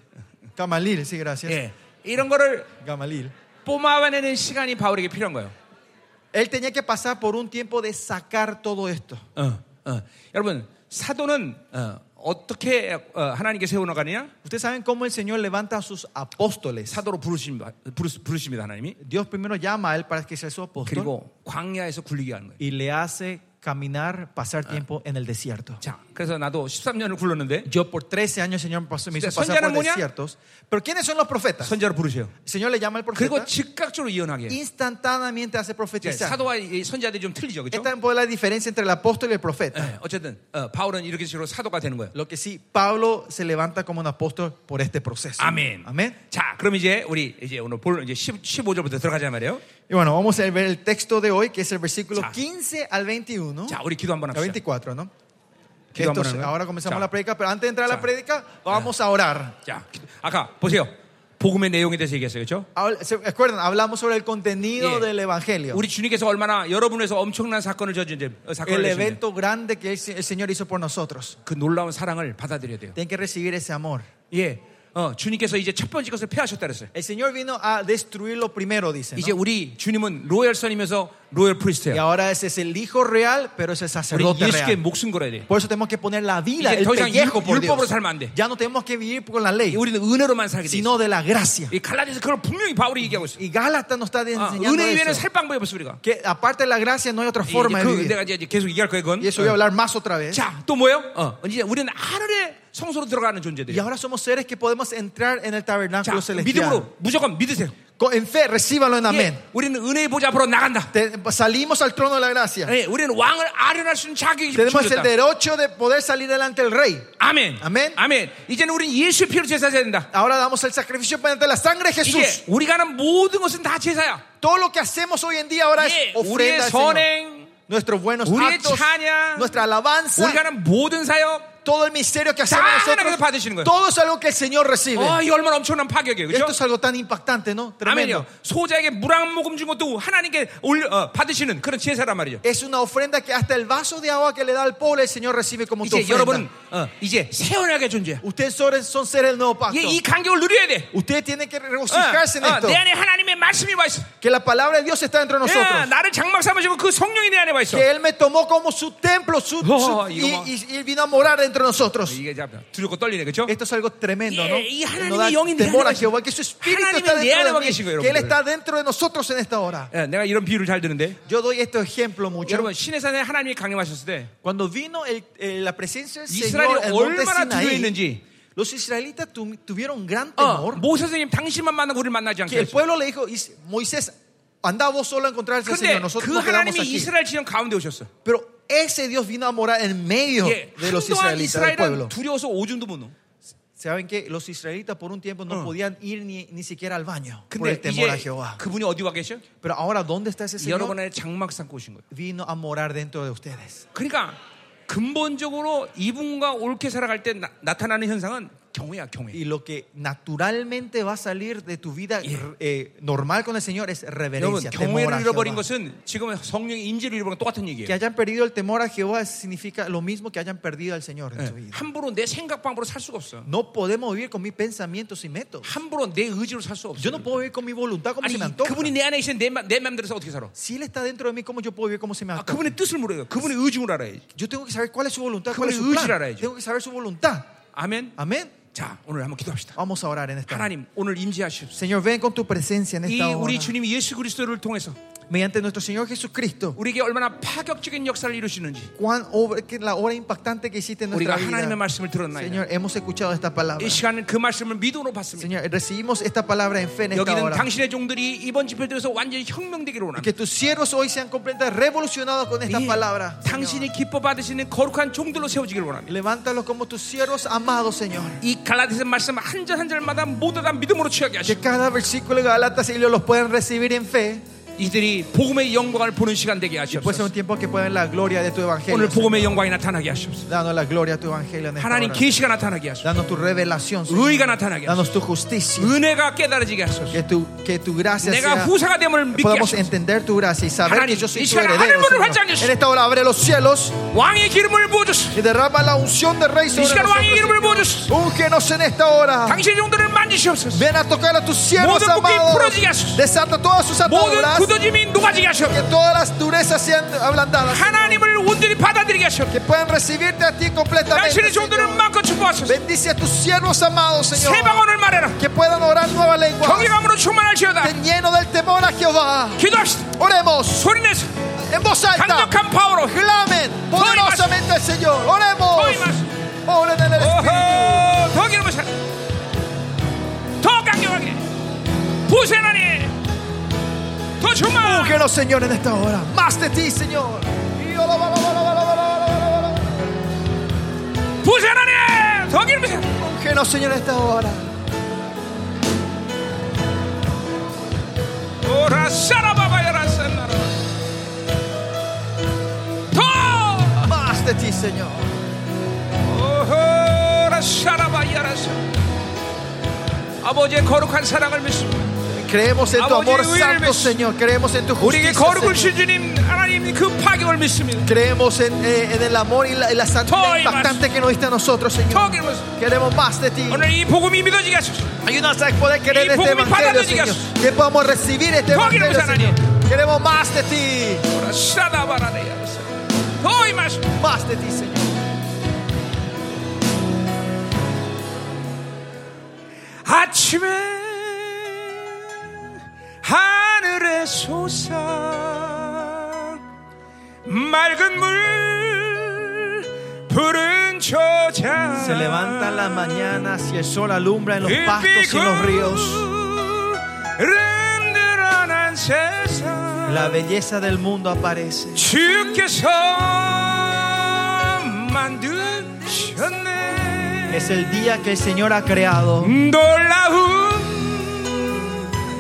Camalil, sí, gracias.
예, 이런 거를
Gamalil.
뽑아내는 시간이 바울에게 필요한 거예요.
Él tenía que pasar por un tiempo de sacar todo esto.
어, 어. 여러분 사도는 어, 떻게 하나님께 세워나가느냐?
Ustedes saben cómo el Señor levanta a sus apóstoles.
사도로 부르심, 부르- 부르십니다 하나님이.
Dios primero llama a él para que sea su apóstol.
그리고 광야에서 굴리게 하는 거예요.
y le hace caminar,
Ah.
pasar tiempo en el desierto.
자, 그래서 나도 13년을 굴렀는데
Yo por 13 años, Señor, pasó- me hizo
¿Son
pasar por
llamamonia?
desiertos. Pero ¿quiénes son los profetas?
선자로 부르세요.
El Señor le llama al
아, 그리고
profeta.
즉각적으로 예언하게. 해요.
Instantáneamente hace
예,
profetizar.
사도와 이 선자들이 좀 틀리죠, 그렇죠?
Esta es la diferencia entre el apóstol y el profeta.
예, 어쨌든 어, 바울은 이렇게 식으로 사도가 되는 거예요.
Lo que sí, Pablo se levanta como un apóstol por este proceso.
아멘.
Amén.
자, 그럼 이제 우리 이제 오늘 볼 이제 10, 15절부터 들어가자 말이에요.
Y bueno, vamos a ver el texto de hoy, que es el versículo
자.
15 al 21.
자, 우리 기도 한번
A
합시다.
24, ¿no?
Quiero
Esto-
orar, ¿no?
ahora comenzamos
자.
la prédica, pero antes de entrar a
자.
la prédica, vamos a orar.
자, 기- 아까 보세요. 복음의 내용에 대해서 얘기했어요. 그렇죠?
Habl- ¿Se acuerdan? Hablamos sobre el contenido
Yeah.
del evangelio.
우리 주님께서 얼마나 여러분에서 엄청난 사건을 저지른 어, 사건을
El
내신
evento grande que el, Se- el Señor hizo por nosotros.
그 놀라운 사랑을 받아들여야 돼요.
Tienen que recibir ese amor.
예. 어, 주님께서 이제 첫 번째 것을 폐하셨다 그랬어요.
El Señor vino a destruirlo primero, dice. ¿no?
이제 우리 주님은 로열 선이면서 로열
Y
프리스트예요.
ahora ese es el Hijo real, pero es el
우리
sacerdote
예수께
real.
목숨 걸어야 돼.
Por eso tenemos que poner la vida,
이제
el
더 이상
pellejo
율-
por Dios.
율법으로 살면 안 돼.
Ya no tenemos que vivir con la ley,
우리는 은혜로만 살게 돼. 있어요.
sino de la gracia.
이 갈라디아서 그걸 분명히 바울이 얘기하고 있어요.
Y Ah, Gálatas nos está
아,
enseñando
은혜 외에는
eso.
살 방법이 없어 우리가.
Que aparte de la gracia no hay otra
예,
forma
이제
de
그
vivir.
내가 이제 계속 얘기할 거예요, 그건. 어.
Y eso voy a hablar más otra vez.
자, 또 뭐예요? 어, 이제 우리는 하늘의 성소로 들어가는
Y
존재들이에요.
ahora somos seres que podemos entrar en el
자,
tabernáculo celestial.
믿음으로 무조건 믿으세요.
Con- En fe, recíbanlo en amén.
예, 우리는 은혜의 보좌 앞으로 나간다.
Te- salimos al trono de la gracia.
예, 우리는 왕을 아련할 수 있는 자격이
Tenemos el
주어졌다.
derecho de poder salir delante del rey.
네, 아멘.
아멘.
아멘. 이제는 우리는 예수의 피로 제사해야 된다.
Ahora damos el sacrificio mediante la sangre de
이제
Jesús.
우리가 하는 모든 것은 다 제사야.
Todo lo que hacemos hoy en día ahora
예,
es
우리의
ofrenda al Señor.
선행,
Nuestros buenos
우리의
actos,
찬양,
nuestra alabanza,
우리가 하는 모든 사역.
todo el misterio que hacemos
다
nosotros,
하나님께서 받으시는 거예요.
todo es algo que el Señor recibe.
아, 이 얼마나 엄청난 파격이에요. 그죠?
Esto es algo tan impactante, ¿no?
아멘이요.
Tremendo.
소자에게 물 한 모금 준 것도 하나님께 올려, 어, 받으시는 그런 제사란 말이죠.
Es una ofrenda que hasta el vaso de agua que le da al pobre el Señor recibe como tu
이제 여러분은
ofrenda.
어, 이제 새언약의 존재야.
Ustedes son- son seres del nuevo pacto.
예, 이 간격을 누려야 돼.
Ustedes tienen que
어,
regocijarse en
어,
esto.
내 안에 하나님의 말씀이 와 있어.
Que la palabra de Dios está dentro de nosotros.
예, 나를 장막 삼으시고 그 성령이 내 안에 와 있어.
que Él me tomó como su templo su,
Oh,
su-
이거
y,
뭐.
y- y vino a morar entre nosotros.
이게 참 두렵고 떨리네, 그렇죠?
Esto es algo tremendo, ¿no?
예, 이
Que
하나님의
nos da
영이 내
temor a
안에
Jehová, que su espíritu
하나님이
está
내
dentro
안에
de
와
mí,
계신 거예요,
que Él
여러분들.
está dentro de nosotros en esta hora.
예, 내가 이런 비유를 잘 드는데,
Yo doy este ejemplo mucho.
여러분 신의 산에 하나님이 강림하셨을 때
Cuando vino el- eh, la presencia del Señor
이스라엘이
en monte
얼마나
Sinaí,
두려했는지.
los israelitas tu- tuvieron gran
어,
temor
모 선생님 당신만 만나고 우리를 만나지 않게
que el
했어.
pueblo le dijo, "Is- Moisés, Andá vos solo a encontrarse al
근데
Señor. Nosotros
그
nos quedamos
하나님이
aquí.
이스라엘 지형 가운데 오셨어.
Pero ese Dios vino a morar en medio
예,
de los
한동안
israelitas del
이스라엘은
pueblo.
두려워서 오줌도 못 넣어.
Saben que los israelitas por un tiempo no
어.
podían ir ni, ni siquiera al baño por
근데
el temor a
이제
Jehová.
그분이 어디 와 계셔?
Pero ahora, ¿dónde está ese Señor?
여러분의 장막 삼고 오신 거예요.
Vino a morar dentro de ustedes.
그러니까 근본적으로 이분과 옳게 살아갈 때 나, 나타나는 현상은 경외야 경외.
Y lo que naturalmente va a salir de tu vida
예.
eh, normal con el Señor es
여러분
reverencia, temor a
경외를 잃어버린
Jehová.
것은 지금 성령의 인지를 잃어버린 건 똑같은 얘기예요.
Que hayan perdido el temor a Jehová significa lo mismo que hayan perdido al Señor en su
예,
vida.
함부로 내 생각 방법으로 살 수가 없어.
No podemos vivir con mis pensamientos y métodos.
함부로 내 의지로 살 수 없어.
Yo no puedo vivir con mi voluntad como
아니
se me
이-
antoja.
그분이 내 안에 계신 내, 마- 내 맘대로서 어떻게 살아?
Si Él está dentro de mí, ¿cómo yo puedo vivir como se me
아,
antoja?
그분의 뜻을 모르요. 그분의 의중을 알아야지.
Yo tengo que saber cuál es su voluntad, cuál es su
그분의 의지를
plan.
알아야죠.
Tengo que saber su voluntad.
아멘.
Amén.
자 오늘 한번 기도합시다.
Vamos a orar en esta hora.
하나님 오늘 임재하십시오.
Señor, ven con tu presencia en
이
esta hora.
우리 주님 예수 그리스도를 통해서
Mediante nuestro Señor Jesucristo,
우리에게 얼마나 파격적인 역사를 이루시는지
cuán obra- que la obra impactante que hiciste en
우리가
nuestra
하나님의
vida.
말씀을 들었나이다.
Señor, hemos escuchado esta palabra.
이 시간은 그 말씀을 믿음으로 받습니다.
Señor, recibimos esta palabra en fe en esta
여기는
hora.
당신의 종들이 이번 집회에서 완전히 혁명되기를
Y que
원합니다.
tus siervos hoy sean completamente revolucionados con esta
예,
palabra. Señor.
당신이 기뻐 받으시는 거룩한 종들로 세워지기를 원합니다.
Levántalos como tus siervos amados, Señor.
이 갈라디아서 말씀 한 절 한 절마다 모두 다 믿음으로 취하게
Que
하시고
cada versículo de Galatas y los puedan recibir en fe.
이들이 복음의 영광을 보는 시간 되게
Pues es
하시옵소서.
un tiempo que puedan la gloria de tu
오늘
evangelio.
복음의 영광이 나타나게 하시옵소서.
Danos la gloria a tu evangelio en esta
하나님
hora.
계시가 나타나게 하소서.
Danos tu revelación, Señor.
의가 나타나게 하소서.
Danos tu justicia.
은혜가 깨달아지게 하소서.
Que tu, que tu gracia sea.
내가 후사가 됨을 믿게
Podamos
하소서.
entender tu gracia y saber que
하나님,
yo soy
이
tu
시간에
heredero.
하늘 문을
Señor.
활짝
En esta hora abre los cielos
왕의 기름을 부어주소서.
y derrama la unción del Rey
이
sobre
시간에 왕의 기름을
nosotros.
부어주소서.
Señor. Úngenos en esta hora.
당신의 종들을 만지시옵소서.
Ven a tocar a tus siervos
모든 묶임
amados.
풀어지게 하소서.
Desata todas sus
모든
ataduras.
굳어짐이 녹아지게 하시옵소서.
Que todas las durezas sean ablandadas.
하나님을 온전히 받아들이게 하시옵소서.
Que puedan recibirte a ti completamente.
당신의
Señor.
종들을 마음껏 축복하소서.
Bendice a tus siervos amados, Señor.
새 방언을 말해라.
Que puedan orar nueva lengua.
경외감으로 충만할지어다.
Estén llenos del temor a Jehová.
기도합시다.
Oremos
소리내서
en voz alta.
강력한 파워로.
Clamen poderosamente al Señor. Oremos.
Soy más.
Oren en el
오호
Espíritu.
더 기름을 사. 더 강력하게. 부세나니. 더 충만.
Búsquenos, Señor, en esta hora. Más de ti, Señor. Y ola, ola, ola, ola, ola, ola, ola, ola.
부세나니. 더 기름을 사.
Búsquenos, Señor, en esta hora.
오라 사라바바야라 살라라. 더.
Más de ti, Señor.
오호라 샤라바야라 샤. 아버지의 거룩한 사랑을 믿습니다.
Creemos en tu
Amo,
amor
Dios,
santo,
Dios.
Señor. Creemos en tu justicia.
우리에게 거룩을
Señor.
신 주님 하나님 그 파격을 믿습니다.
Creemos en, eh, en el amor y la, y la santidad
Soy más.
impactante que nos diste a nosotros, Señor.
더기름을
Queremos más de ti.
오늘 이 복음이 믿어지게 하소서.
Ayúdanos a poder creer
Y
este
pongo mi
evangelio,
palabra,
Señor.
digas.
Que podamos recibir este
Pongo mi
evangelio,
palabra.
Señor. Queremos más de ti.
오라 샤라바라야라 샤. 더이 마시.
Más de ti, Señor.
아침에 하늘에 솟아 맑은 물 푸른 저장
Se levantan las mañanas y el sol alumbra en los
그
pastos y en los ríos.
른드란한 세상
La belleza del mundo aparece.
주께서 만드셨네
Es el día que el Señor ha creado.
놀라운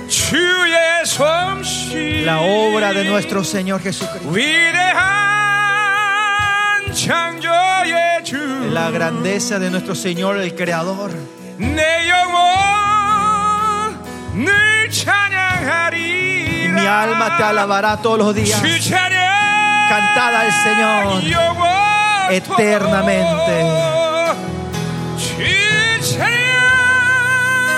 주의 솜씨
La obra de nuestro Señor Jesucristo.
위대한 창조의
La
주내
grandeza de nuestro Señor, el Creador.
영혼을
Y
찬양하리라
mi alma te alabará todos los días.
주 찬양
Cantad al Señor
영원토록.
eternamente.
주 찬양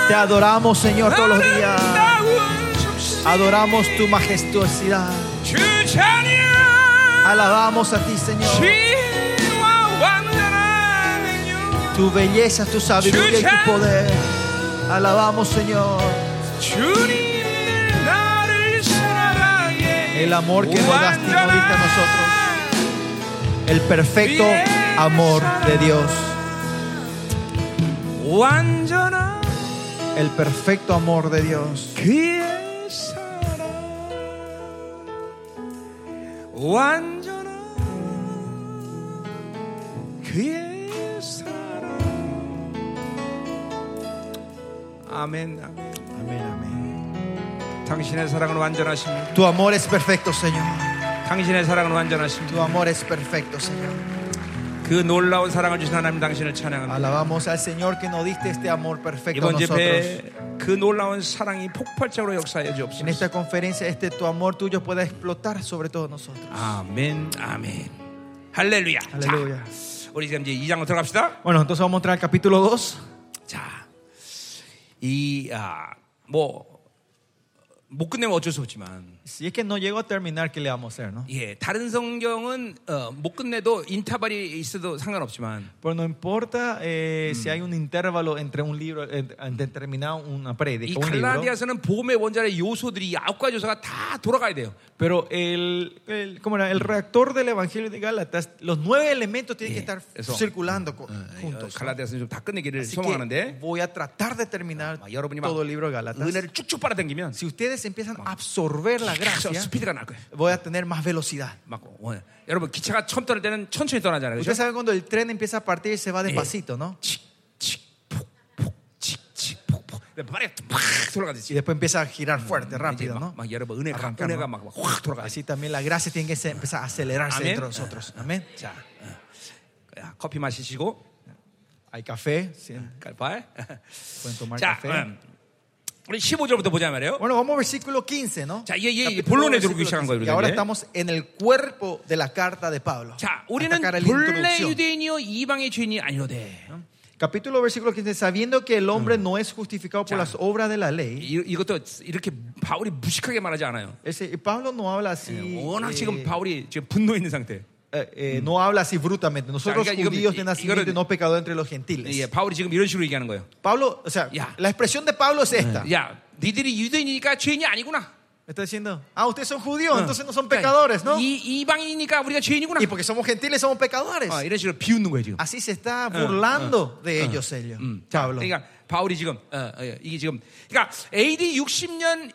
Te adoramos, Señor, todos los días.
아름다운 솜씨.
Adoramos tu majestuosidad.
주 찬양
Alabamos a ti, Señor.
지혜와 완전한 능력
Tu belleza, tu sabiduría y tu poder. Alabamos, Señor.
주님 늘 나를 사랑해
El amor que nos das, Señor, viste a nosotros. El perfecto amor de Dios.
완전한
El perfecto amor de Dios.
그의 사랑 완전한 그의 사랑 아멘 아멘
Amén, amén.
당신의 사랑은 완전하십니다
Tu amor es perfecto, Señor.
당신의 사랑은 완전하십니다
Tu amor es perfecto, Señor.
그 놀라운 사랑을 주신 하나님 당신을 찬양합니다
Alabamos al Señor que nos diste este amor perfecto a
이번
nosotros.
집회 그 놀라운 사랑이 폭발적으로 역사해
En
주옵소서
esta conferencia, este tu amor tuyo pueda explotar sobre todos nosotros.
Ah, 아멘 아멘 할렐루야
Aleluya.
자, 우리 지금 이제 2장으로 들어갑시다
Bueno, entonces vamos a entrar al capítulo 2.
자, 이, 아, 뭐, 못 끝내면 어쩔 수 없지만,
Si es que no llego a terminar, ¿qué le vamos a hacer? No?
예, 다른 성경은 어, 못 끝내도 인터벌이 있어도 상관없지만,
Pues no importa eh, si hay un intervalo entre un libro, entre, entre terminar una
이
prédica, un libro.
갈라디아서는 복음의 원자의 요소들이 아홉 가지 요소가 다 돌아가야 돼요.
Pero el, el- ¿cómo era? el
Mm.
reactor del Evangelio de Gálatas, los nueve elementos tienen que
Yeah,
estar
eso. Ah,
circulando co-
어,
juntos.
갈라디아서는 좀 다 끝내기를
Así que
소망하는데,
voy a tratar de terminar
막 여러분이 막
todo el libro de Gálatas.
은혜를 쭉쭉 빨아당기면,
Si ustedes empiezan a absorber la
그래서
gracia,
스피드가 날 거예요.
voy a tener más velocidad.
막, 어, 여러분 기차가 처음 떠날 때는 천천히 떠나잖아요. 그죠?
Ustedes saben cuando el tren empieza a partir y se va despacito, ¿no?
칙칙 폭폭 칙칙 폭폭. 발이 팍 돌아가듯이.
Y después empieza a
Mm,
girar fuerte,
이제
rápido,
막,
¿no?
막 여러분 은혜가
아랑까마.
은혜가 막확 돌아가.
Así también la gracia tiene que se- empezar a acelerarse
Amén.
dentro de nosotros. Amén.
자, 어. 야, 커피 마시시고
Hay café, sí,
갈발.
pueden tomar
자,
café.
음, 우리 15절부터 보자 말이에요.
Bueno, vamos al versículo 15, ¿no?
자, 이게 이게
Capítulo
본론에
15,
들어오기 시작한 거예요.
y ahora
우리가 이제.
estamos en el cuerpo de la carta de Pablo.
자,
Hasta
우리는
acá era la
본래
introducción.
유대인이요 이방의 죄인이 아니로되.
Capítulo versículo 15, sabiendo que el hombre no es justificado por las obras de la ley.
이, 이것도 이렇게 바울이 무식하게 말하지 않아요.
Ese- y Pablo no habla así.
워낙
eh,
지금 바울이 지금 분노 있는 상태.
eh, eh, no habla así brutamente. Nosotros
Claro, diga,
judíos
diga,
de nacimiento
diga,
y eh, no pecadores entre los gentiles.
예, 바울이 지금 이런 식으로 얘기하는 거예요.
Pablo, o sea,
Ya.
la expresión de Pablo es esta.
야, 니들이 유대인이니까 죄인이 아니구나.
Está diciendo, ah, ustedes son judíos, entonces no son
그러니까
pecadores, ¿no? Y,
이 이방인이니까 우리가 죄인이구나.
porque somos gentiles somos pecadores.
아, 이런 식으로 비웃는 거예요 지금.
Así se está burlando de ellos ellos. Pablo.
그러니까 바울이 지금 어, 어, 이게 지금 그러니까 AD 60년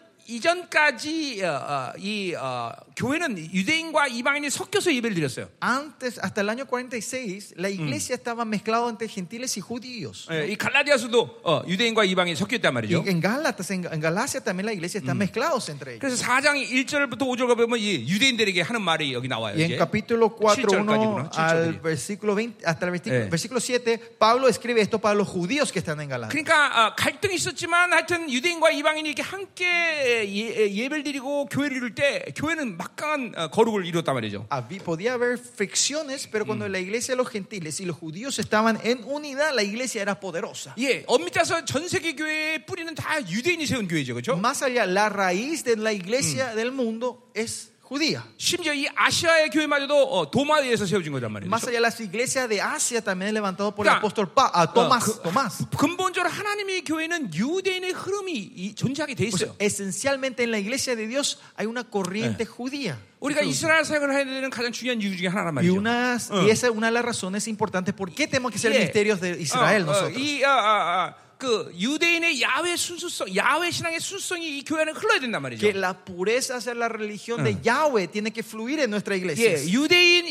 이전까지 어, 어, 이 어, 교회는 유대인과 이방인이 섞여서 예배를 드렸어요.
Antes, hasta el año 46, la iglesia estaba mezclada entre gentiles y judíos.
예, 이 갈라디아서도 어, 유대인과 이방인이 섞였단 말이죠.
Y en Gálatas, en, en Galacia también la iglesia está mezclados entre ellos.
그래서 4장 1절부터 5절가 보면 이 유대인들에게 하는 말이 여기 나와요.
Y en
이제.
capítulo 4, 1
7절까지구나.
al
7절까지.
versículo 20, hasta el versículo,
Eh.
versículo 7, Pablo escribe esto para los judíos que están en Galacia.
그러니까 어, 갈등이 있었지만 하여튼 유대인과 이방인이 이렇게 함께 예, 예배를 드리고 교회를 이룰 때 교회는 막강한 어, 거룩을 이뤘단 말이죠.
Habí- podía haber fricciones, pero cuando la iglesia de los gentiles y los judíos estaban en unidad, la iglesia era poderosa.
예, 엄밀히 따서 전 세계 교회의 뿌리는 다 유대인이 세운 교회죠. 그렇죠?
Más allá, la raíz de la iglesia del mundo es judía.
심지어 이 아시아의 교회마저도 어, 도마에 의해서 세워진 거란 말이에요.
Más
그렇죠?
allá, las iglesias de Asia también es levantado por el
Claro.
apóstol Pa- a Tomás.
Ah,
Tomás.
근본적으로 하나님의 교회는 유대인의 흐름이 이- 존재하게 돼
O sea,
있어요.
esencialmente en la iglesia de Dios hay una
Eh.
corriente judía.
우리가 이스라엘 사역을 해야 되는 가장 중요한 그렇죠. 이유 중에 하나란
Y,
말이죠.
unas,
Ah.
y esa es una de las razones importantes por qué tenemos que ser
예.
ministerios de Israel
어, 어,
nosotros.
이, 아, 아, 아, 그 유대인의 야외 순수성, 야외 신앙의 순수성이 이 교회는 흘러야 된단 말이죠.
Que la pureza hacia la religión
Ah.
de Yahweh tiene que fluir en nuestra iglesia.
예, 유대인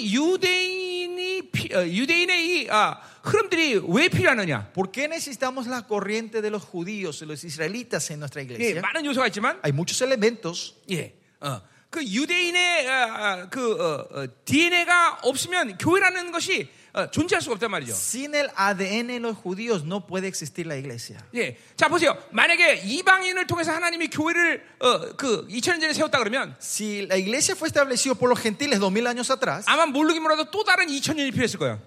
유대인이 피- 어, 유대인의 이 아, 흐름들이 왜 필요하느냐?
¿Por qué necesitamos la corriente de los judíos, de los israelitas en nuestra
예,
iglesia?
많은 요소가 있지만
Hay muchos elementos.
예. 어. 그 유대인의 아, 아, 그 어, DNA가 없으면 교회라는 것이 어, 존재할 수가 없단 말이죠.
Sin el ADN de los judíos no puede existir la iglesia.
예. 자, 보세요. 만약에 이방인을 통해서 하나님이 교회를 어, 그 2000년 전에 세웠다 그러면
Si la iglesia fue establecida por los gentiles dos mil años atrás,
아마 모르긴 몰라도 또 다른 2000년이 필요했을 거예요.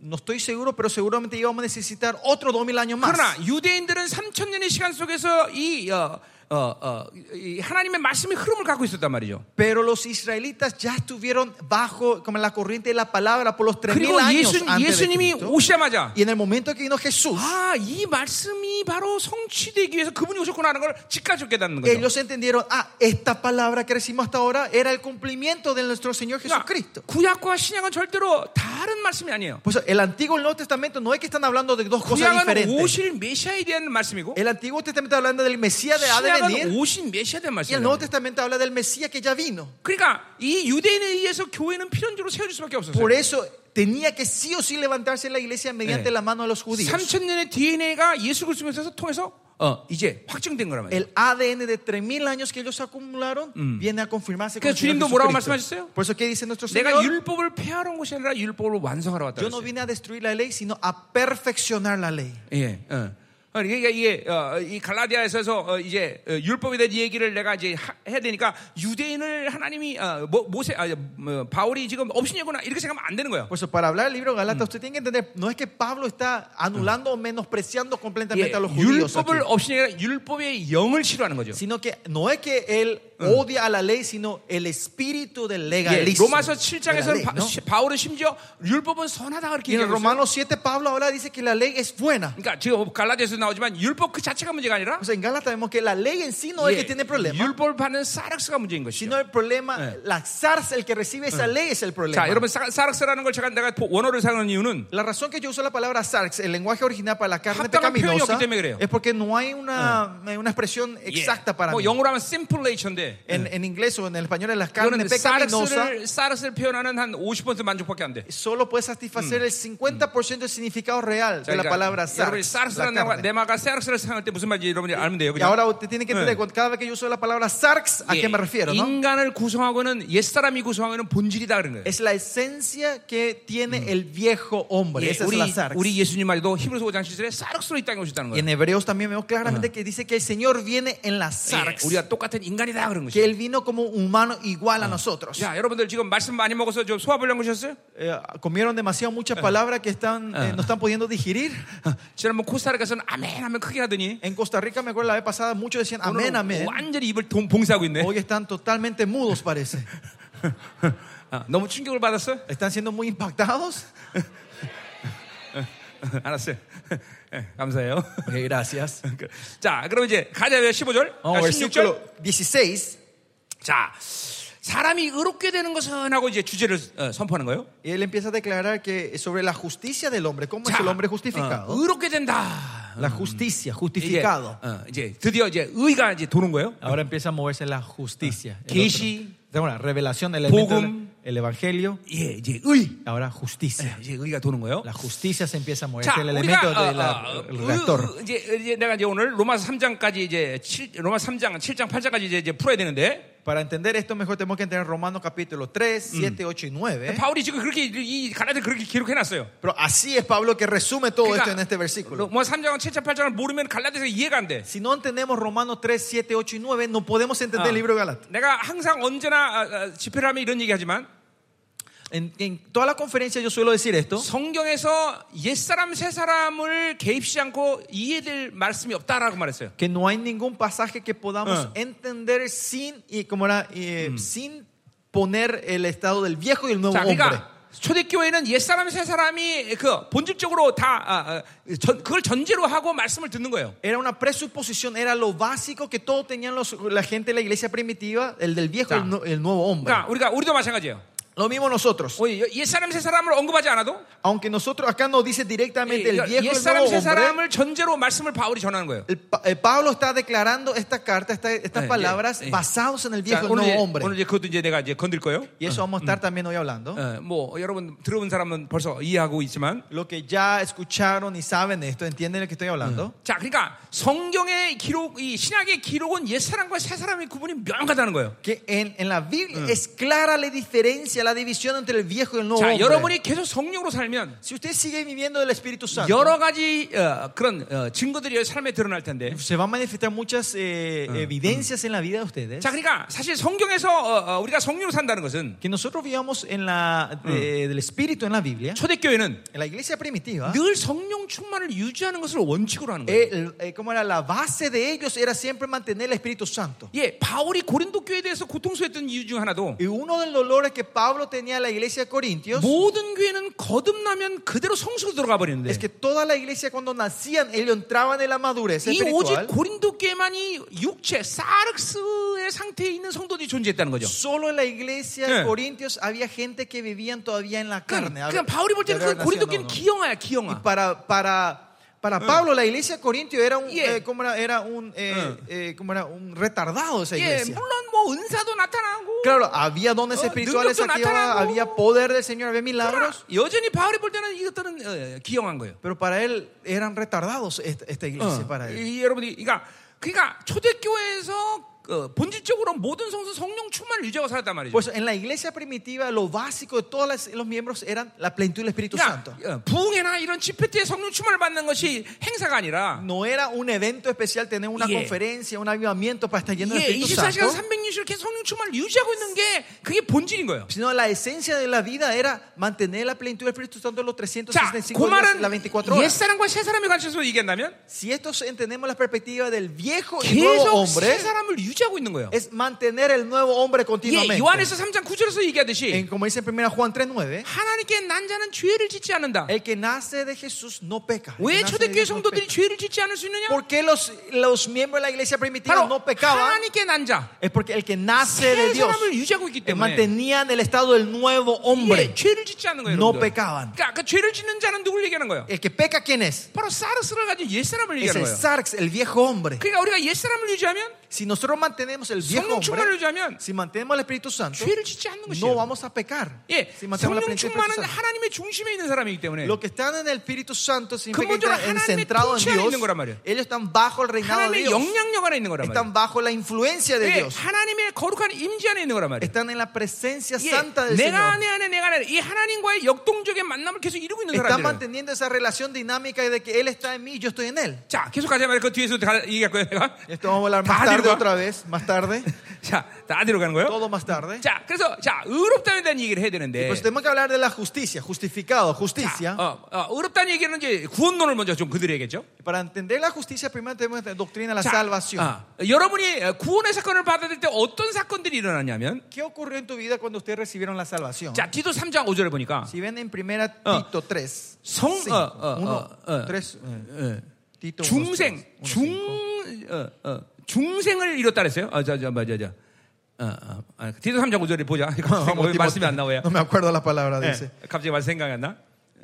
no estoy seguro, pero seguramente íbamos a necesitar otros dos mil años más.
그러나 유대인들은 3000년의 시간 속에서 이 어, 어, 어, 이 하나님의 말씀의 흐름을 갖고 있었단 말이죠.
Pero los israelitas ya estuvieron bajo como la corriente de la palabra por los tres mil
그리고
años
예수,
antes de
예수님이
Cristo.
오시자마자
Y en el momento que vino Jesús,
아, 이 말씀이 바로 성취되기 위해서 그분이 오셨구나 하는 걸 즉각적으로 깨닫는 거죠.
ellos entendieron, ah, esta palabra que recibimos hasta ahora era el cumplimiento de nuestro Señor
그러니까
Jesucristo.
구약과 신약은 절대로 다 다른 말씀이 아니에요.
Por eso, el Antiguo y el Nuevo Testamento no es que están hablando de dos cosas
구약은
diferentes.
오실 메시아에 대한 말씀이고
El Antiguo Testamento habla del Mesías de ha de
신약은
venir
오신 예, 네, 메시아에 대한
y el
말씀이에요.
Nuevo Testamento habla del Mesías que ya vino.
그러니까 이 유대인에 의해서 교회는 필연적으로 세워질 수밖에 없었어요.
Por eso tenía que sí o sí levantarse la iglesia mediante
Eh.
la mano de los judíos.
3000년의 DNA가 예수 그리스도에서 통해서 어, 이제 확증된 거란 말이에요.
El ADN de 3000 años que ellos acumularon viene a confirmarse con
Que
el Señor
주님도 뭐라고
Jesucristo.
말씀하셨어요?
Por eso que dice nuestro
내가
Señor,
율법을 폐하러 온 것이 아니라 율법을 완성하러 왔다.
yo no
그랬어요.
vine a destruir la ley, sino a perfeccionar la ley.
예. 어. 어, 그러니까 이게 어, 이 갈라디아에서 어, 이제 어, 율법에 대한 얘기를 내가 이제 하- 해야 되니까 유대인을 하나님이 어, 모- 모세 아, 뭐, 바울이 지금 업신여구나 이렇게 생각하면 안 되는 거예요.
Por eso, para hablar del libro de Galata, usted tiene que entender, no es que Pablo está anulando o menospreciando
예,
completamente a los judíos, aquí,
율법을 업신여가 율법의 영을 싫어하는 거죠.
sino que no es que él odia a la ley, sino el espíritu del
예,
legalismo.
로마서
de la ley,
7장에서는 바,
¿no?
울은 심지어 율법은 선하다 그렇게
Y en
얘기하고 있어요.
Romanos 7, Pablo ahora dice que la ley es buena.
그러니까 지금 갈라디아에서 나오지만 율법 그 자체가 문제가 아니라
O sea, en Galata vemos que la ley en sí no es
예,
el que tiene problema,
율법을 받는 사락스가 문제인 것이죠.
sino el problema,
Eh.
la SARS, el que recibe esa ley es el
자,
problema.
여러분 사- 사락스라는 걸 제가 내가 보- 원어를 사용하는 이유는
La razón que yo uso la palabra sarx, el lenguaje original para la carne
합당한
pecaminosa,
표현이 없기 때문에 그래요.
es porque no hay una, eh, una expresión
예,
exacta para
뭐
mí.
영어로 하면 simulation인데
En, en inglés o eh. en el español es la carne
그거는
pecaminosa.
사락스를 사락스를 표현하는 한 50% 만족밖에 안 돼.
Solo puede satisfacer el 50% del significado real de la palabra
여러분이
sarx. la
사락스라는
carne.
네마가 사락스를 생각할 때 무슨 말인지 여러분이 알면 돼요.
Y
그죠?
ahora usted tiene que entender, cuando- cada vez que yo uso la palabra sarx, ¿a
예,
qué me refiero? no?
인간을 구성하고는 옛사람이 구성하고는 본질이다 그런 거예요.
Es la esencia que tiene el viejo hombre.
예,
Esa
우리
es la sarx.
우리 예수님 말도 히브리서 5장 7절에 사륵스로 이 땅에 오셨다는
Y
거예요.
en hebreos también vemos claramente que dice que el Señor viene en la sarx.
예, 우리가 똑같은 인간이다 그런
que
거죠.
él vino como humano igual a nosotros.
자, 여러분들 지금 말씀 많이 먹어서 좀 소화불량 오셨어요?
Eh, comieron demasiado muchas palabras que están, eh, no están pudiendo digerir.
지난번 코스타리카에서는 아멘 하면 크게 하더니
En Costa Rica, me acuerdo la vez pasada, muchos decían amén,
오늘은
amén.
완전히 입을 동, 봉쇄하고 있네.
Hoy están totalmente mudos, parece.
아, 너무 충격을 받았어?
¿Están siendo muy impactados?
*laughs* 알았어요. 예, 감사해요.
Ok, gracias.
자, 그럼 이제 가자요
Vamos,
15절, 아, 16절.
versículo 16.
자, 사람이 의롭게 되는 것은 하고 이제 주제를 어, 선포하는 거예요.
Y él empieza a declarar que sobre la justicia del hombre, ¿cómo es el hombre
어,
justificado?
의롭게 된다.
La justicia,
이제,
justificado.
어, 이제 드디어 이제 의가 이제 도는 거예요.
Ahora empieza a moverse la justicia. el
Kishi.
otro. Tengo una revelación, el, elemento de la-
Bogum.
el evangelio.
예, 이제 의.
Ahora justicia.
이제 의가 도는 거예요.
La justicia se empieza a mover.
자,
Este es el elemento
우리가
del
어, 어, 의-
reactor.
의- 이제, 이제 내가 이제 오늘 로마서 3장까지 이제 칠- 로마서 3장, 7장, 8장까지 이제, 이제 풀어야 되는데
Para entender esto mejor tenemos que entender Romanos capítulo 3, 7, 8 y 9.
바울이 지금 그렇게 이 갈라디아 그렇게 기록해 놨어요.
Pero así es Pablo que resume todo esto en este versículo.
로마 뭐 3장, 7장, 8장을 모르면 갈라디아서 이해가 안 돼.
Si no entendemos Romanos 3, 7, 8 y 9, no podemos entender el libro de Galatas.
내가 항상 언제나 아, 아, 집회를 하면 이런 얘기하지만
En, en toda la conferencia yo suelo decir esto.
성경에서 옛사람 새사람을 개입시지 않고 이해될 말씀이 없다라고 말했어요.
Que no hay ningún pasaje que podamos
Ah. Mm.
entender sin, y como era, eh, sin poner el estado del viejo y el nuevo
자,
hombre.
그러니까 초대교회는 옛사람 새사람이 그 본질적으로 다 아, 아, 전- 그걸 전제로 하고 말씀을 듣는 거예요.
Era una presuposición, era lo básico que todos tenían los, la gente de la iglesia primitiva, el del viejo y el, nu- el nuevo hombre.
그러니까 우리가 우리도 마찬가지예요.
Lo mismo nosotros.
우리 옛사람 새사람을 언급하지 않아도
Aunque nosotros acá no dice directamente el
그러니까
viejo y el
옛사람
nuevo hombre,
새사람을 전제로 말씀을 바울이 전하는 거예요.
el Pa- eh, Pablo está declarando esta carta, esta- estas
Eh,
palabras
eh, eh.
basados en el
자,
viejo y el
오늘,
nuevo
이제,
hombre.
오늘 이제 그것도 이제 내가 이제 건들 거예요.
Y eso vamos a
Mm.
estar también hoy hablando.
어, 뭐 여러분 들어본 사람은 벌써 이해하고 있지만
Lo que ya escucharon y saben esto, entienden lo que estoy hablando.
자, 그러니까 성경의 기록, 이 신약의 기록은 옛 사람과 새 사람의 구분이 명확하다는 거예요.
Que en, en la Biblia es clara la diferencia, la división entre el viejo y el nuevo
자,
hombre.
여러분이 계속 성령으로 살면
Si usted sigue viviendo del Espíritu Santo,
여러 가지 어, 그런 어, 증거들이 삶에 드러날 텐데.
se van a manifestar muchas eh, evidencias en la vida de ustedes.
자, 그러니까 사실 성경에서 어, 어, 우리가 성령으로 산다는 것은
Que nosotros vivamos en la, de- del Espíritu en la Biblia,
초대교회는
en la iglesia primitiva.
늘 성령 충만을 유지하는 것을 원칙으로 하는 어? 거예요.
el- eh, ¿Cómo era? La base de ellos era siempre mantener el Espíritu Santo.
예, 바울이 고린도 교회에 대해서 고통스러웠던 이유 중 하나도
Y uno de los dolores que Pablo Pablo tenía la iglesia de
예.
Corintios
모든 교회는 거듭나면 그대로 성숙으로 들어가 버리는데
es que toda la iglesia cuando nacían ellos entraban en la madurez
이 오직
espiritual.
고린도 교회만이 육체 사르스의 상태에 있는 성도들이 존재했다는 거죠.
Solo en la iglesia
Sí.
de Corintios había gente que vivían todavía en la carne.
그러니까 그냥 바울이 볼 때는
De
그
haber nacido,
고린도 교회는
no, no.
기형아야
Y
기형아.
para, para, para Pablo, la iglesia de Corintio era un,
Ah. Yeah. Ah.
eh, ¿cómo era? Era un, eh, eh, ¿cómo era? un retardado esa
예,
iglesia.
물론 뭐 은사도 나타나고
Claro, había dones
Oh,
espirituales
능력도
activados,
나타나고.
había poder del Señor, había
그러나
milagros,
여전히 바울이 볼 때는 이것들은 어, 기형한 거예요. 어.
pero para él eran retardados esta, esta
예,
iglesia.
Ah.
Para él.
이, 여러분이 그러니까 그러니까 초대교회에서 어, 본질적으로 모든 성도 성령 충만을 유지하고 살았단 말이죠.
Pues en la iglesia primitiva, lo básico de todos las- los miembros eran la plenitud del Espíritu Santo.
그러니까 어, 부흥회나 이런 집회 때 성령 충만을 받는 것이 행사가 아니라
No era un evento especial tener una
Yeah.
conferencia, un avivamiento para estar lleno del
예, 이게
Espíritu
24시간
Santo,
360일 계속 성령 충만을 유지하고 있는 게 그게 본질인 거예요.
sino la esencia de la vida era mantener la plenitud del Espíritu Santo los
자, 그
365 días,
말은
las 24
옛
horas. 어,
사람과 새 사람에 관해서 얘기한다면
Si estos entendemos la perspectiva del viejo y nuevo
계속 새
hombre,
사람을 유지하고 있는 거예요.
es mantener el nuevo hombre
예,
continuamente.
요한에서 3장 9절에서 얘기하듯이
En, como dice en 1 Juan 3.9,
하나님께 난 자는 죄를 짓지 않는다.
el que nace de Jesús no peca. El que
왜
nace de
초대교회
Dios no
성도들이
peca.
죄를 짓지 않을 수 있느냐?
¿Por qué los, los miembros de la iglesia primitiva
바로
no pecaban?
하나님께 난 자,
Es porque el que nace de
새
Dios
사람을 유지하고 있기
eh,
때문에
mantenían el estado del nuevo
이게
hombre.
죄를 짓지 않는 거예요.
No
여러분들.
pecaban.
그러니까 그 죄를 짓는 자는 누굴 얘기하는 거예요?
El que peca, ¿quién es?
바로 사르스를 가진 옛 사람을
Es
얘기하는
el
거예요.
sarx, el viejo hombre.
그러니까 우리가 옛 사람을 유지하면
Si nosotros mantenemos el viejo
성령 충만을
hombre,
유지하면
si mantenemos el Espíritu Santo,
죄를 짓지 않는
no
것이에요.
vamos a pecar.
예,
Si mantenemos la
성령
plenitud del Espíritu
충만은
Santo.
하나님의 중심에 있는 사람이기 때문에
Los que están en el Espíritu Santo significa que
근본적으로
están
하나님의
centrados
통치
en
안에
Dios.
있는 거란 말이에요.
Ellos están bajo el reinado de
하나님의
Dios.
영향력 안에 있는 거란 말이에요.
Están bajo la influencia de
예,
Dios.
하나님의 거룩한 임재 안에 있는 거란 말이에요.
Están en la presencia
예,
santa del
내가
Señor.
안에 안에 내가 안에 이 하나님과의 역동적인 만남을 계속 이루고 있는
Están
사람들.
manteniendo esa relación dinámica de que Él está en mí y yo estoy en Él.
자, 계속 가자 말이야. 그 뒤에서 다 얘기할 거예요. 내가.
Esto vamos a hablar
다
más tarde
들어가?
otra vez, más tarde,
자, 다 어디로 가는 거예요?
todo más tarde.
자, 그래서 자, 의롭다에 대한 얘기를 해야 되는데.
Pues tenemos que hablar de la justicia, justificado, justicia.
어, 어, 의롭다는 얘기는 이제 구원론을 먼저 좀 그들에게죠.
Para entender la justicia, primero tenemos la doctrina de la
자,
salvación.
아, 여러분이 구원의 사건을 받아들일 때 어떤 사건들이 일어나냐면,
¿Qué ocurrió en tu vida cuando ustedes recibieron la salvación?
자, 디도 3장 5절을 보니까
Si ven en primera
Ah.
Tito 3,
성, 어,
cinco,
어, 어,
uno,
어, 어,
tres, eh,
어,
Tito uno,
중생,
tres, uno, *laughs*
중,
cinco.
어, 어, 중생을 잃었다 그랬어요. 아, 자, 자, 맞아, 자. 어, 어, 아, 디도 3장 5절을 보자. *laughs* 이거
Como
왜
Timoteo.
말씀이 안 나와요.
No Eh. me acuerdo la palabra,
예,
dice.
갑자기 말씀 생각이 안 나?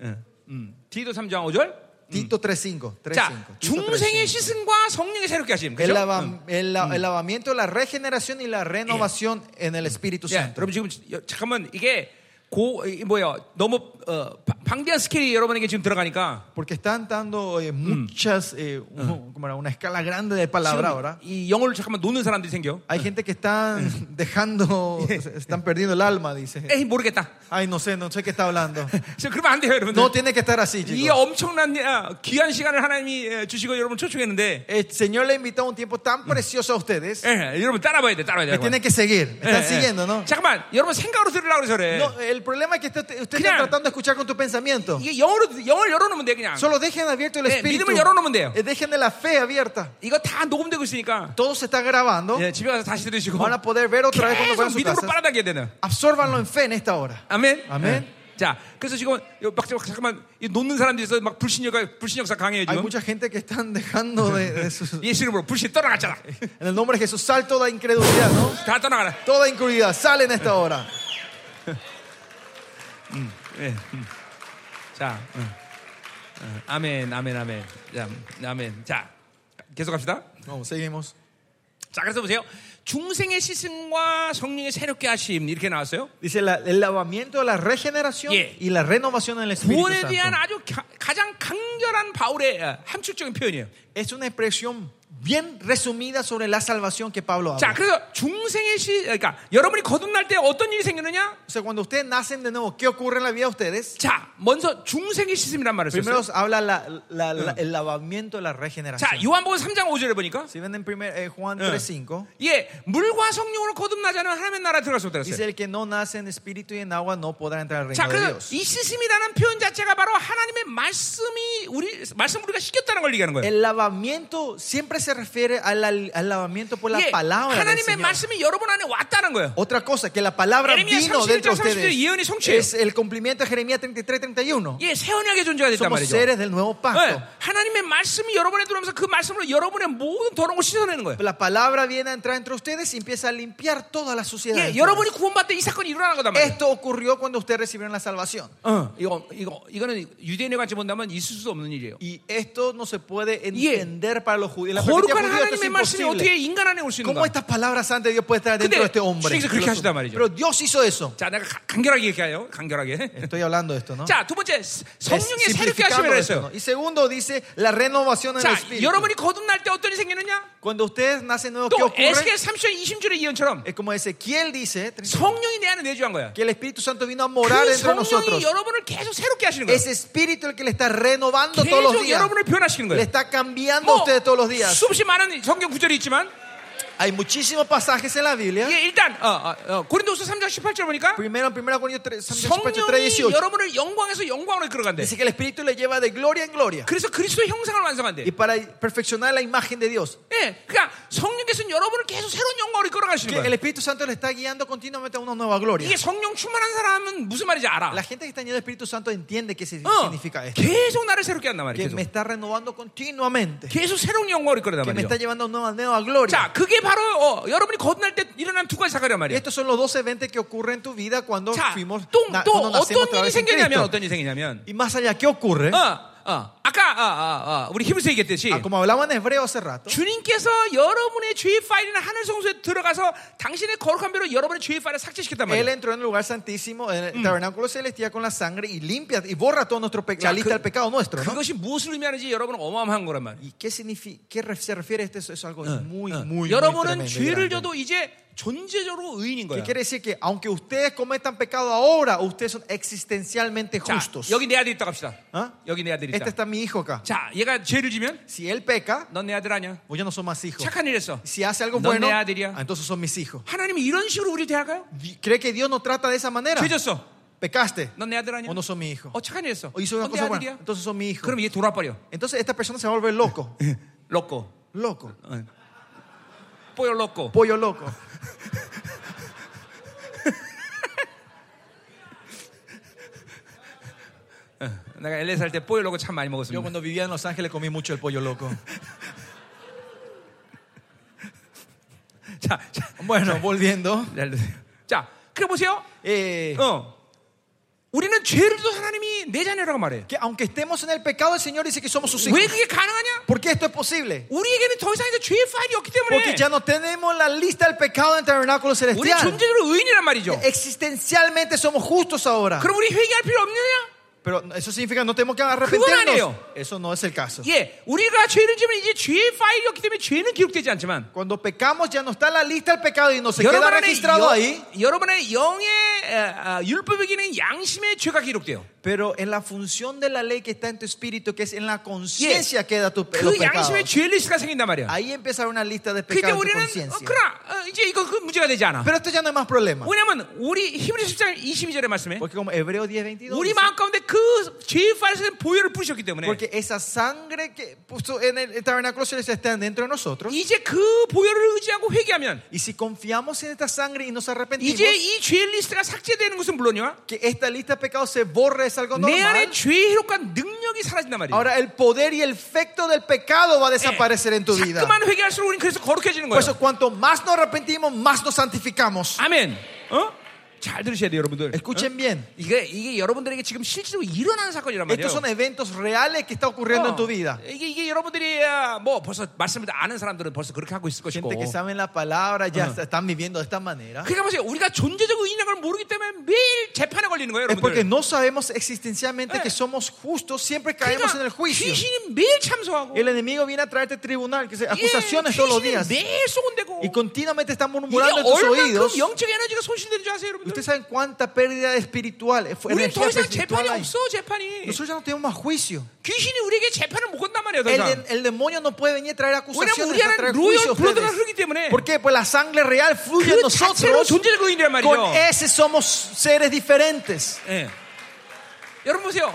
예, 음. 디도 3장 5절.
Tito 3.5.
자,
3.5. Tito
중생의
3:5.
시승과 성령의 새롭게 하심.
El,
그죠? 음.
lava- el la- el lavamiento, la regeneración y la renovación en el Espíritu
예,
Santo.
여러분 지금 여- 잠깐만 이게 고 이- 뭐야 너무 어, 바- 방대한 스케일이 여러분에게 지금 들어가니까
Porque están dando eh,
Mm.
muchas, eh,
Ah.
un- como era, una escala grande de palabra ahora.
지금 이 영어를 잠깐만 놓는 사람들이 생겨.
Hay gente que
*laughs* Eh.
están dejando, están perdiendo el alma, dice.
에이 모르겠다.
Ay, no sé, no sé qué está
*laughs*
hablando.
지금 그러면 안 돼요, 여러분들.
No tiene que estar así,
이게
chicos.
엄청난 아, 귀한 시간을 하나님이 예, 주시고 여러분 초청했는데
El Señor le invitó a un tiempo
Mm.
tan precioso a ustedes.
예, 여러분 따라봐야 돼, 따라봐야 돼.
Me
여러분.
tienen que seguir. Me están
예, 예.
siguiendo, ¿no?
잠깐만, 여러분 생각으로 들으려고 그래서 그래.
No, el problema es que usted, usted
Claro.
está tratando de escuchar con tu pensamiento.
이게 영어로 영어를 열어놓으면 돼 그냥.
Solo dejen abierto el
Eh,
espíritu.
믿음을 열어놓으면 돼요.
Eh, Dejen de la fe abierta.
이거 다 녹음되고 있으니까
Todo se está grabando.
예, 집에 가서 다시 들으시고
Van a poder ver otra vez cuando vayan a su
계속 믿음으로
casa.
빨아당겨야 되는.
Absórbanlo en fe en esta hora.
아멘.
아멘.
예. 자, 그래서 지금 요- 막 자- 잠깐만 이 놓는 사람들이 있어 막 불신여가 불신역사 강해요
Hay
지금.
mucha gente que están dejando de, de sus.
예수 이름으로 불신 떠나갔잖아.
En el nombre de Jesús, sal toda incredulidad, ¿no?
다 떠나가라.
Toda incredulidad, sal en esta hora.
예. 음. 자, 음. 어, 아멘, 아멘, 아멘. 자, 음, 아멘. 자, 계속합시다.
Vamos, seguimos.
자, 그래서 보세요. 중생의 시승과 성령의 새롭게 하심 이렇게 나왔어요.
Dice la- el lavamiento de la regeneración
Yeah.
y la renovación en el Espíritu
구원에 대한
Santo.
아주 가- 가장 강렬한 바울의 어, 함축적인 표현이에요.
Es una expresión bien resumida sobre la salvación que Pablo
자,
habla.
그래서 중생의 시, 그러니까 여러분이 거듭날 때 어떤 일이 생기느냐?
O sea, cuando ustedes nacen de nuevo, ¿qué ocurre en la vida de ustedes?
자, 먼저 중생의 시스미란 말을
Primero
썼어요.
habla la- la- la- el lavamiento de la regeneración.
자, 요한복음 3장 5절에 보니까
Si ven en primer, eh, Juan 3.5,
예, 물과 성령으로 거듭나자는 하나님의 나라에 들어갈 수 없다
dice
그랬어요.
el que no nace en espíritu y en agua no podrá entrar al
자,
reino de
그래서
Dios.
이 시스미라는 표현 자체가 바로 하나님의 말씀이 우리 말씀 우리가 시켰다는 걸 얘기하는 거예요.
El lavamiento siempre se refiere al, al- al lavamiento por la
예,
palabra. del
하나님의
Señor.
말씀이 여러분 안에 왔다는 거예요.
Otra cosa, que la palabra
Jeremías
vino
31,
dentro de
32 예언이
ustedes.
성취예요.
Es el cumplimiento de Jeremías 33, 31.
예, 새 언약의 존재가 됐단
Somos
말이죠.
seres del nuevo
예,
pacto.
하나님의 말씀이 여러분 안에 들어오면서 그 말씀으로 여러분의 모든 더러운 걸 씻어내는 거예요.
La palabra viene a entrar entre ustedes y empieza a limpiar toda la suciedad.
예, 여러분이 구원받때 이 사건이 일어나는 거단 말이에요.
Esto ocurrió cuando ustedes recibieron la salvación.
어, 이거 이거 이거는 유대인의 관점 본다면 있을 수도 없는 일이에요.
Y esto no se puede
Yeah.
entender para los judíos. La perspectiva
거룩한
judía esto es
하나님의 말씀이
imposible.
어떻게 인간 안에 올 수
¿Cómo
있는가?
estas palabras santas de Dios puede estar dentro
Pero-
de este hombre?
Pero-
Pero Dios hizo eso.
자, 내가 가- 간결하게 얘기해요. 간결하게.
Estoy hablando de esto, ¿no?
자, 두 번째 스-
Es
성령의 새롭게
simplificando
하심을
esto,
했어요.
¿no? Y segundo dice la renovación en
자,
el espíritu.
여러분이 거듭날 때 어떤 일이 생기느냐?
Cuando ustedes nacen nuevos, ¿qué
또
ocurre?
에스겔 30절 20절의 예언처럼
Es como Ezequiel dice
성령이 내 안에 내주한 거야.
que el Espíritu Santo vino a morar
그
dentro de
성령이
nosotros.
여러분을 계속 새롭게 하시는 거야.
Ese espíritu el que le está renovando todos los
계속
días.
여러분을 변화시키는 네,
Le
거예요.
está cambiando a
뭐,
ustedes todos los días.
수없이 많은 성경 구절이 있지만
Hay muchísimos pasajes en la Biblia.
예, 일단 어, 어, 어, 고린도서 3장 18절 보니까
Primero, en 1 Corintios 3, 18, 3,
성령이
18.
여러분을 영광에서 영광으로 이끌어간대.
Dice que el Espíritu le lleva de gloria en gloria.
그래서 그리스도의 형상을 완성한대.
Y para perfeccionar la imagen de Dios.
예, 그러니까 성령께서는 여러분을 계속 새로운 영광으로 이끌어가시는
Que el
거예요.
Espíritu Santo le está guiando continuamente a una nueva
이게
gloria.
성령 충만한 사람은 무슨 말인지 알아.
La gente que está en el Espíritu Santo entiende que se-
어,
significa esto.
계속 나를 새롭게 한단 말이에요.
Que me
계속,
está renovando continuamente.
계속 새로운 영광으로
Que
이끌어단
me está
말이에요.
llevando a una nueva gloria.
자, 그게 바로 어, 여러분이 거듭날 때 일어난 두 가지 사건이란
Y
말이에요.
estos son los dos eventos que ocurren en tu vida cuando
자,
fuimos
예, 또,
na-
또
cuando nacemos
어떤
otra
일이
vez en
생기냐면
Cristo.
어떤 일이 생기냐면
Y más allá, ¿qué ocurre?
어, 어, 아까 어, 어, 어, 우리 히브리서 얘기했듯이
Ah, como hablaba en hebreo hace rato.
주님께서 여러분의 죄의 파일이나 하늘 성소에 들어가서 당신의 거룩한 배로 여러분의 죄의 파일을 삭제시켰단
Él
말이에요.
entró en el lugar santísimo, en el tabernáculo celestial con la sangre y limpia y borra todo nuestro pecado,
Ya,
la lista
que-
del pecado nuestro. ¿no?
그것이 무엇을 의미하는지 여러분은 어마어마한 거란 말이에요.
¿Y qué, signifi- qué re- se refiere esto? Eso es algo muy, muy, muy
여러분은
tremendo Ah, y
죄를
grande.
져도 이제 존재적으로 의인인
¿Qué
거야.
quiere decir? Que aunque ustedes cometan pecado ahora, ustedes son existencialmente
자,
justos.
여기 내 아들 있다 갑시다.
어?
여기 내 아들
Este
있다.
está mi hijo acá.
자, 얘가 죄를 지면
Si él peca,
넌 내 아들 아니야.
pues yo no soy más hijo.
착한 일 했어.
Si hace algo
No,
bueno,
내 아들이야.
ah, entonces son mis hijos.
하나님이 이런 식으로 우리 대할까요?
Di- ¿Cree que Dios nos trata de esa manera?
죄 졌어.
¿Pecaste?
넌 내 아들 아니야.
O no son mi hijo.
어, 착한 일 했어.
O hizo una
넌 내
cosa buena.
아들이야.
Entonces son mi hijo.
그럼 얘 돌아버려.
Entonces esta persona se va a volver *laughs* loco.
럭고.
Loco.
뽀요 럭고.
Pollo loco.
내가 LA 살때 뽀요 럭고 참 많이
Yo
먹었습니다.
cuando vivía en Los Ángeles comí mucho el pollo *laughs* loco.
자, 자,
Bueno, volviendo.
잘 드세요. 자, 그래 보세요.
Eh,
어. 우리는 죄를 도 하나님이 내 자녀라고 말해요.
que aunque estemos en el pecado, el Señor dice que somos sus hijos.
왜 그게 가능하냐?
¿Por qué esto es posible?
우리에게는 더 이상 이제 죄의 파일이 어, 없기 때문에
Porque ya no tenemos la lista del pecado en el tabernáculo
우리
celestial.
존재적으로 의인이란 말이죠.
Existencialmente somos justos ahora.
그럼 우리 회개할 필요 없느냐?
Pero eso significa no tenemos que arrepentirnos.
아니에요.
Eso no es el caso.
예, 우리가 죄를 지면 이제 죄의 파일이 없기 때문에 죄는 기록되지 않지만
Cuando pecamos ya no está la lista del pecado y no se queda
여러분 안에
registrado ahí.
여, 러분의 영의 에, 아, 율법의 기능 양심의 죄가 기록돼요.
Pero en la función de la ley que está en tu espíritu, que es en la conciencia queda tu pe- los
그
pecados.
양심의 죄 리스트가 생긴단 말이야.
Ahí empieza una lista de
그때
pecados en tu
우리는 어,
conciencia.
그러나 어, 이제 이거 그 문제가 되지 않아.
Pero esto ya no es más problema.
왜냐면 우리 히브리 10장 22절의 말씀에
Porque como Hebreo 10, 22
우리
dice,
마음 가운데 그 죄의 파일에 보혈을 부으셨기 때문에
porque esa sangre que puso en el tabernáculo celestial está dentro de nosotros.
이제 그 보혈을 의지하고 회개하면
Y si confiamos en esta sangre y nos arrepentimos,
이제 뭐 이 죄의 리스트가 삭제되는 것은 물론이와
que esta lista de pecados se borre es algo
내 안에
normal.
죄의 희록과 능력이 사라진단 말이에요.
Ahora el poder y el efecto del pecado va a desaparecer en tu vida.
자꾸만 회개할수록 우리는 그래서 거룩해지는
Por
거예요.
eso cuanto más nos arrepentimos, más nos santificamos.
아멘. 어? 잘 들으셔야 돼요, 여러분들.
Escuchen
어?
bien.
이게 이게 여러분들에게 지금 실제로 일어나는 사건이란 말이에요.
Estos son eventos reales que está ocurriendo
Oh,
en tu vida.
어, 이게 이게 여러분들이 아, 뭐 벌써 말씀을 다 아는 사람들은 벌써 그렇게 하고 있을 것이고.
Gente que saben la palabra ya están viviendo de esta manera.
그러니까 보세요, 우리가 존재적 의인인 걸 모르기 때문에 매일 재판에 걸리는 거예요,
Es porque
여러분들.
no sabemos existencialmente
Eh.
que somos justos, siempre caemos en el
그러니까
juicio.
귀신이 매일 참소하고,
El enemigo viene a traerte tribunal, que se-
예,
acusaciones todos los
귀신이
días.
매일 쏘곤대고.
Y continuamente están murmurando en tus
이게
oídos.
얼마큼 영적 에너지가 손실되는 줄 아세요,
Y ustedes
여러분들?
saben cuánta pérdida espiritual, eh, fue-
우리는 더
energía
이상 재판이
espiritual hay.
없어, 재판이.
Nosotros ya no tenemos más juicio.
귀신이 우리에게 재판을 못 건단 말이에요, 더
El,
이상.
el demonio no puede venir a traer
왜냐면
acusaciones,
우리
a
안에
traer juicio a
로열 블러드가
ustedes.
흐르기 때문에
¿Por qué? Pues la sangre real fluye en
그 자체로
nosotros.
존재적 의인이란
Con
말이죠.
ese somos seres diferentes.
예. 여러분 보세요.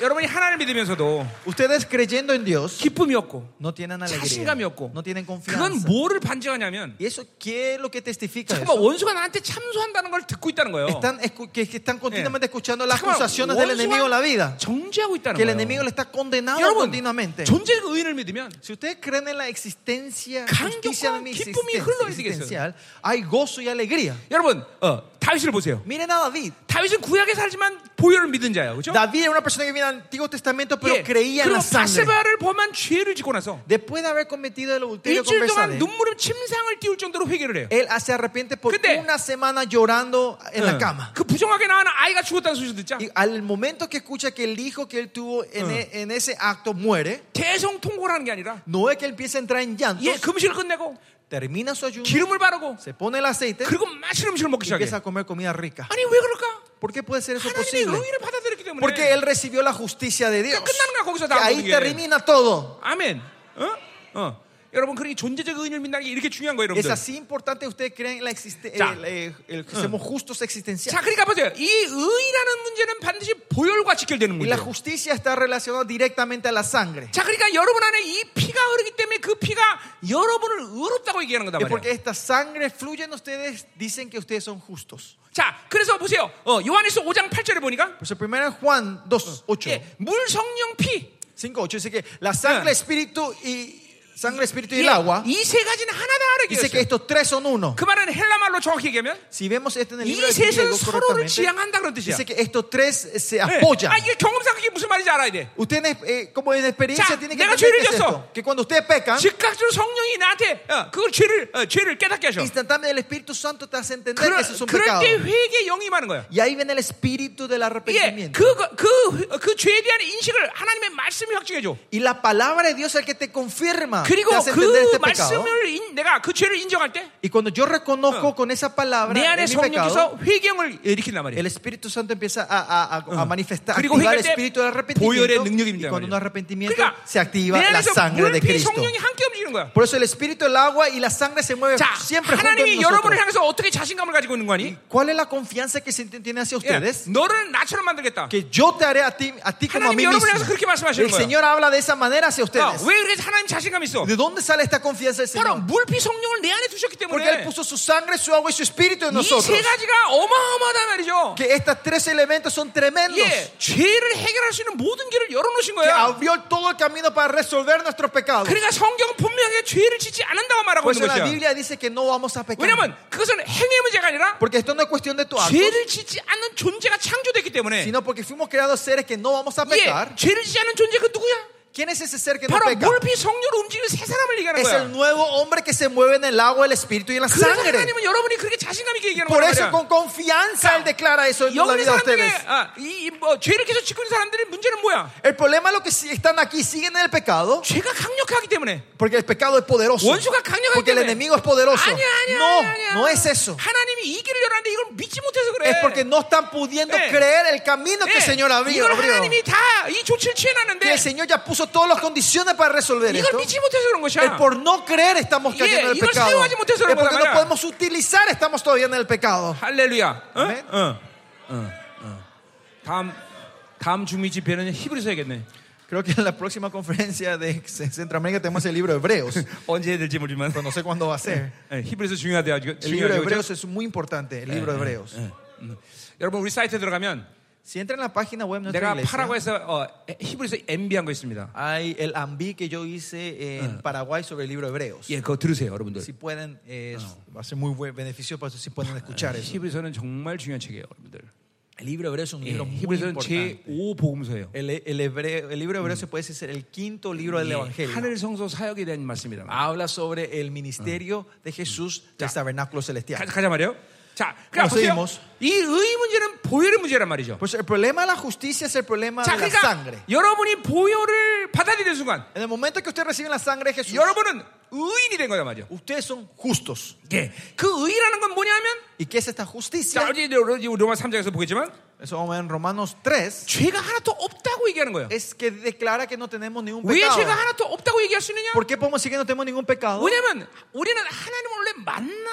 여러분이 하나님을 믿으면서도
Ustedes creyendo en Dios
기쁨이 없고
no tienen alegría,
자신감이 없고
no tienen
그건
confianza.
뭐를 반증하냐면
¿Y eso qué es lo que testifica?
잠깐만
Eso?
원수가 나한테 참소한다는 걸 듣고 있다는 거예요.
Están, escu- que, que están continuamente escuchando las
잠깐만,
acusaciones del enemigo en la vida.
정죄하고 있다는
Que el
거예요.
enemigo le está condenando
여러분
continuamente.
존재 의인을 믿으면
Si ustedes creen en la existencia,
강력한
justicia de mi
기쁨이
existencia,
흘러야
existencial, hay gozo y alegría.
여러분 어, 다윗을 보세요.
Miren a David.
다윗은 구약에 살지만 보혈을 믿은 자예요, 그렇죠? 예.
David era una persona que vivía en el Antiguo Testamento, pero creía en
그리고
la sangre.
바세바를 범한 죄를 짓고 나서
Después de haber cometido el adulterio con
일주일 동안
Betsabé,
눈물을 침상을 띄울 정도로 회개를 해요.
él se arrepiente por
근데-
una semana llorando en la
어.
cama.
그 부정하게 나온 아이가 죽었다는 소식 듣자
Y al momento que escucha que el hijo que él tuvo en, e- en ese acto muere,
대성 통곡을 하는 게 아니라
no es que él empiece a entrar en llantos,
예 금식을 끝내고
termina su ayuno,
기름을 바르고
se pone el aceite
그리고 마실 음식을 먹기
y
시작해.
empieza a comer comida rica.
아니 왜 그럴까?
¿Por qué puede ser eso
하나님의
posible?
의를 받아들였기 때문에.
Porque él recibió la justicia de Dios.
그러니까 끝나는 거야 거기서
Que
다.
ahí
모든 게.
termina todo.
아멘. 어? 어. 여러분 그러니 존재적 의인을 믿는 게 이렇게 중요한 거예요,
Es
여러분들.
así importante ustedes creen en la existencia,
자.
el, el- el- que somos justos existenciales.
자, 그러니까 보세요. 이 의라는 문제는 반드시 보혈과 직결되는
Y la
문제예요.
justicia está relacionada directamente a la sangre.
자, 그러니까 여러분 안에 이 피가 흐르기 때문에 그 피가 여러분을 의롭다고 얘기하는 거다
Es
말이에요.
porque esta sangre fluye en ustedes, dicen que ustedes son justos.
자, 그래서 보세요. 어, 요한에서 5장 8절에 보니까
Por eso, primero en Juan 2, 8,
예, 물, 성령, 피.
5, 8, dice que la sangre,
Ah.
espíritu y sangre, espíritu y el agua,
예, 이 세 가지는 하나다
dice que
이렇게
estos tres son uno.
그 말은 헬라말로 정확히 얘기하면
Si vemos esto en el
이
libro de
셋은
griego
서로를
correctamente,
지향한다 그런 뜻이야.
dice que estos tres eh, se
예.
apoyan.
아, 이게 경험상 그게 무슨 말인지 알아야 돼.
Ustedes, eh, como en experiencia,
자,
tienen que
내가
entender
죄를
que, es
졌어.
esto. que cuando ustedes pecan,
즉각적으로 성령이 나한테 어, 그걸 죄를 어, 죄를 깨닫게 하셔.
instantáneamente el Espíritu Santo te hace entender
그럴,
que eso es un
그럴
pecado.
때 회개 영임하는 거야.
Y ahí viene el espíritu del
예,
arrepentimiento.
그그 그, 그 죄에 대한 인식을 하나님의 말씀이 확증해 줘.
Y la palabra de Dios es el que te confirma,
그리고
te hace entender
그
este pecado.
말씀을 인- 내가 그 죄를 인정할 때 내
Y cuando yo reconozco con esa palabra de
안에
mi pecado,
성령께서 회개형을 일으킨단 말이에요.
el Espíritu Santo empieza a, a- a- a manifestar,
그리고
activar el
회개할 때
espíritu del
보혈의
arrepentimiento.
능력이
Y
있단
cuando un
말이에요.
arrepentimiento
그러니까
se activa
내
la
안에서
sangre de
물피,
Cristo.
성령이 함께 움직이는 거야.
Por eso el espíritu, el agua y la sangre se mueven
자,
siempre junto en
하나님이
nosotros.
여러분을 향해서 어떻게 자신감을 가지고 있는 거 아니?
¿Cuál es la confianza que se tiene hacia
예,
ustedes?
너를 나처럼 만들겠다.
Que yo te haré a ti, a ti como a
하나님이
mí mismo.
여러분을 향해서 그렇게 말씀하시는
El
거예요.
Señor habla de esa manera hacia
아,
ustedes.
왜 그렇게 하나님 자신감 있어?
¿De dónde sale esta confianza del
바로
Señor?
물피 성령을 내 안에 두셨기
Porque Él
때문에
puso su sangre, su agua y su espíritu en
이
nosotros.
세 가지가 어마어마하단 말이죠.
Que estos tres elementos son tremendos.
예, 죄를 해결할 수 있는 모든 길을 열어놓으신
Que
거예요.
abrió todo el camino para resolver nuestros pecados.
그러니까 성경은 분명히 죄를 짓지 않는다고 말하고
Por eso
있는
la
것이야.
Biblia dice que no vamos a pecar.
왜냐면 그것은 행위 문제가 아니라
Porque esto no es cuestión de tu acto,
죄를 짓지 않는 존재가 창조됐기 때문에
sino porque fuimos creados seres que no vamos a
예,
pecar.
죄를 짓지 않는 존재 그 누구야?
¿Quién es ese ser que no
바로
peca?
물피 성령으로 움직이는 세 사람을 얘기하는
Es el
거야.
nuevo hombre que se mueve en el agua, el espíritu y en la
그래서
sangre.
하나님은 여러분이 그렇게 자신감 있게 얘기하는
Por eso
거야.
con confianza Él declara eso en la
영의
vida de
사람들의
ustedes.
아, 이, 이 뭐, 죄를 계속 짓고 있는 사람들의 문제는 뭐야?
El problema es lo que si están aquí siguen en el pecado,
죄가 강력하기 때문에
porque el pecado es poderoso.
원수가 강력하기
Porque el
때문에
enemigo es poderoso.
아니야 아니야
No,
아니야,
no es
아니야.
eso.
하나님이 이 길을 열었는데 이걸 믿지 못해서 그래.
Es porque no están pudiendo
Eh.
creer el camino que el
예,
Señor abrió.
이걸
abrió.
하나님이 다 이 조치를 취해놨는데
Que el Señor ya puso todas las condiciones para resolver
이걸
esto.
믿지 못해서 그런 것이야.
El por no creer estamos
예,
cayendo en el
이걸
pecado.
사용하지 못해서 그런
Es porque
거다,
no podemos utilizar, estamos todavía en el pecado.
할렐루야. 어?
아멘.
어, 어, 어. 다음 다음 중미 집회는 히브리서 해야겠네.
Creo que en la próxima conferencia de Centroamérica tenemos el libro de Hebreos.
언제 해야 될지 모르지만
No sé cuándo va a ser.
어, 예, 히브리서 중요하대요. 지금
El libro de
중요하죠.
Hebreos es muy importante, el libro de Hebreos.
음. 여러분 우리 사이트에 들어가면
Si entra en la página web de nuestra
내가
iglesia,
파라과에서 어, 히브리서 MB 한 거 있습니다.
hay el ambi que yo hice en Paraguay sobre el libro de Hebreos.
예, 그거 들으세요, 여러분들.
Si pueden, eh, va a ser muy buen beneficio para eso si pueden escuchar eso.
히브리서는 정말 중요한 책이에요, 여러분들.
El libro de Hebreos es un
예,
libro muy
히브리서는
importante.
제5 복음서예요.
El, el hebreo- el libro de Hebreos se puede decir ser el quinto libro del
예,
Evangelio.
하늘 성소 사역에 대한 말씀입니다.
Habla sobre el ministerio de Jesús del tabernáculo
가,
celestial.
아, 가자 말이요. 자,
그럼
그러니까 보세요.
seguimos.
이 의의 문제는 보혈의 문제란 말이죠.
Pues el problema de la justicia es el problema
자,
de la sangre.
그러니까 여러분이 보혈을 받아들이는 순간
En el momento que ustedes reciben la sangre de Jesús,
여러분은 의인이 된 거란 말이죠.
ustedes son justos.
예. 그 의라는 건 뭐냐면
¿Y qué es esta justicia?
자, 어제 로- 로- 로마 3장에서 보겠지만
Eso vamos a ver en Romanos 3.
죄가 하나도 없다고 얘기하는 거예요. 예.
Es que declara que no tenemos ningún
왜
pecado.
죄가 하나도 없다고 얘기할 수 있느냐?
¿Por qué podemos decir que no tenemos ningún pecado?
왜냐면 우리는 하나님 원래 만나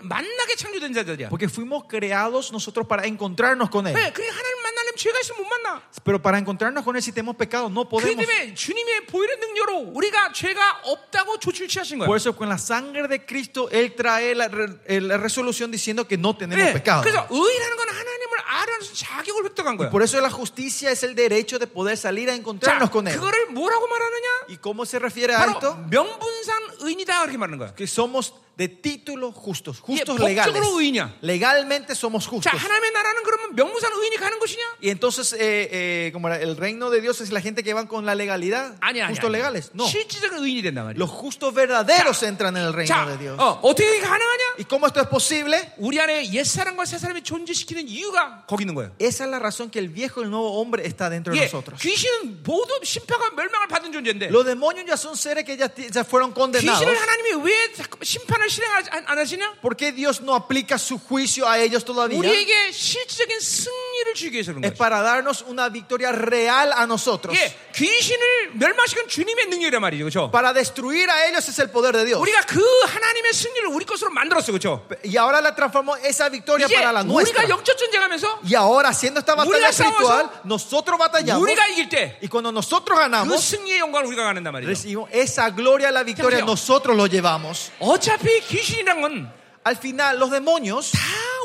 만나게 창조된 자들이야.
Porque fuimos creados nosotros para encontrarnos con Él.
네, 그러니까 하나님 만나려면 죄가 있으면 못 만나.
Pero para encontrarnos con Él si tenemos pecado no
그렇기
podemos.
때문에 주님의 보혈의 능력으로 우리가 죄가 없다고 조치를 취하신 거예요.
Por eso con la sangre de Cristo Él trae la, re- eh, la resolución diciendo que no tenemos
네,
pecado.
그래서 의라는 건 하나님을 알아는 자격을 획득한 거야.
Por eso la justicia es el derecho de poder salir a
자,
encontrarnos con Él.
그거를 뭐라고 말하느냐?
¿Y cómo se refiere a
바로
esto?
명분상 의인이다 그렇게 말하는 거야.
Que somos de título justos, justos
이게
legales.
법적으로 의인이야.
Legalmente somos justos.
자, 하나님의 나라는 그러면 명분상 의인이 가는 것이냐?
Y entonces, eh, eh, como era, el reino de Dios es la gente que van con la legalidad,
아니야, 아니야.
justos legales. No,
실질적인 의인이 된단 말이야.
los justos verdaderos entran en el reino
자,
de Dios.
어, 어떻게 이게 가능하냐?
¿Y cómo esto es posible?
우리 안에 옛사람과 새사람이 존재시키는 이유가 거기 있는 거예요.
Esa es la razón que el viejo y el nuevo hombre está dentro de
예,
nosotros.
귀신은 모두 심판과 멸망을 받은 존재인데
Los demonios ya son seres que ya, ti- ya fueron condenados.
귀신을 네, 하나님이 어? 왜 자꾸 심판을 실행하지 안, 안 하시냐?
¿Por qué Dios no aplica su juicio a ellos todavía?
우리에게 실질적인 승리를 주기 위해서 그런
Es
거죠.
para darnos una victoria real a nosotros.
예, 귀신을 멸망시킨 주님의 능력이란 말이죠, 그렇죠?
Para destruir a ellos es el poder de Dios.
우리가 그 하나님의 승리를 우리 것으로 만들었어, 그렇죠?
Y ahora la transformó esa victoria
이제
para la nuestra.
우리가 영적 전쟁하면서
Y ahora, haciendo esta batalla
Uriga 싸워서
espiritual, nosotros batallamos.
우리가 이길 때 그
Y cuando nosotros
뭐?
ganamos,
승리의 영광을 우리가 가는단 말이죠.
recibimos esa gloria, la victoria,
Dios.
nosotros lo llevamos.
어차피 귀신이란 건 다
Al final, los demonios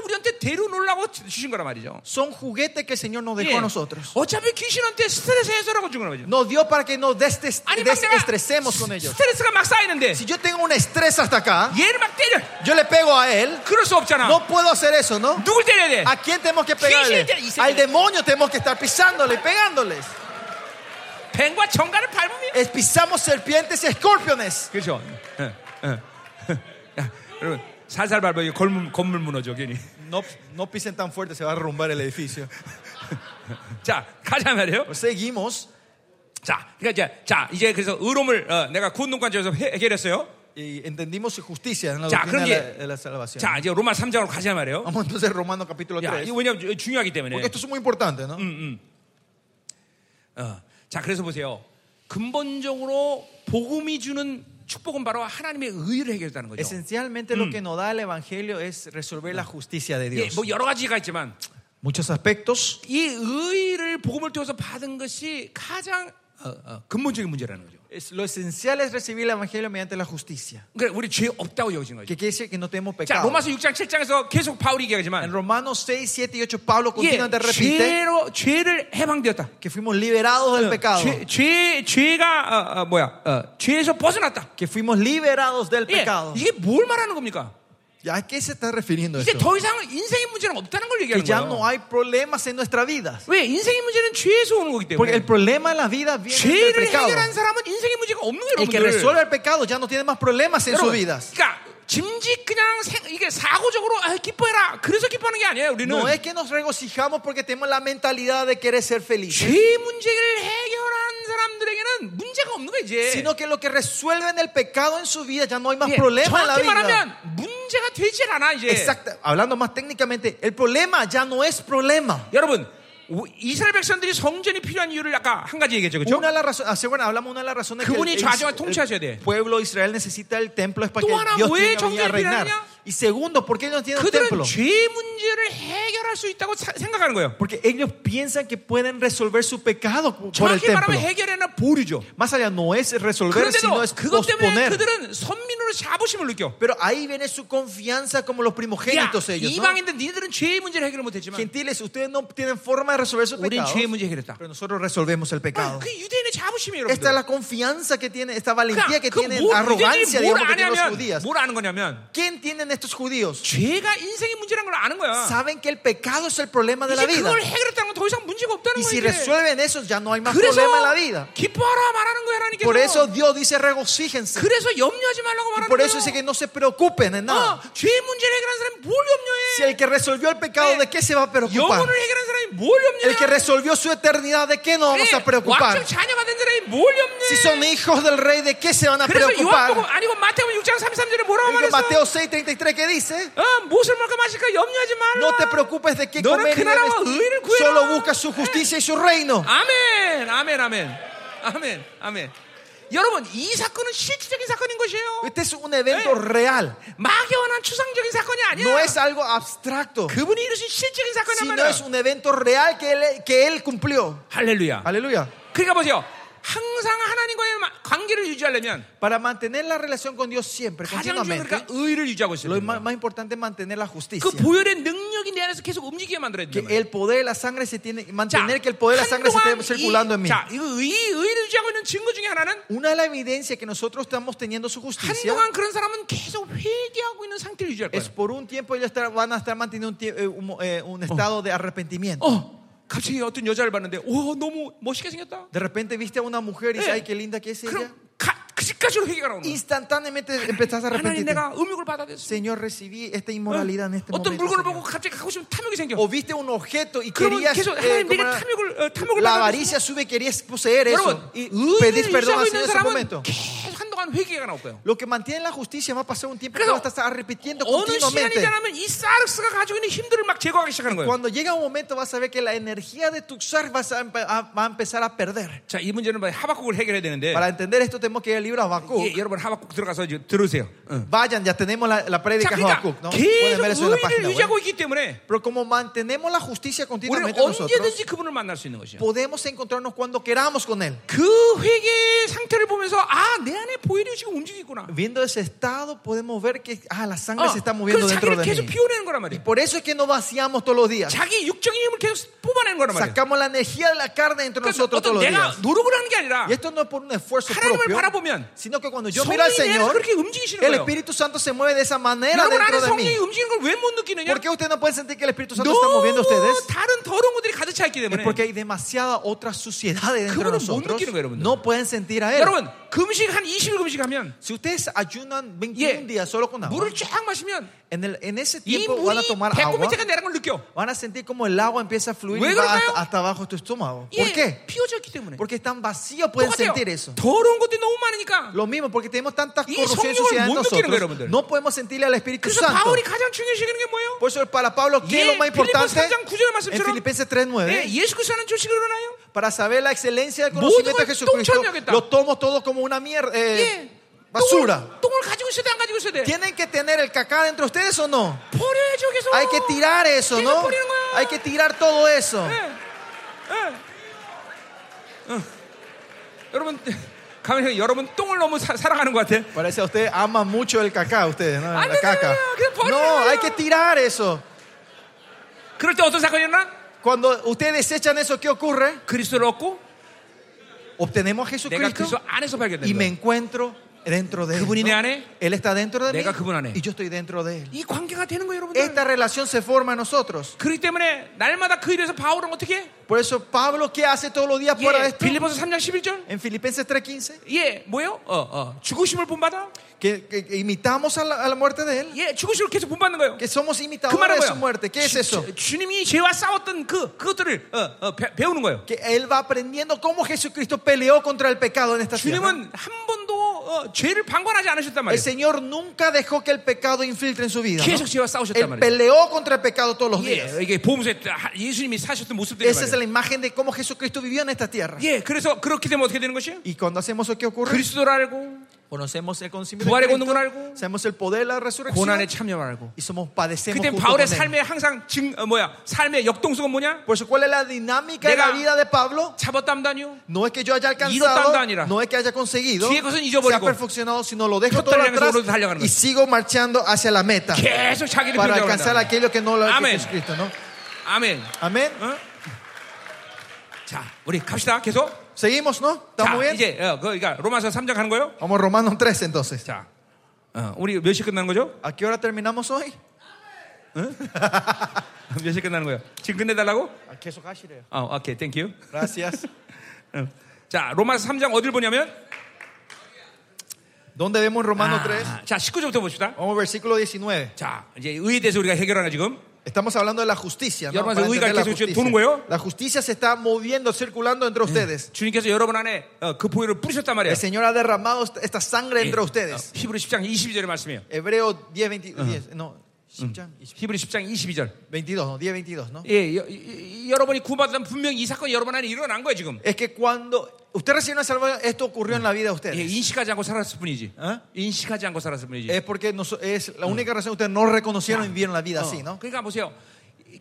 우리한테 데려놓으려고 주신 거란 말이죠.
son juguetes que el Señor nos dejó
예.
a nosotros.
어차피 귀신한테 스트레스 해소라고 준 거란 말이죠.
Nos dio para que nos destes-
아니 막 내가
desestresemos con ellos.
스트레스가 막 쌓이는데
Si yo tengo un estrés hasta acá,
얘를 막 때려.
yo le pego a él,
그럴 수 없잖아.
no puedo hacer eso, ¿no?
누굴 때려야 돼?
¿A quién tenemos que
Sí,
pegarle?
sí, sí, sí.
Al demonio tenemos que estar pisándole y pegándoles.
뱀과 정갈을 밟으면.
Es- pisamos serpientes y escorpiones.
그렇죠. 예, 예. 야, 여러분 살살 밟아요. 건물 건물 무너져 괜히.
No, no pisen tan fuerte, se va a derrumbar el edificio.
자 가자 말이에요.
Seguimos.
자 그러니까 이제 자 이제 그래서 의로움을 어, 내가 구운 눈관절에서 해- 해결했어요.
Y entendimos justicia en la
Ya,
doctrina
그럼
de la,
이제-
de la salvación.
자 이제 로마 3장으로 가자 말이에요.
Vamos entonces a Romanos capítulo
야,
3.
이거 왜냐면 중요하기 때문에.
Porque esto es muy importante, ¿no?
어, 자 그래서 보세요. 근본적으로 복음이 주는 축복은 바로 하나님의 의를 해결했다는
Pues
거죠.
Esencialmente lo que nos da el Evangelio es resolver la justicia de
예,
Dios.
뭐 여러 가지가 있지만
Muchos aspectos.
이 의를 복음을 통해서 받은 것이 가장 어, 어, 근본적인 문제라는 거죠.
Es- lo esencial es recibir el Evangelio mediante la justicia.
그러니까 우리 죄 없다고 여긴 거죠.
Que quiere decir que no tenemos
자,
pecado.
로마서 6장 7장에서 계속 바울이
En
얘기하지만
Romanos 6, 7 y 8 Pablo
예,
continuamente repite
죄로 죄를 해방되었다.
que fuimos liberados del pecado.
죄, 죄 죄가 어, 어, 뭐야? 어, 죄에서 벗어났다.
Que fuimos liberados del
예,
pecado.
이게 뭘 말하는 겁니까?
¿A qué se está refiriendo
이제
esto?
더 이상 인생의 문제는 없다는 걸
Que
얘기하는
ya
거예요.
no hay problemas en nuestra vida.
왜 인생의 문제는 죄에서 오는 거기
Porque el
때문에
problema de la vida viene del
죄를
pecado.
해결한 사람은 인생의 문제가 없는 거예요,
El que
여러분들.
resuelve el pecado ya no tiene más problemas en sus
여러분,
vidas.
그러니까 짐짓 그냥 생- 이게 사고적으로 아, 기뻐해라. 그래서 기뻐하는 게 아니에요. 우리는
No es que nos regocijamos porque tenemos la mentalidad de querer ser felices,
죄 문제를 해결한 사람들에게는 문제가 없는 거예요, 이제.
sino que lo que resuelven el pecado en su vida ya no hay más
예,
problemas en la
정확히
vida.
말하면 문제가 되질 않아, 이제.
Exacto. Hablando más técnicamente, el problema ya no es problema.
여러분, 오- 이스라엘 백성들이 성전이 필요한 이유를 아까 한 가지 얘기했죠. 그렇죠?
Una de las razones, hace- bueno, hablamos una de las razones que el,
그분이
el-
좌정을
el
통치하셔야 돼.
pueblo de Israel necesita el templo es para
또
que
하나,
Dios
왜
tenga venir a
정결이
reinar.
필요하냐?
Y segundo, ¿por qué no tienen un
그들은
templo?
죄 문제를 해결할 수 있다고 사- 생각하는 거예요.
Porque ellos piensan que pueden resolver su pecado por el
정확히
templo.
말하면 해결해는 보류죠.
Más allá no es resolver, sino
그런데도
es
그것 때문에
posponer.
그들은 선민으로 자부심을 느껴.
Pero ahí viene su confianza como los
야,
primogénitos ellos. ¿no?
이방인들 니들은 죄의 문제를 해결을 못했지만
Gentiles, ustedes no tienen forma de resolver su
우린
pecado.
죄의 문제 해결했다.
Pero nosotros resolvemos el
아,
pecado.
그러니까. 그 유대인의 자부심이에요,
Esta es
여러분.
la confianza que tiene, esta valentía que
그러니까
tienen,
그뭘
arrogancia,
유대인이 뭘
digamos, que tienen los
아냐면
judías.
뭘 아는 거냐면
¿Quién tienen estos judíos? Ah.
죄가 인생의 문제라는 걸 아는 거야.
Saben que el pecado es el problema de la
이제
vida.
그걸 해결했다는 건 더 이상 문제가 없다는
Y si
거야. 이제.
resuelven eso, ya no hay más problema en la
그래서
vida.
기뻐하라 말하는 거야,
Por eso
하나님께서.
Dios dice regocíjense.
그래서 염려하지 말라고
Y
말하는
por eso dice
거야.
que no Ah. se preocupen en nada.
어, 죄의 문제를 해결한 사람이 뭘
Si
염려해?
el que resolvió el pecado, ¿de qué se va a preocupar?
영혼을 해결한 사람이
El
뭘
que
염려해? 예,
resolvió su eternidad, ¿de qué nos vamos a preocupar?
왕정 자녀가 된 사람이 뭘 염려해?
Si son hijos del rey, ¿de qué se van a
그래서 요한복음
preocupar?
아니고 마태복음 6장 33절에 뭐라고
Porque
말했어?
Mateo 6:33 que dice,
어, 무엇을 먹을까 마실까 염려하지 말라.
no te preocupes de qué
No, no,
comer, y
que nada,
de vestir,
oír, cuidar. Ah.
solo busca su justicia y su reino.
아멘, 아멘, 아멘, 아멘, 아멘. 여러분 이 사건은 실질적인 사건인 것이에요.
Este es un
Eh.
evento real.
막연한 추상적인 사건이 아니야.
No es algo abstracto,
그분이 이루신 실질적인 사건이란
sino
말이야.
es un evento real que él, que él cumplió.
할렐루야.
Aleluya.
그러니까 보세요. 항상 하나님과의 마- 관계를 유지하려면
Para mantener la relación con Dios siempre,
가장 중요한
continuamente,
그러니까 의를 유지하고 있어요.
lo más, más importante es mantener la justicia.
그 보혈의 능력이 내 안에서 계속 움직이게 만들어야
Que
돼.
el poder de la sangre se tiene, mantener que el poder de la sangre se esté circulando en mí.
자, 이거 의, 의를 유지하고 있는 증거 중에 하나는
Una de las evidencias que nosotros estamos teniendo su justicia
한동안 그런 사람은 계속 회개하고 있는 상태를 유지할 거야.
es por un tiempo ellos estar- van a estar manteniendo un, tie- eh, un mo- eh, un estado de
Oh.
arrepentimiento.
어, 갑자기 어떤 여자를 봤는데, 오, 너무 멋있게 생겼다.
De repente viste a una mujer y dices,
Eh.
ay, qué linda que es ella.
그럼 가, 그까지로 회개가 나오는 거야.
Instantáneamente empezás a
하나님
arrepentirte.
내가 음욕을 받아들였어.
Señor, recibí esta
어,
inmoralidad en este
어떤
momento.
물건을
Señor.
보고 갑자기 갖고 싶은 탐욕이 생겨.
O viste un objeto y
어, 그러면
querías.
계속
eh,
하나님
¿cómo
내게
era?
탐욕을 어, 탐욕을
la
받아들였어.
avaricia sube y querías poseer
여러분,
eso. Y
이 의를
pedís perdón
유지하고
al Señor
있는
en ese
사람은
momento.
계속 한동안 회개가 나올 거예요.
Lo que mantiene la justicia va a pasar un tiempo que
그래서
vas a estar arrepintiendo
어느 시간이
continuamente.
지나면 이 사르스가 가지고 있는 힘들을 막 제거하기 시작하는 거예요.
Cuando llega un momento vas a ver que la energía de Tuxar vas a empe- a- va a empezar a perder.
자, 이 문제는 뭐 하박국을 해결해야
*laughs*
되는데
Para entender esto tenemos que ir al libro de Habacuc.
예, 여러분 하박국 들어가서 이제 들으세요. 응.
Vayan, ya tenemos la, la
자,
prédica de
그러니까
Habacuc. ¿no? Pueden ver eso en
계속
la
의를
página web.
유지하고 있기 때문에
Pero como mantenemos la justicia
우리는
continuamente nosotros,
언제든지 그분을 만날 수 있는 것이에요.
podemos encontrarnos cuando queramos con Él.
그 회개의 상태를 보면서 아, 내 안에 보혈이 지금 움직이구나.
Viendo ese estado, podemos ver que ah, la sangre
어,
se está moviendo
그래서
dentro
자기를
de
계속
mí.
비워내는 거란 말이에요.
Por eso es que no vaciamos todos los días.
자기 육적인 힘을 계속 뽑아내는 거란 말이에요.
Sacamos la energía de la carne dentro de
그러니까
nosotros
어떤
todos los
내가
días.
노력을 하는 게 아니라
Y esto no es por un esfuerzo
하나님을
propio,
바라보면
sino que cuando yo miro al
성령이 내 안에서
Señor,
그렇게 움직이시는
el
거예요.
Espíritu Santo se mueve de esa manera
여러분 안에
dentro de mí.
성령이 움직이는 걸 왜 못 느끼느냐?
¿Por qué ustedes no pueden sentir que el Espíritu Santo está moviendo a
너무
ustedes?
다른 더러운 것들이 예, 가득 차 있기
Es
때문에
porque hay demasiada otra suciedad dentro de
그분은 못
nosotros.
느끼는 거예요, 여러분들.
No pueden sentir a Él.
여러분 금식 한 20일 금식하면
Si ustedes ayunan
예.
21 días solo con agua,
물을 쫙 마시면
en, el- en ese
이
tiempo van a
물이
tomar
배꼽
agua,
밑에가 내려간 걸 느껴
van a sentir como el agua empieza a fluir
¿왜
y va
그럴까요?
hasta, hasta abajo de tu estómago. ¿Por
예,
qué?
비워졌기 때문에
Porque están vacíos, pueden
똑같아요
sentir eso.
더러운 것들이 너무 많으니까
Lo mismo, porque tenemos tantas
이
corrupciones y
성령을
suciedad en
못 느끼는 거예요,
nosotros.
여러분들.
No podemos sentirle al Espíritu
그래서
Santo.
바울이 가장 중요시 여기는 게 뭐예요?
Por eso, para Pablo, ¿qué es
예,
lo más
필리포스
importante?
3장 9절의
En
말씀처럼
Filipenses
예,
3.9
예수 그리스도는 조식을 일어나요
para saber la excelencia del conocimiento de
모든 걸
Jesucristo,
똥처럼
lo tomo todo como una mierda, eh,
예,
basura.
똥을, 똥을 가지고 있어야 돼안 가지고 있어야 돼
¿Tienen que tener el cacá dentro de ustedes o no?
버려야죠 계속
Hay que tirar eso,
계속
¿no?
버리는 거야
Hay que tirar todo eso.
예. 예. 어. 여러분 가만히 여러분 똥을 너무 사, 사랑하는 것 같아.
Parece a usted ama mucho el cacá, ustedes, ¿no?
¡Ay,
La
no,
caca.
no, no, no, que
No,
ponen,
hay
no.
que tirar eso.
그럴 때 어떤 사건이 일어나?
Cuando ustedes desechan eso, ¿qué ocurre?
그리스도를 얻고
Obtenemos a
내가 그리스도
Jesucristo
안에서
y
발견된다.
me encuentro dentro de él.
그분이 내
¿no?
안에,
Él está dentro de
내가 그분
mí
안에.
y yo estoy dentro de él.
이 관계가 되는 거예요, 여러분들.
Esta relación se forma en nosotros.
그렇기 때문에 날마다 그 일에서 바울은 어떻게? 해?
Por eso Pablo, ¿qué hace todos los días fuera de
예,
esto?
빌리보서 3장 11절.
En Filipenses 3:15,
예, 뭐요? 어, 어, 죽으심을 본받아.
que, que- que imitamos a la, a la muerte de él,
예, 죽으심을 계속 본받는 거예요.
que somos
그 말은
imitadores de su
뭐예요?
muerte. ¿Qué es eso?
주- 주님이 죄와 싸웠던 그 그것들을 어, 어, 배, 배우는 거예요.
Que él va aprendiendo cómo Jesucristo peleó contra el pecado en esta tierra.
주님은 한 번도 어, 죄를 방관하지 않으셨단
El
말이에요.
Señor nunca dejó que el pecado infiltre en su vida. ¿no?
계속 죄와 싸우셨단
Él
말이에요.
peleó contra el pecado todos los días.
예, 이게 보험에 예수님이 사셨던 모습들이
Esa
말이에요.
es la imagen de cómo Jesucristo vivió en esta tierra.
예, 그래서 그렇게 되면 어떻게 되는 것이에요?
Y cuando hacemos eso, ¿qué ocurre?
그리스도를 알고
Conocemos el conocimiento
부활의
de
권능을
Cristo,
알고
sabemos el poder de la
고난에
resurrección
참여를 알고
y somos padecemos
그때
junto con él.
바울의 삶에 항상 증, 어, 뭐야 삶의 역동성은 뭐냐?
Por eso, Pues, ¿cuál es la dinámica de la
내가-
vida de Pablo?
잡았담다니요
No es que yo haya
이뤘다는 게
alcanzado,
아니라
no es que haya conseguido,
뒤에
se
것은
ha
잊어버리고
perfeccionado, sino lo dejo
첫
todo
달량에서
atrás
오른쪽 달려가는
y
거예요.
sigo marchando hacia la
아,
meta
계속 자기를
para
비우려고
alcanzar
한다
aquello que no lo que
Amén.
Jesucristo, ¿no?
아멘
Amén.
어? 자 우리 갑시다 계속
Seguimos, ¿no?
자
¿Estamos bien?
이제 어, 그, 그러니까 로마서 3장 가는 거예요
Vamos a Romanos 3 entonces.
자 어, 우리 몇 시에 끝나는 거죠? *laughs*
¿A qué hora terminamos hoy?
몇 시에 끝나는 거예요? 지금 끝내달라고?
A 계속 하시래요.
어, 오케이 땡큐
Gracias.
어. 자 로마서 3장 어딜 보냐면
¿Dónde vemos Romanos 3?
아, 자 19절부터 봅시다
Vamos al versículo 19.
자 이제 의에 대해서 우리가 해결하나 지금
Estamos hablando de la justicia, ¿no?
여러분,
Para
의가
entender la,
계속 도는 거예요?
justicia. la justicia se está moviendo, circulando entre ustedes.
주님께서 여러분 안에 어, 그 보혈을 뿌리셨단 말이에요
El Señor ha derramado esta sangre
예,
entre
어,
ustedes.
히브리 10장 22절의 말씀이에요
Hebreo 10, 20, 10, no, 10장, 20,
히브리 10장 22절.
22, ¿no? 10, 22, ¿no?
예, 여, 이- 이- 여러분이 구원받으면 분명 이 사건이 여러분 안에 일어난 거예요, 지금.
Es que cuando usted recibió una salvación, esto ocurrió en la vida de
예,
ustedes.
인식하지 않고 살았을 뿐이지. 어?
¿Eh?
인식하지 않고 살았을 뿐이지.
Es porque nos- es la única razón que ustedes no reconocieron y vivieron la vida
어,
así, ¿no?
그러니까 보세요.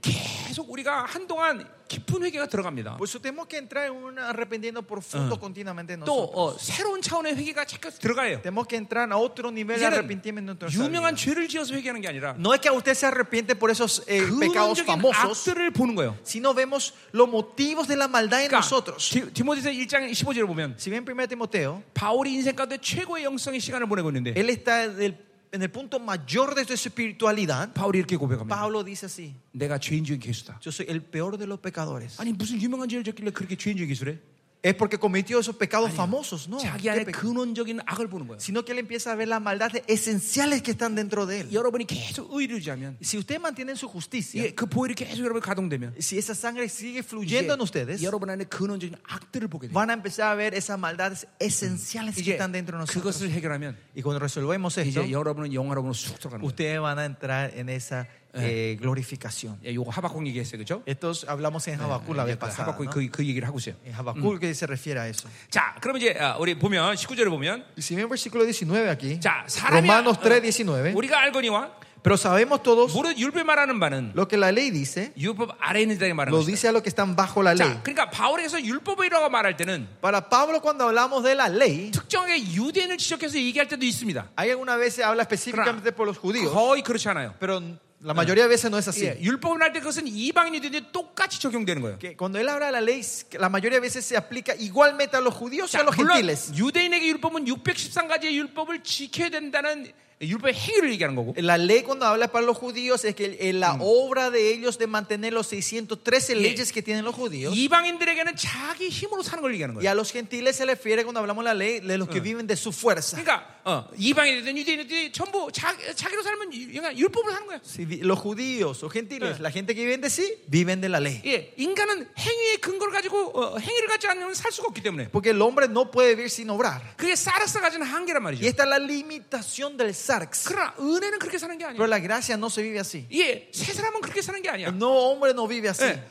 계속 우리가 한동안 깊은 회개가 들어갑니다.
Por eso Pues tenemos que entrar en un arrepentiendo profundo continuamente
또
nosotros.
어, 새로운 차원의 회개가 자꾸 들어가요.
Tenemos que entrar a otro nivel de
이제는 네,
arrepentimiento en nuestra
유명한
vida.
죄를 지어서 회개하는 게 아니라
No es que usted se arrepiente por esos
네,
eh, pecados
근원적인
famosos,
악들을 보는 거예요.
sino vemos los motivos de la maldad en
그러니까
nosotros.
디- 디모데서 1장 15절을 보면
Si bien 1 Timoteo,
바울이 인생 가운데 최고의 영성의 시간을 보내고 있는데
él está del- en el punto mayor de su espiritualidad.
바울이 이렇게 고백합니다.
Pablo dice así:
내가 죄인 중에 개수다.
Yo soy el peor de los pecadores.
아니 무슨 유명한 죄를 졌길래 그렇게 죄인 중에 개수래?
Es porque cometió esos pecados famosos, ¿no?
자기
¿Qué
안에
pecado?
근원적인 악을 보는 거예요.
Sino que él empieza a ver las maldades esenciales que están dentro de él.
여러분이 계속 의를 유지하면
Si ustedes 만tienen su justicia,
예, 그 보혈이 계속 여러분 가동되면
si esa sangre sigue
이제
fluyendo en ustedes,
여러분 안에 근원적인 악들을 보게 돼요.
van a empezar a ver esas maldades esenciales que
이제
están dentro de nosotros.
그것을 해결하면
Y cuando resolvemos esto,
이제 여러분은 영화로부로 쑥 들어가는 거예요.
ustedes van a entrar en esa eh, glorificación.
예, 요거 하박국 얘기했어요, 그렇죠?
Estos hablamos en Habacuc la vez pasada.
하박국
¿no?
그, 그 얘기를 하고 있어요.
En Habacuc que se refiere a eso.
자, 그럼 이제 아, 우리 보면 19절을 보면
Y si ven versículo 19 aquí,
자, 사람이
Romanos
아-
3,
어,
19,
우리가 알거니와
pero sabemos todos
무릇 율법 말하는 바는
lo que la ley dice,
율법 아래 있는 자에게 말하는
lo
것이다.
dice a los que están bajo la ley.
자, 그러니까 바울에서 율법이라고 말할 때는
Para Pablo, cuando hablamos de la ley,
특정하게 유대인을 지적해서 얘기할 때도 있습니다.
hay algunas veces habla específicamente por los judíos,
거의 그렇지 않아요.
pero la mayoría de veces no es así.
예, 율법을 할 때 그것은 이방인 유대인이 똑같이 적용되는 거예요.
Que cuando él habla de la ley, la mayoría de veces se aplica igualmente a los judíos y a los
물론
gentiles.
유대인에게 율법은 613가지의 율법을 지켜야 된다는 율법의 행위를 얘기하는 거고
La ley cuando habla para los judíos es que en la obra de ellos de mantener los 613 leyes que tienen los judíos.
이방인들에게는 자기 힘으로 사는 걸 얘기하는
Y
거예요.
a los gentiles se refiere cuando hablamos de la ley de los que viven de su fuerza.
그러니까 어, 이방인들은 유대인들이 전부 자, 자기로 살면 유- 그러니까 율법을 하는 거예요.
Si vi- los judíos o gentiles,
Eh.
la gente que viven de sí, viven de la ley.
예, 인간은 행위의 근거를 가지고 어, 행위를 갖지 않으면 살 수가 없기 때문에
Porque el hombre no puede vivir sin obrar.
그게 사르스 가진 한계란
Y
말이죠.
esta es la limitación del sarx.
그러나 은혜는 그렇게 사는 게 아니에요.
Pero la gracia no se vive así.
예, 새 사람은 그렇게 사는 게 아니야.
El nuevo hombre no vive así.
예,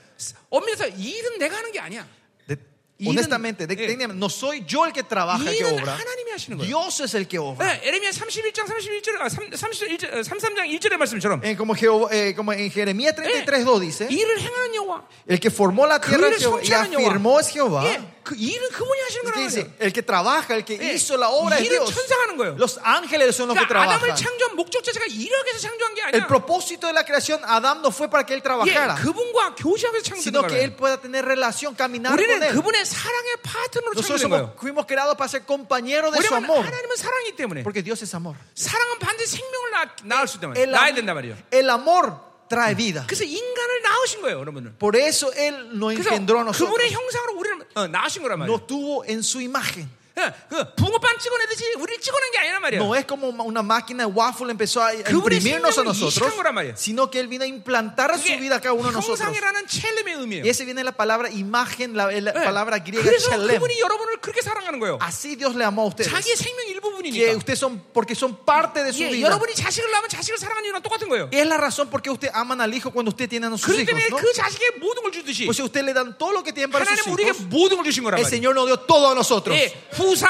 엄밀해서 일은 내가 하는 게 아니야.
De-
Irán-
honestamente, de-
Eh.
técnicamente, no soy yo el que trabaja, el que
일은
obra.
하나님이 하시는 거예요.
Dios es el que obra.
예, 에레미야 31장 31절 아, 3, 31절 33장 1절의 말씀처럼
Eh, como, Jeho- eh, como en Jeremías 33.2 dice,
일을 행하는 여호와
el que formó la
그
tierra es
일을
Jehová, y
성취하는
afirmó es Jehová.
예, 그 일은 그분이
Es
하시는
que
거라는
dice,
거예요.
el que trabaja, el que
Eh.
hizo la obra es
Irán
Dios.
천사하는 거예요.
Los ángeles son los que
그러니까
trabajan.
아담을 창조한 목적 자체가 이렇게 해서 창조한 게
El
아니야.
propósito de la creación, Adán no fue para que él trabajara,
예, 그분과 교제하면서 창조된
sino que
거예요.
él pueda tener relación, caminar con
우리는
él.
그분의 사랑의 파트너로
Nosotros
창조된
somos-
거예요.
fuimos creados para ser compañeros de su
왜냐면
amor,
하나님은 사랑이기 때문에
porque Dios es amor.
사랑은 반드시 생명을 낳, 낳을 수 있단 말이에요.
El, am-
낳아야 된단 말이에요.
el amor trae vida.
그래서 인간을 낳으신 거예요, 여러분은.
Por eso Él nos
그래서
engendró a nosotros.
그분의 형상으로 우리를 어, 낳으신 거란 말이에요.
Nos tuvo en su imagen.
예, 그 붕어빵 찍어내듯이 우리를 찍어낸 게 아니란 말이에요.
No es como una máquina de waffle empezó a imprimirnos a
생명을
nosotros,
이식한 거란 말이에요.
sino que Él vino a implantar a su vida a cada uno de nosotros.
형상이라는 첼렘의 의미예요.
Y ese viene la palabra imagen, la, la
예.
palabra griega
그래서
chalem.
그분이 여러분을 그렇게 사랑하는 거예요.
Así Dios le amó a ustedes.
자기의 생명 일부분이니까.
que ustedes son porque son parte de su
예,
vida.
여러분이 자식을 낳으면 자식을 사랑하는 이유랑 똑같은 거예요.
Es la razón por qué ustedes aman al hijo cuando ustedes tienen a sus
그렇기
hijos.
때문에
¿no?
그 자식의 모든 걸 주듯이
Pues si ustedes le dan todo lo que tienen para sus
하나님 우리에게
hijos,
모든 걸 주신 거란
el
말이에요.
Señor nos dio todo a nosotros.
예, 후상,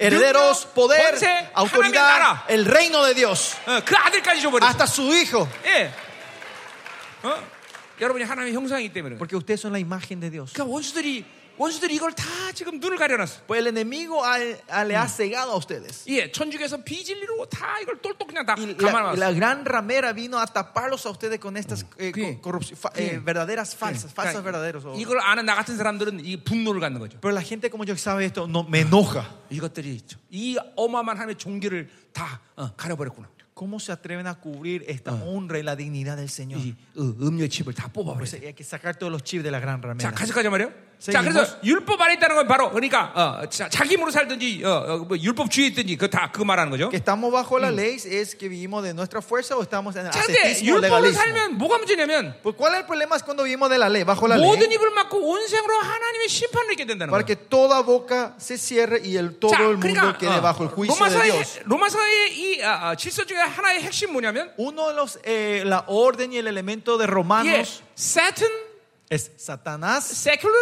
Herederos,
능력,
poder,
권세, 하나님의
autoridad,
나라,
el reino de Dios.
어, 그 아들까지 줘버렸어.
Hasta su hijo.
예, 어? 여러분이 하나님의 형상이기 때문에. 그래요.
Porque ustedes son la imagen de Dios.
그러니까 원수들이 원수들이 이걸 다 지금 눈을 가려놨어.
Pues el enemigo ha- ha- le ha cegado a ustedes.
예, 천주교에서 비진리로 다 이걸 똘똘 그냥 다
Y la,
감아놨어.
la gran ramera vino a taparlos a ustedes con estas eh,
Sí.
co- corrupción- fa-
Sí.
eh, verdaderas falsas, falsas verdaderos.
그러니까 이걸 아는 나 같은 사람들은 이 분노를 갖는 거죠.
Pero la gente como yo que sabe esto no, me enoja.
이것들이 이 어마어마한 하나님의 종기를 다 어, 가려버렸구나.
¿Cómo se atreven a cubrir esta honra y la dignidad del Señor?
이 어, 음료의 칩을 다
Por eso
뽑아버렸어.
hay que sacar todos los chips de la gran
자,
ramera.
가져가자 말이요. 자,
선생님,
그래서 율법 안에 있다는 건 바로 그러니까 어, 자, 자기 힘으로 살든지 어, 어, 뭐 율법 주의에 있든지 그 다 그거 말하는 거죠.
Que estamos bajo la ley es que vivimos de nuestra fuerza o estamos en el
자, 근데
ascetismo o
율법으로
legalismo.
살면 뭐가 문제냐면
Pues, ¿Cuál es el problema es cuando vivimos de la ley, bajo la
모든
ley?
입을 막고 온 생으로 하나님의 심판을 입게 된다는
Para
거예요.
que toda boca se cierre y el, todo
자,
el mundo
그러니까
quede
어,
bajo el juicio de
로마서의
Dios.
로마서의 이 아, 아, 질서 중에 하나의 핵심 뭐냐면
Uno de los, eh, la orden y el elemento de
예,
Romanos
Satan,
es Satanás,
secular,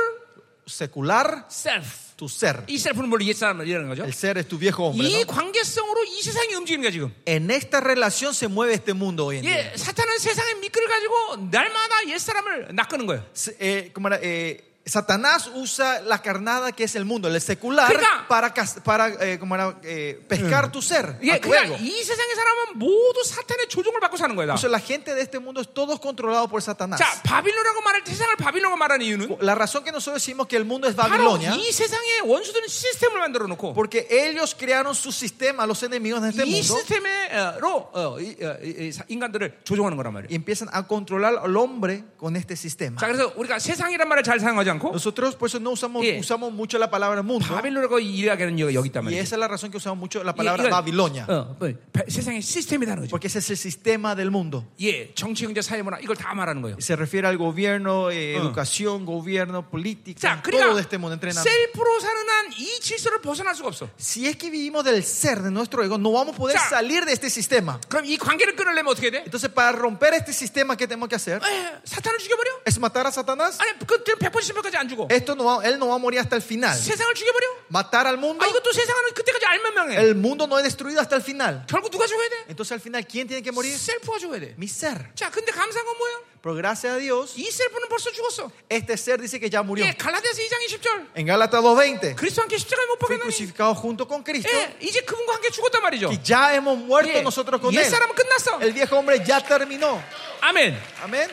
secular,
self.
tu ser.
이 self는 뭘 옛사람이라는 거죠?
El ser es tu viejo hombre.
이
¿no?
관계성으로 이 세상이 움직이는 거야 지금.
En esta relación se mueve este mundo hoy en día.
예, 사탄은 세상의 미끄를 가지고 날마다 옛 사람을 낚는 거예요.
Se- eh, ¿cómo era? Eh, Satanás usa la carnada que es el mundo, el secular,
Claro.
para, cas- para eh, ¿cómo era? Eh, pescar tu ser,
예,
a tu ego.
그러니까 이 세상의 사람은 모두 사탄의 조종을 받고 사는 거예요. 다.
Por eso la gente de este mundo es todos controlados por Satanás.
자, 바빌론이라고 말할 때 세상을 바빌론이라고 말하는 이유는
La razón que nosotros decimos que el mundo es
뭐, 바로
Babilonia,
이 세상의 원수들은 시스템을 만들어 놓고
porque ellos crearon su sistema, los enemigos de este
이
mundo,
시스템으로 어, 이, 어, 이, 이 사- 인간들을 조종하는 거란
y
말이에요.
empiezan a controlar al hombre con este sistema.
자, 그래서 우리가 세상이란 말을 잘 사용하지 않고
Nosotros por eso no usamos,
Yeah.
usamos mucho la palabra mundo,
바빌론이라고 이야기하는 여기, 여기 있단
y
말이에요.
esa es la razón que usamos mucho la
예,
palabra
이건,
Babilonia,
어, 뭐, 바- 세상의 시스템이라는 거죠.
porque ese es el sistema del mundo.
예, 정치, 경제, 사회, 문화 이걸 다 말하는 거예요.
Se refiere al gobierno, eh,
Ah.
educación, gobierno, política,
자,
todo
그러니까
de este mundo, entrenamiento.
셀프로 사는 한 이 질서를 벗어날 수가 없어.
Si es que vivimos del ser, de nuestro ego, no vamos a poder
자.
salir de este sistema.
그럼 이 관계를 끊으려면 어떻게 해야 돼?
Entonces, para romper este sistema, ¿qué tenemos que hacer?
에, 사탄을 죽여버려?
¿Es matar a Satanás?
아니, 그때 100%까지 안 죽어.
Esto no va- él no va a morir hasta el final.
세상을 죽여버려?
Matar al mundo,
아, 이것도 세상은 그때까지 알면 망해.
el mundo no es destruido hasta el final.
결국 누가 죽어야 돼?
Entonces, al final, ¿quién tiene que morir?
셀프가 죽어야 돼.
Mi ser.
자, 근데 감사한 건 뭐야?
Pero gracias a Dios,
이 셀프는 벌써 죽었어.
este ser dice que ya murió.
예, 갈라디아서 2장 20절.
En Gálatas 2.20,
그리스도 함께 십자가에 못
fui
박았나니.
crucificado junto con Cristo
예, 이제 그분과 함께 죽었단 말이죠.
y ya hemos muerto
예,
nosotros con
옛
él.
사람은 끝났어.
El viejo hombre ya terminó.
아멘.
Amén.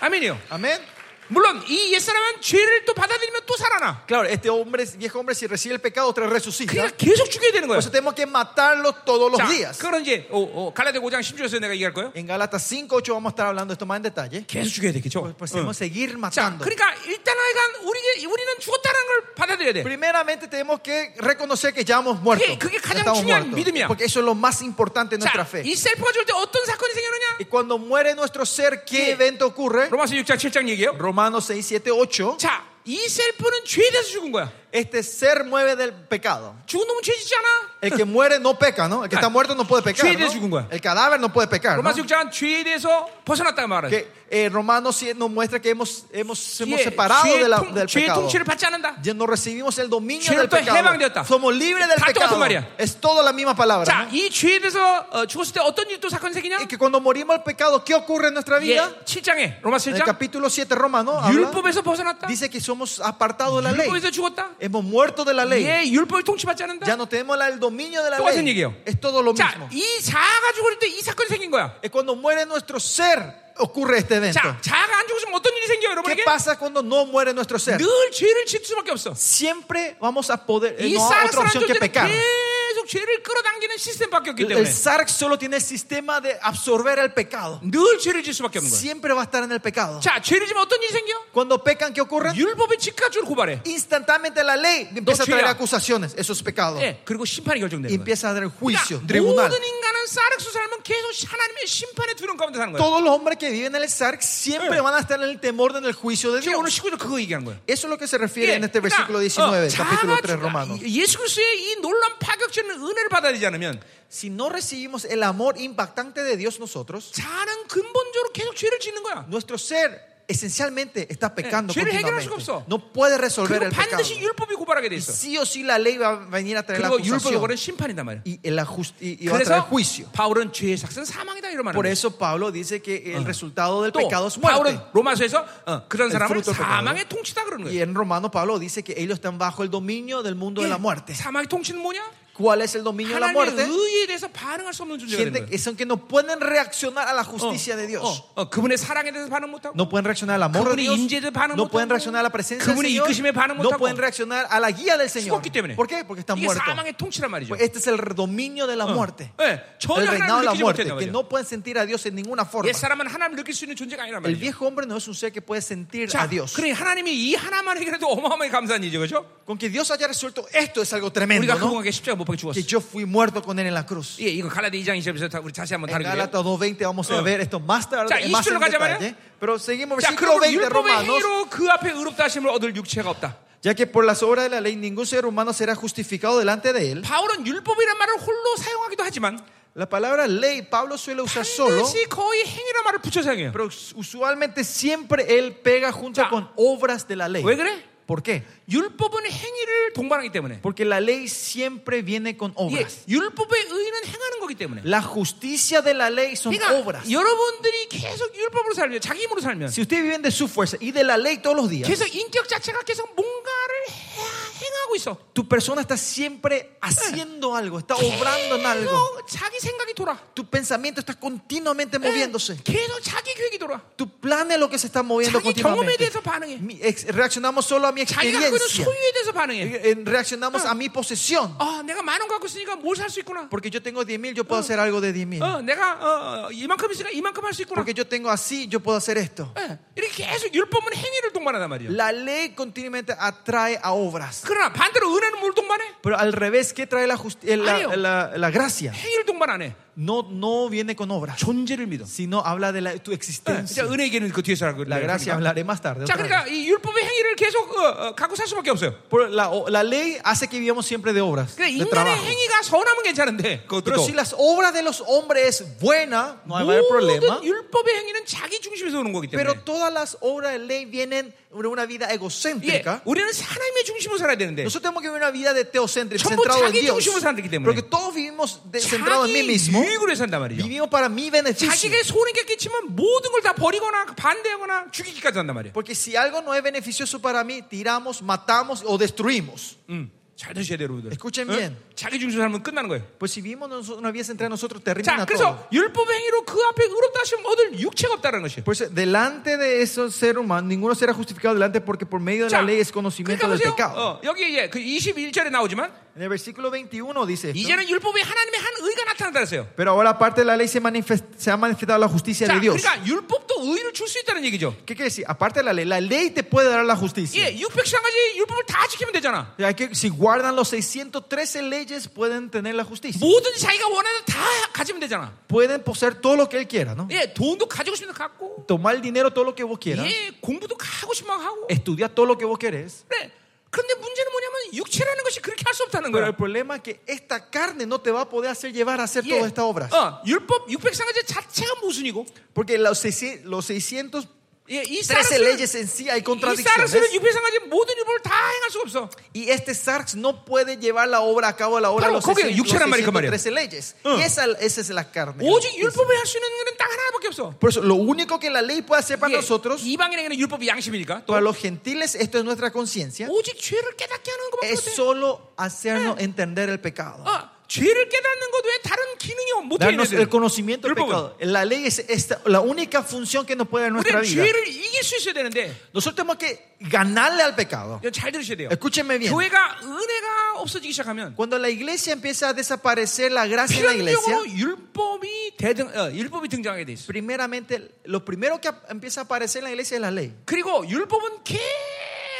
아멘이요.
Amén.
물론 이 옛사람은 죄를 또 받아들이면 또 살아나.
Claro, este hombre, viejo hombre, si recibe el pecado, otra vez resucita.
그러니까 계속 죽여야 되는
Por
거예요.
eso tenemos que matarlo todos los
자,
días.
그건 이제 어, 어, 갈라디아 5장 10절에서 내가 얘기할 거예요.
En Gálatas 5.8 vamos a estar hablando de esto más en detalle.
계속 죽여야 되겠죠.
Pues tenemos que seguir
자,
matando.
그러니까 일단 하여간 우리, 우리는 죽었다는 걸 받아들여야 돼.
Primeramente tenemos que reconocer que ya hemos muerto.
그게- 그게
Ya
가장
estamos
중요한
muertos.
믿음이야.
Porque eso es lo más importante en nuestra
자,
fe.
이 셀프가 죽을 때 어떤 사건이 생기느냐?
Y cuando muere nuestro ser, ¿qué
Sí.
evento ocurre?
로마서 6장 7장 얘기예요.
Romanos 6, 7, 8.
자, 이 셀프는 죄에 대해서 죽은 거야.
Este ser mueve del pecado.
죽은 놈은 죄 짓지 않아.
El que muere no peca, ¿no? El que está
Ah,
muerto no puede pecar.
sí,
¿no?
de su cunga.
El cadáver no puede pecar. ¿no?
로마서 6장은 죄에 대해서 벗어났다고 말하죠.
Que, eh, Romanos 7 nos muestra que hemos, hemos, hemos
예,
뭐 separado de la-
통-
del
죄의
pecado. 네.
통치를 받지 않는다.
Ya no recibimos el dominio del
Cierto,
pecado.
해방되었다.
Somos libres del
다 똑같은
pecado.
말이야.
Es toda la misma palabra.
자,
¿no?
이 죄에 대해서 어, 죽었을 때 어떤 일또 사건이 생기냐?
Y que cuando morimos al pecado, ¿qué ocurre en nuestra
예,
vida?
7장에 로마서
En el
7장
capítulo 7 Roma, ¿no? Habla,
율법에서 벗어났다.
dice que somos apartados de la ley.
율법에서 죽었다.
Hemos muerto de la ley.
예, 율법을 통치받지 않는다.
Ya no tenemos la- el dominio de la
똑같은
ley.
얘기예요.
Es todo lo
자,
mismo.
이 자아가 죽을 때 이 사건이 생긴 거야.
Es cuando muere nuestro ser, ocurre este evento.
자, 자아가 안 죽으면 어떤 일이 생겨요,
¿Qué
여러분에게?
pasa cuando no muere nuestro ser?
늘 죄를 짓을 수밖에 없어.
Siempre vamos a poder, eh,
이
no hay otra
사악사란
opción que
존재는
pecar.
계속 죄를 끌어당기는 시스템밖에 없기 때문에
El SARC solo tiene el sistema de absorber el pecado.
늘 죄를 짓을 수밖에 없는 거야.
Siempre va a estar en el pecado.
자, 죄를 지면 어떤 일이 생겨?
Cuando pecan, ¿qué ocurre?
율법의 직가주를 고발해.
Instantáneamente la ley empieza a traer
chilla.
acusaciones. Eso es pecado.
예, 그리고 심판이
Y
결정되는 거야.
empieza a dar juicio,
그러니까
tribunal.
모든 인간은 사르스 삶은 계속 하나님의 심판의 두려움 가운데 사는 거야.
Todos los hombres que viven en el SARC siempre
Eh.
van a estar en el temor del juicio de
지금 오늘
Dios.
시구도 그거 얘기하는 거야.
Eso es lo que se refiere
예,
en este versículo
그러니까,
19,
어,
capítulo
자아가
3 romano.
죽- 예수 그리스도의 이 놀란 파격적인 은혜를 받아들이지 않으면
Si no recibimos el amor impactante de Dios nosotros,
자는 근본적으로 계속 죄를 짓는 거야.
nuestro ser esencialmente está pecando.
죄를 해결할
continuamente.
수가 없어.
No puede resolver
그리고
el pecado.
반드시 율법이 고발하게 돼
Y
있어.
sí o sí la ley va a venir a traer la
그리고 율법이
acusación
고발은 심판이단 말이야.
y, el ajust- y- y va a traer
그래서
juicio.
바울은 죄의 삭은 사망이다 이런 말을
Por
해요.
eso Pablo dice que el
Ah.
resultado del
또
pecado es muerte.
바울은 로마서에서 어, 그런
El
사람을
fruto del pecado.
사망의 통치다 그러는
Y
거예요.
en Romano Pablo dice que ellos están bajo el dominio del mundo de la muerte.
예, 사망의 통치는 뭐냐?
¿Cuál es el dominio de la
하나님의
muerte?
의에 대해서 반응할 수 없는 존재가 되는
Gente
거예요.
que son que no pueden reaccionar a la
어,
justicia de Dios.
어, 어, 그분의 사랑에 대해서 반응 못하고
No pueden reaccionar al amor de
그분의
Dios.
임재를 반응
No
못하고,
pueden reaccionar a la presencia del
그분의
Señor.
이끄심에 반응
No
못하고,
pueden reaccionar a la guía del Señor.
죽었기 때문에.
¿Por qué? Porque están
이게
muertos.
사망의 통치란 말이죠.
Pues Este es el dominio
Ah.
de la muerte.
예,
El
전혀
reinado de
하나님을
la
느끼지
muerte.
못했단
Que
말이죠.
no pueden sentir a Dios en ninguna forma.
옛 사람은 하나님을 느낄 수 있는 존재가 아니란
El
말이죠.
viejo hombre no es un ser que puede sentir a
자,
Dios.
그러니 하나님이 이 하나만 해결해도 어마어마하게 감사한 일이죠, 그렇죠?
Con que Dios haya resuelto esto es algo tremendo.
우리가
¿no?
그분에게 십자가 못 박혀 죽었어.
Que yo fui muerto con él en la cruz.
예, 이건 갈라디 2장 20절에서 우리 다시 한번
En
다루게 돼요.
Gálatas 2.20 vamos a
Eh.
ver esto más tarde.
자,
más
20절로
en
가자
detalle. Pero seguimos
자,
versículo
그러므로
20
율법의
Romanos.
행위로 그 앞에 의롭다 하심을 얻을 육체가 없다.
Ya que por las obras de la ley ningún ser humano será justificado delante de él.
바울은 율법이란 말을 홀로 사용하기도 하지만
La palabra ley Pablo suele usar solo,
반드시 거의 행위란 말을 붙여서 사용해요.
pero usualmente siempre él pega junto
Ya.
con obras de la ley.
왜 그래?
¿Por qué?
율법은 행위를 동반하기 때문에.
Porque la ley siempre viene con
이게
obras.
율법의 의는 행하는 거기 때문에.
La justicia de la ley son
그러니까
obras.
여러분들이 계속 율법으로 살면 자기 힘으로 살면
Si ustedes viven de su fuerza y de la ley todos los días,
계속 인격 자체가 계속 뭔가를 해- 행하고 있어.
tu persona está siempre haciendo algo, está obrando en algo.
계속 자기 생각이 돌아.
Tu pensamiento está continuamente moviéndose.
계속 자기 계획이 돌아.
Tu plan es lo que se está moviendo
자기 경험에
continuamente.
대해서 반응해.
Mi ex- reaccionamos solo a mi
자기가 갖고 있는
experiencia.
소유에 대해서 반응해.
Eh, Reaccionamos a mi posesión.
아, 내가 만 원 갖고 있으니까 뭘 살 수 있구나.
Porque yo tengo 10 mil, yo puedo hacer algo de 10 mil.
어, 내가 어, 어, 이만큼 있으니까 이만큼 할 수 있구나.
Porque yo tengo así, yo puedo hacer esto.
예, 이렇게 계속 율법은 행위를 동반한단 말이에요.
La ley continuamente atrae a obras.
그러나 반대로 은혜는 뭘 동반해?
Pero al revés, ¿qué trae la, justi- eh, la,
Ayo.
la- la gracia?
행위를 동반 안 해.
No, no viene con obras,
존재를 믿어.
sino habla de la- tu
예,
existencia.
이제 은혜 얘기는 그 뒤에서 하고
La gracia hablaré más tarde.
자,
otra vez.
그러니까 이 율법의 행위를 계속 어, 어, 갖고 살 수밖에 없어요.
Por la, o- la ley hace que vivamos siempre de obras,
그러니까
de
인간의
trabajo.
행위가 선하면 괜찮은데 그것도
Pero si las obras de los hombres es buena, no hay mayor problema.
모든 율법의 행위는 자기 중심에서 오는 거기 때문에
Pero todas las obras de ley vienen de una vida
예,
egocéntrica.
우리는 사람의 중심으로 살아야 되는데
Nosotros tenemos que vivir una vida de teocéntrica,
전부
centrado en
자기
Dios.
중심으로 살기 때문에.
Porque todos vivimos de- centrado en mí
자기
mismo.
유익으로 산단 말이죠
Vivimos para mi beneficio.
자기가 손이 겠겠지만 모든 걸 다 버리거나 반대하거나 죽이기까지 한단 말이에요
Porque si algo no es beneficioso para mí, tiramos, matamos o destruimos.
음, 잘 드셔야 돼요 여러분들
Escuchen
응?
bien.
자기 중심으로 살면 끝나는 거예요
Pues si vivimos nos- una vida centrada en nosotros,
자
termina todo.
그래서 율법의 행위로 그 앞에 의롭다 하시면 얻을 육체가 없다는 것이에요
Pues delante de esos seres humanos, ninguno será justificado delante porque por medio de la ley es conocimiento del
그러니까 보세요.
pecado.
어, 여기 이제 그 21절에 나오지만
En el versículo 21 dice esto,
이제는 율법이 하나님의 한 의가 나타난다 그랬어요.
Pero ahora aparte de la ley se, manifest- se ha manifestado la justicia
자,
de Dios.
그러니까 율법도 의를 줄 수 있다는 얘기죠.
¿Qué quiere decir? Aparte de la ley, la ley te puede dar la
예,
justicia.
613가지 율법을 다 지키면 되잖아.
O sea, que si guardan los 613 leyes, pueden tener la justicia.
뭐든지 자기가 원하는 다 가지면 되잖아.
Pueden poseer todo lo que él quiera, ¿no?
예, 돈도 가지고 싶으면 갖고,
Tomar el dinero todo lo que vos quieras.
예, 공부도 하고 싶으면 하고.
Estudia todo lo que vos querés.
그래. 그런데 문제는 뭐냐면 육체라는 것이 그렇게 할 수 없다는
Pero el
거야.
problema es que esta carne no te va a poder hacer llevar a hacer
예,
todas estas obras.
어, 율법 613가지 자체가 모순이고,
Porque los, 600 los 613
예, 이 사르스는
leyes en sí hay
이 사르스는
contradicciones.
613가지 모든 율법을 다 행할 수가 없어.
Y este SARS no puede llevar la obra a cabo a la obra de
Claro,
los
거기에
600 los
육체란 말이 그 말이야.
613 leyes. Y esa, esa es la carne.
오직 율법을 할 수 있는 거는 딱 하나밖에 없어.
Por eso, lo único que la ley puede hacer para
예,
nosotros,
이방인에게는 율법이 양심이니까 또
para los gentiles, esto es nuestra conciencia,
오직 죄를 깨닫게 하는 것밖에
es
못해.
solo hacernos entender el pecado.
어, 죄를 깨닫는 것 외에 다른 기능이 못해
Darnos
얘네들은.
el conocimiento del
율법은.
pecado. La ley es esta- la única función que nos puede dar en nuestra
우리는
vida.
죄를 이길 수 있어야 되는데
Nosotros tenemos que ganarle al pecado.
이거 잘 들으셔야 돼요.
Escúchenme bien.
교회가 은혜가 없어지기 시작하면
Cuando la iglesia empieza a desaparecer la gracia en la iglesia,
필연적으로 율법이 대등 어, 율법이 등장하게 돼 있어.
primeramente lo primero que ap- empieza a aparecer en la iglesia es la ley.
그리고 율법은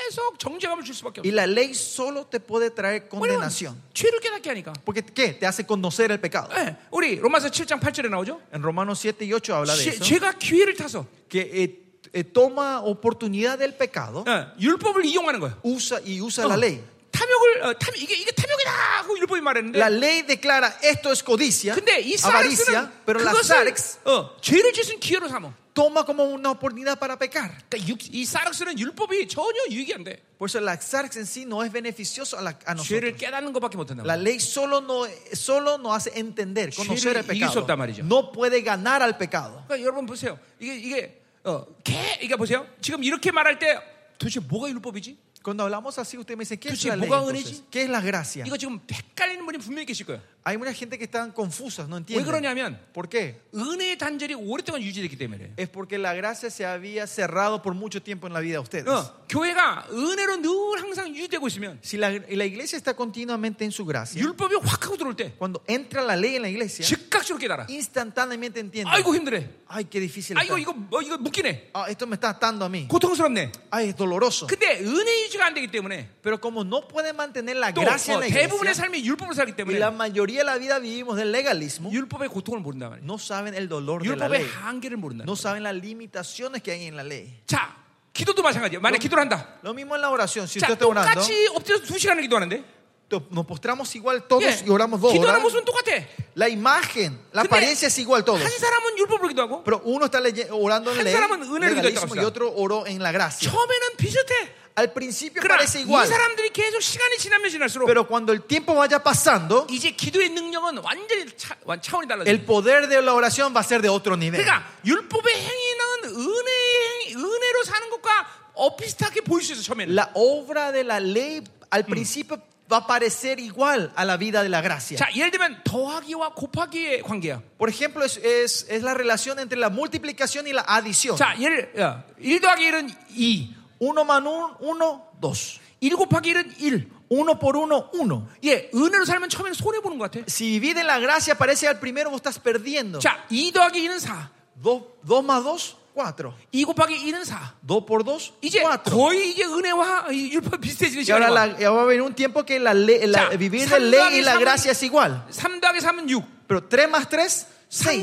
계속 정죄감을 줄 수밖에
Y
없어.
la ley solo te puede traer
왜냐면
condenación.
죄를 깨닫게 하니까.
Porque ¿qué? Te hace conocer el pecado.
예, 우리 로마서 7장 8절에 나오죠.
En Romanos 7 y 8 habla de
죄,
eso.
죄가 기회를 타서
que eh, eh, toma oportunidad del pecado
예, 율법을 이용하는 거예요.
usa y usa
어,
la ley.
탐욕을 어, 탐, 이게 이게 탐욕이다 하고 율법이 말했는데.
La ley declara esto es codicia,
근데 이
avaricia,
사렉스는
pero la
그것을
Sarex
어, 죄를 짓은 기회로 삼어.
toma como una oportunidad para pecar.
그러니까 육- 이 사렉스는 율법이 전혀 유익이 안 돼.
Por eso la Sarex en sí no es beneficioso a, la-
어,
a nosotros.
죄를 깨닫는 것밖에 못 한다.
La ley solo, no, solo nos hace entender, conocer el
죄를 이길 수
pecado.
없단 말이죠.
No puede ganar al pecado.
그러니까 여러분 보세요. 이게 이게 어, 개 이게 보세요. 지금 이렇게 말할 때 도대체 뭐가 율법이지?
Cuando hablamos así, usted me dice, ¿qué es
Entonces,
la ley?
¿뭐가
entonces?
은혜지?
¿Qué es la gracia?
이거 지금 헷갈리는 분이 분명히 계실 거예요.
Hay mucha gente que están confusas, no
왜
entienden.
그러냐면
¿Por qué?
은혜의 단절이 오랫동안 유지됐기 때문에.
Es porque la gracia se había cerrado por mucho tiempo en la vida de ustedes.
어, 교회가 은혜로 늘 항상 유지되고 있으면
Si la, la iglesia está continuamente en su gracia,
율법이 확 하고 들어올 때
cuando entra la ley en la iglesia,
즉각적으로 깨달아.
instantáneamente entiende.
아이고 힘들어.
Ay, qué difícil.
아이고
está.
이거 뭐 이거 묶이네.
Ah, esto me está atando a mí.
음. 고통스럽네.
Ay, es doloroso.
근데 은혜 유지가 안 되기 때문에
Pero como no puede mantener la
또
gracia
어,
en la
대부분의
iglesia,
삶이 율법을 살기
y
때문에
la mayoría de la vida vivimos del legalismo,
율법의 고통을 모른다 말이에요.
no saben el dolor de la
율법의
ley.
한계를 모른다.
No saben las limitaciones que hay en la ley.
자, 기도도 마찬가지예요. 만약 기도를 한다.
Lo mismo en la oración. Si usted
자,
está orando,
똑같이 엎드려서 두 시간을 기도하는데
to- nos postramos igual todos
예,
y oramos dos.
기도하는
¿verdad?
모습은 똑같아.
La imagen, la
근데
apariencia es igual todos.
한 사람은 율법으로 기도하고
Pero uno está leye- orando en
한
ley,
사람은 은혜를
legalismo,
기도했다고
y otro oró en la gracia.
처음에는 비슷해.
Al principio
그러나
parece igual,
이 사람들이 계속 시간이 지나면 지날수록
pero cuando el tiempo vaya pasando,
이제 기도의 능력은 완전히 차, 완- 차원이 달라져.
el poder de la oración va a ser de otro nivel.
그러니까 율법의 행위는 은혜의 행위, 은혜로 사는 것과 어비슷하게 보일 수 있어 처음에는.
La obra de la ley al principio va a parecer igual a la vida de la gracia.
자, 예를 들면 더하기와 곱하기의 관계야.
Por ejemplo, es, es- es la relación entre la multiplicación y la adición.
자, 예를 어, 1 더하기 1은 2,
1 más 1, 1, 2.
1 곱하기 1은 1.
1 por 1, 1.
예, 은혜로 살면 처음에는 손해 보는 것 같아.
Si vivís en la gracia, parece al primero vos estás perdiendo.
자, 2 더하기 2는 4,
2, 2 más 2, 4.
2 곱하기 2는 4.
2 por 2,
이제
4.
거의 이제 은혜와 이 율법 비슷해지는
Y ahora,
시간이
la- ahora va a venir un tiempo que la ley- la-
Ya,
vivir de
삼
ley y
더하기
la
삼은-
gracia es igual.
3 더하기 3은 6,
Pero 3 más 3,
3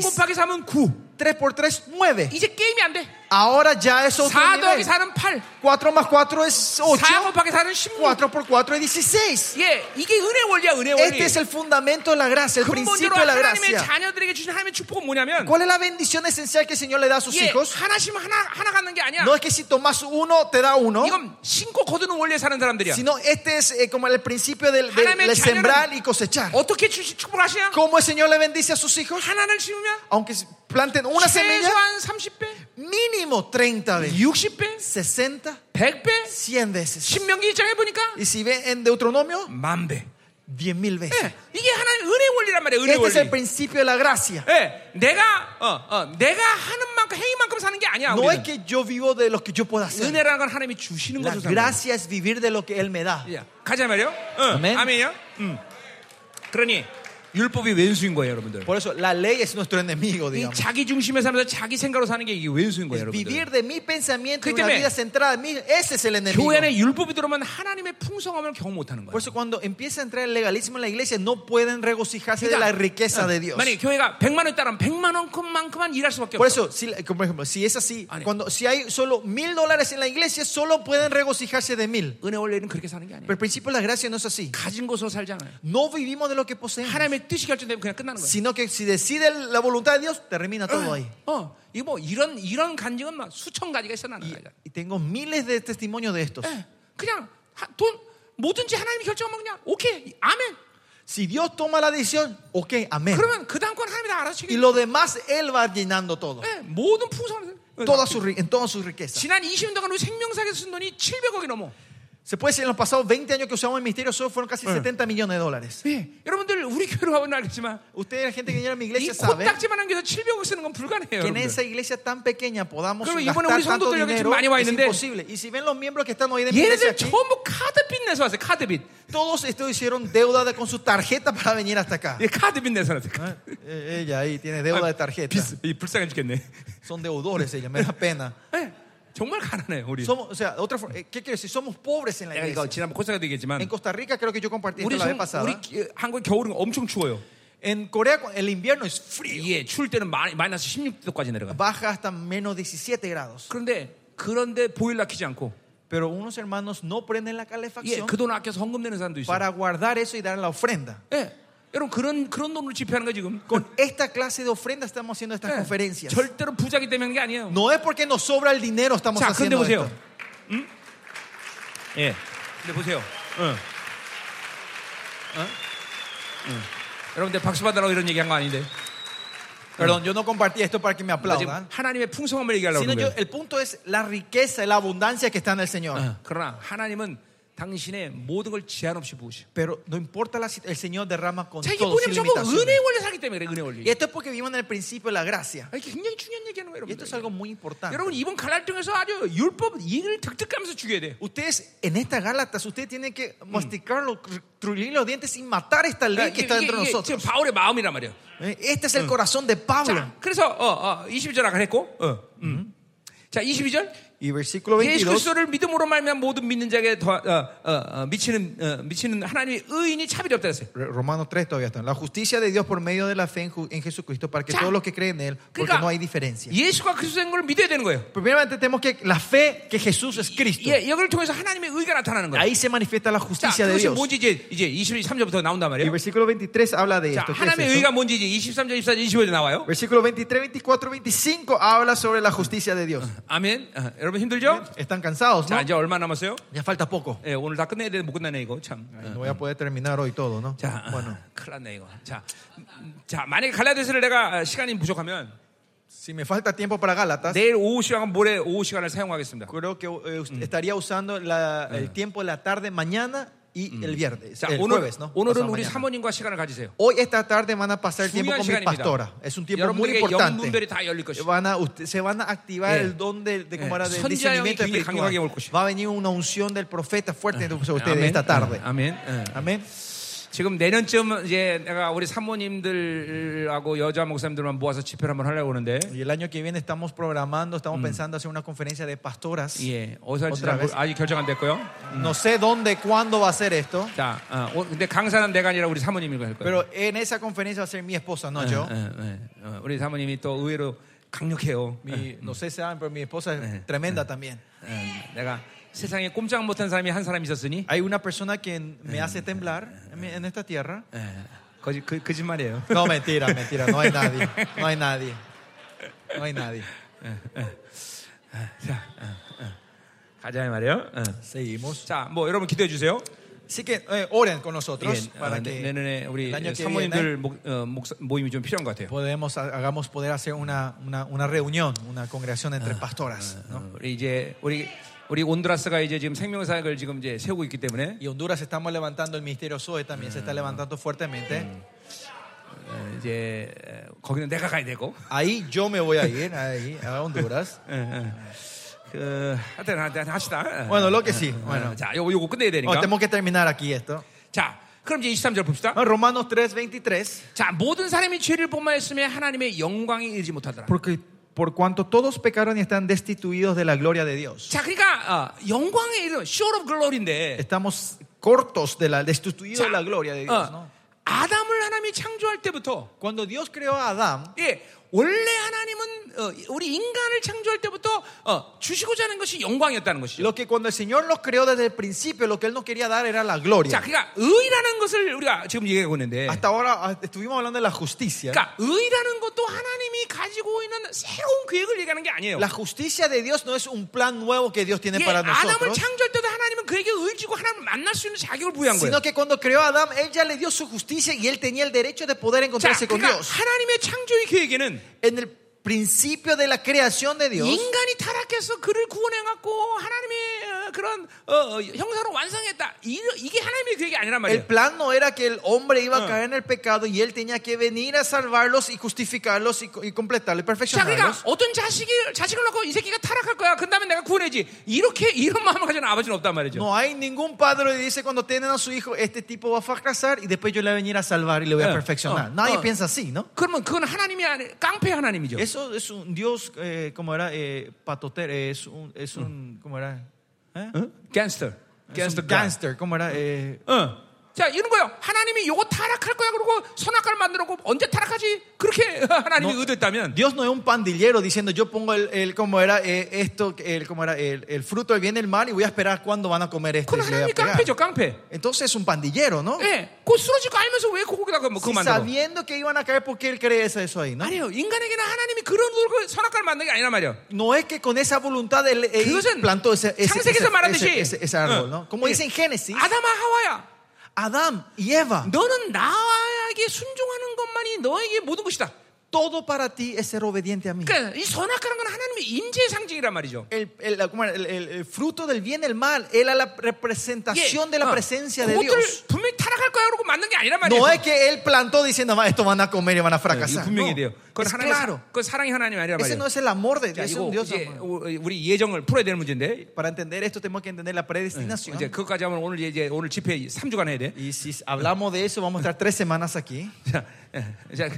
6.
곱하기 3은 9.
3 por 3, 9.
이제 게임이 안 돼.
Ahora ya es otro
4 더하기
nivel.
4는 8,
4 más 4 es 8.
4 곱하기 4는 16.
4 por 4 es 16.
예, 이게 은혜 원리야, 은혜 원리.
Este es el fundamento de la gracia, el principio
근본적으로
de la
하나님의
gracia.
자녀들에게 주신 하나님의 축복은 뭐냐면
¿Cuál es la bendición esencial que el Señor le da a sus
예,
hijos?
하나씩 하나 하나 갖는 게 아니야.
No es que si tomas uno, te da uno.
이건 신고 거두는 원리에 사는 사람들이야.
Sino este es eh, como el principio del, del-
하나님의
del
자녀는-
sembrar y cosechar.
어떻게 주시 축복하시냐?
¿Cómo el Señor le bendice a sus hijos?
하나를 심으면
Aunque planten una semilla,
최소한 30배,
mínimo 30 veces,
60배,
60,
100배,
100 veces.
신명기 입장해 보니까
Y si ven en Deuteronomio,
만 배.
10 mil veces.
예, 이게 하나님 은혜 원리란 말이야, 은혜
Este es el
원리.
principio de la gracia.
예, 내가 어, 어, 내가 하는 만큼 행위만큼 사는 게 아니야.
No es
우리는.
que yo vivo de lo que yo pueda hacer.
은혜라는 건 하나님이 주시는
La
것으로 사는 거야.
gracia es vivir de lo que Él me da.
야, 예, 가자 말이요. 어,
아멘.
아멘이요. 음. 그러니 율법이 왼수인 거예요, 여러분들.
Por eso la ley es nuestro enemigo,
이
digamos.
자기 중심에 살면서 자기 생각으로 사는 게 이게 왼수인 거예요, 여러분들.
Vivir de mi pensamiento y
그
una
때문에
vida centrada en mí, ese es el enemigo.
교회 안에 율법이 들어오면 하나님의 풍성함을 경험 못하는 거예요.
Por eso cuando empieza a entrar el legalismo en la iglesia, no pueden regocijarse de
그러니까,
la riqueza de Dios.
만약에 교회가 100만 원 따르면 100만 원만큼만 일할 수밖에
Por
없어.
eso, si, como por ejemplo, si es así,
아니.
cuando, si hay solo mil dólares en la iglesia, solo pueden regocijarse de mil.
은혜 원리는 그렇게 사는 게 아니에요.
Pero el principio de la gracia no es así.
가진 것으로 살잖아요.
No vivimos de lo que poseemos,
하나님의 뜻이 결정되면 그냥 끝나는 거예요.
sino que si decide la voluntad de Dios, termina todo ahí.
어, 이거 뭐 이런 이런 간증은 막 수천 가지가 있어 나는 거야.
Y tengo miles de testimonios de estos.
예, 그냥 하- 돈 뭐든지 하나님이 결정하면 그냥 오케이 아멘.
Si Dios toma la decisión, ok, amén.
그러면 그 다음 건 하나님이 다 알아서
Y
책임.
lo demás, Él va llenando todo.
예, 모든 풍성한 어,
Toda su, ri- en todas sus riquezas.
지난 20년 동안 우리 생명사에서 쓴 돈이 700억이 넘어.
Se puede decir, en los pasados 20 años que usamos el misterio, solo fueron casi 70 millones de dólares.
예, 여러분들 우리 교회로 가면 알겠지만
Ustedes, la gente que viene a mi
이
iglesia, sabe
코딱지만한 교회에서 700억 쓰는 건 불가능해요.
que en esa
여러분들.
iglesia tan pequeña podamos
그리고
gastar
이번에 우리
tanto
성도들 여기 지금
dinero
많이 와
es
있는데
imposible. Y si ven los miembros que están hoy de mi iglesia,
얘네들
aquí,
전부 카드빚 내서 왔어요. 카드빚.
todos estos hicieron deuda de- con su tarjeta para venir hasta
*laughs*
acá.
예, 카드빚 내서 왔어요.
¿Eh? Eh, Ella ahí tiene deuda de tarjeta.
빚, 이 불쌍해 죽겠네.
Son deudores ella, me da pena.
예, *laughs* 정말 가난해요, 우리.
Somos, o sea, otra, for- eh, ¿qué quiero decir? Somos pobres en la
내가 이거
iglesia.
지난번 코스가
En
되겠지만
Costa Rica creo que yo compartí esto
우리,
la vez
성,
pasada.
우리 기- 한국 겨울은 엄청 추워요.
En Corea cu- el invierno es frío.
예, 추울 때는 마이, 마이너스 16도까지 내려가.
Baja hasta menos 17 grados.
그런데 그런데 보일러 키지 않고
Pero unos hermanos no prenden la
예,
calefacción
그 돈 아껴서 헌금 내는 사람도 있어요.
para guardar eso y dar la ofrenda.
예. 여러분 그런 그런 돈으로 집회하는 거 지금. *laughs*
Con esta clase de ofrenda estamos haciendo estas
예,
conferencias.
절대로 부자기 때문에 하는 게 아니에요.
No es porque nos sobra el dinero estamos
자, 근데
haciendo
보세요.
esto.
음? 예. 근데 보세요. 응. 응? 응. 여러분들 박수 받으라고 이런 얘기한 거 아닌데.
Perdón, yo no compartí esto para que me
나 지금
aplaudan.
하나님의 풍성함을 얘기하려고
Sino
그러는
yo,
거예요.
el punto es la riqueza, la abundancia que está en el Señor.
어, 그러나 하나님은 당신의 모든 걸 제한 없이 부으셔.
Pero no importa la sit- el Señor derrama con
자, 이게
todo, sin
뭐냐면 전부 은혜
limitaciones.
원리 사기 때문에 그래, 은혜 원리.
Y esto es porque vivimos en el principio de la gracia.
아, 이게 굉장히 중요한 얘기하는 거예요,
Y esto es
여러분.
algo muy importante.
여러분 이번 갈라디아서 아주 율법 이를 득득하면서 죽여야 돼.
Ustedes, en estas Gálatas, ustedes tienen que masticarlo, tru- trullir los dientes y matar esta
그러니까
ley que
이게,
está
이게-
dentro de
이게 지금
nosotros.
바울의 마음이란 말이에요.
¿Eh? Este es el corazón de Pablo.
자, 그래서 어, 어, 22절 아까 음. 했고, 어, 음. 자, 22절
Y versículo
예수
22.
그리스도를 믿음으로 말미암아 모든 믿는 자에게 더, 어, 어, 어, 미치는 어, 미치는 하나님의 의인이 차별이 없다 했어요.
Re- Romanos 3 todavía está. La justicia de Dios por medio de la fe en, Ju- en Jesucristo para que
Ya.
todos los que creen en Él, porque
Kika.
no hay diferencia.
예수가 그리스도인 걸 믿어야 되는 거예요.
Primeramente tenemos que la fe que Jesús es Cristo.
예, 여기를 통해서 하나님의 의가 나타나는 거예요.
Ahí se manifiesta la
자,
justicia de
아, 그것이
Dios.
뭔지 이제 이제 23절부터 나온단
Y el
말이에요.
versículo 23 habla de
자,
esto. ¿Qué es
하나님의
eso?
의가 뭔지 이제 23절, 24절, 25절 나와요.
Versículo 23, 24, 25 habla sobre la justicia de Dios.
아멘. 어, 여러분 힘들죠?
Están cansados, ¿no?
자, 이제 얼마 남았어요?
Ya falta poco.
예, 오늘 다 끝내야 되는데 못 끝내네 이거 참. 어.
No voy a poder terminar hoy todo, ¿no?
자,
Bueno,
아, *laughs* 큰일 났네 이거. 자, 음, 자 만약에 갈라디아서를 내가 아, 시간이 부족하면
si me falta tiempo para Gálatas,
내일 오후 시간, 모레 오후 시간을 사용하겠습니다.
creo que eh, us- estaría usando la- el tiempo de la tarde mañana y el viernes,
자,
el
오늘
jueves, ¿no?
오늘은
Pasado
우리
mañana.
사모님과 시간을 가지세요.
Hoy esta tarde van a pasar tiempo
중요한
con mi
시간입니다.
pastora. Es un tiempo muy
여러분들에게 영문별이
importante.
다 열릴 것이고.
Van a- usted- se van a activar
예.
el don de, de, como
예.
era, del
선지자형이
discernimiento
굉장히
espiritual.
강력하게 올 것이에요.
Va a venir una unción del profeta fuerte sobre ustedes
아멘.
esta tarde.
아멘. 예.
Amén.
지금 내년쯤 이제 내가 우리 사모님들하고 여자 목사님들만 모아서 집회를 한번 하려고 하는데
Y el año que viene estamos programando, estamos pensando hacer una conferencia de pastoras.
예, 어디서 할지
어쩌라고
잘 모르- 아직 결정 안 됐고요.
No sé dónde, cuándo va a ser esto,
자, 어, 오- 근데 강사는 내가 아니라 우리 사모님이 할 거예요.
pero en esa conferencia va a ser mi esposa, no yo.
예, 예, 예. 어, 우리 사모님이 또 의외로 강력해요.
Mi- no sé si saben, pero mi esposa es tremenda también.
예, 내가 세상에 꼼짝 못한 사람이 한 사람 있었으니
Hay una persona que me hace temblar en mi- en esta tierra.
예, 거짓 그, 거짓말이에요. *laughs*
No, mentira, mentira, no hay nadie, no hay nadie, no hay nadie.
자, 어, 어. 가자 이 말이에요. 어.
Seguimos.
자, 뭐 여러분 기대해 주세요.
Así que eh, oren con
예,
nosotros
어,
para
내-
que
내년에
el año
우리
que viene
사모님들 목, 어, 목사- 모임이 좀 필요한 것 같아요.
podemos, hagamos poder hacer una, una, una reunión, una congregación entre pastoras. ¿no?
어, 우리 이제 우리 우리 온두라스가 이제 지금 생명 사역을 지금 이제 세우고 있기 때문에
Y Honduras estamos levantando, el ministerio SOE también se está levantando fuertemente.
어, 이제 어, 거기는 내가 가야 되고.
Ahí yo me voy a ir, ahí, a Honduras.
예, 예. 그 하여튼 하여튼 합시다. 예.
Bueno, lo que sí.
어,
Bueno,
자, 요거 요거 끝내야
Oh,
되니까.
tenemos que terminar aquí esto.
자, 그럼 이제 23절 봅시다.
No, Romanos 3, 23.
자, 모든 사람이 죄를 범하였으며 하나님의 영광이 이르지 못하더라.
Porque por cuanto todos pecaron y están destituidos de la gloria de Dios.
자, 그러니까 어, 영광에 이르 short of glory인데
Estamos cortos de la destituidos
자,
de la gloria de
어,
Dios. ¿no?
아담을 하나님이 창조할 때부터
Cuando Dios creó a Adán,
예, 원래 하나님은 어, 우리 인간을 창조할 때부터 어, 주시고자 하는 것이 영광이었다는 것이죠.
lo que cuando el Señor nos creó desde el principio, lo que Él nos quería dar era la
자,
gloria.
그러니까 의라는 것을 우리가 지금 얘기하고 있는데,
Hasta ahora ah, estuvimos hablando de la justicia.
그러니까 의라는 것도 하나님이 가지고 있는 새로운 계획을 얘기하는 게 아니에요.
La justicia de Dios no es un plan nuevo que Dios tiene
예,
para
아담을
nosotros.
창조할 때도 하나님은 그에게 의를 주고 하나님을 만날 수 있는 자격을 부여한 거예요.
Sino que cuando creó a Adán, él ya le dio su justicia y él tenía el derecho de poder
자,
encontrarse con
그러니까
Dios.
하나님의 창조의 계획에는
En el principio de la creación de Dios,
인간이 타락해서 그를 구원해갖고 하나님의 어, 그런 어, 어, 형상으로 완성했다. 이- 이게 하나님의 계획이 아니란
el
말이에요.
plan no era que el hombre iba a caer en el pecado y él tenía que venir a salvarlos y justificarlos y, co- y completarlos, y
자, 그러니까
perfeccionarlos.
어떤 자식이 자식을 낳고 이 새끼가 타락할 거야. 그 다음에 내가 구원해지. 이렇게 이런 마음을 가진 아버지는 없단 말이죠.
No hay ningún padre que dice cuando tienen a su hijo, este tipo va a fracasar y después yo le voy a venir a salvar y le voy
Eh,
a perfeccionar.
no,
Nadie
no.
piensa así, ¿no?
그러면 그건 하나님이 아니, 깡패 하나님이죠.
Eso es un Dios, eh, como era, eh, patotero, eh, es un, es un, ¿cómo era? ¿Eh?
갱스터.
Es
갱스터
un gangster, ¿cómo era? Eh,
어. 자, 이런 거요. 하나님이 요거 타락할 거야. 그러고 선악과를 만들었고 언제 타락하지? 그렇게 *laughs* 하나님이
너-
의도했다면
Dios no es un pandillero diciendo yo pongo el, el- como era eh, esto el como era el, el fruto del bien y el mal y voy a esperar cuándo van a comer esto. y
그건
le voy a
하나님이
pegar.
깡패죠, 깡패.
Entonces es un pandillero, ¿no?
예, 곧 쓰러질 거 알면서 왜 거기다 그- 그거
Si
만들어?
sabiendo que iban a caer porque él cree eso, eso ahí, ¿no?
아니요, 인간에게는 하나님이 그런 의도로 선악과를 만든 게 아니란 말이에요.
No es que con esa voluntad él, él
그것은
plantó ese, ese, ese,
창세기에서 말하듯이
ese- ese- ese árbol, ¿no? Como
예.
dice en Génesis,
아담아 하와야.
Adán y Eva,
너는 나에게 순종하는 것만이 너에게 모든 것이다.
todo para ti es ser obediente a mí.
그러니까 이 선악과라는 건 하나님의 임재의 상징이란 말이죠.
El, el- ¿cómo era? El- el- el fruto del bien y el mal era la representación
ah.
de la presencia de
어, 그것들
Dios.
분명히 타락할 거야 그러고 만든 게 아니란 말이에요.
No es que él plantó diciendo, "Va, esto van a comer y van a
이거
fracasar.
분명히
No.
돼요. 그건
Es
하나님
claro.
그 사랑이 하나님 아니라
ese
말이야.
no es el amor de
자,
Dios, es
이거
un Dios
이제
amado.
우- 우리 예정을 풀어야 되는 문제인데
Para entender esto tenemos que entender la predestinación.
이제 그것까지 하면 오늘 이제 오늘 집회 3주간 해야 돼.
Y si hablamos de eso, vamos a estar tres semanas aquí.
자, 예, 자,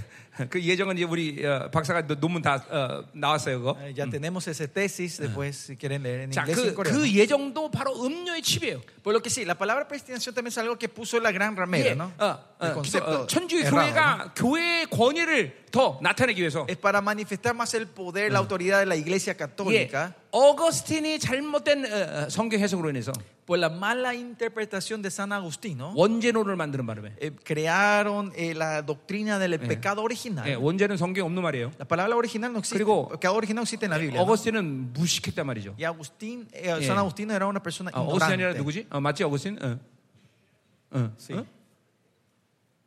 그 예정은 이제 우리 어, 박사가 노- 논문 다 어, 나왔어요, 그거.
Eh, Ya Ah. tenemos ese tesis, después si quieren leer en
자,
inglés y
그,
en coreano.
그 예정도 바로 음료의 칩이에요.
Por lo que sí, la palabra predestinación también es algo que puso la gran ramera,
예,
¿no?
어,
El
어, 그래서,
concepto
어, 천주의
errado,
교회가
¿no?
교회의 권위를 더 나타내기 위해서
Es para manifestar más el poder, la autoridad de la iglesia
예,
católica.
어거스틴이 잘못된 어, 어, 성경 해석으로 인해서
Por la mala interpretación de San Agustín, ¿no?
원죄론을 만드는 바람에
Eh, crearon eh, la doctrina del pecado original.
예, 원죄는 성경에 없는 말이에요.
La palabra original no existe.
그리고
El pecado original no existe en la Biblia. ¿no?
어거스틴은 무식했단 말이죠.
Y Agustín, eh,
예.
San Agustín era una persona
아, 어거스틴이 아니라
ignorante.
누구지? 어, 맞지 어거스틴? 어. 어. 어?
¿Eh?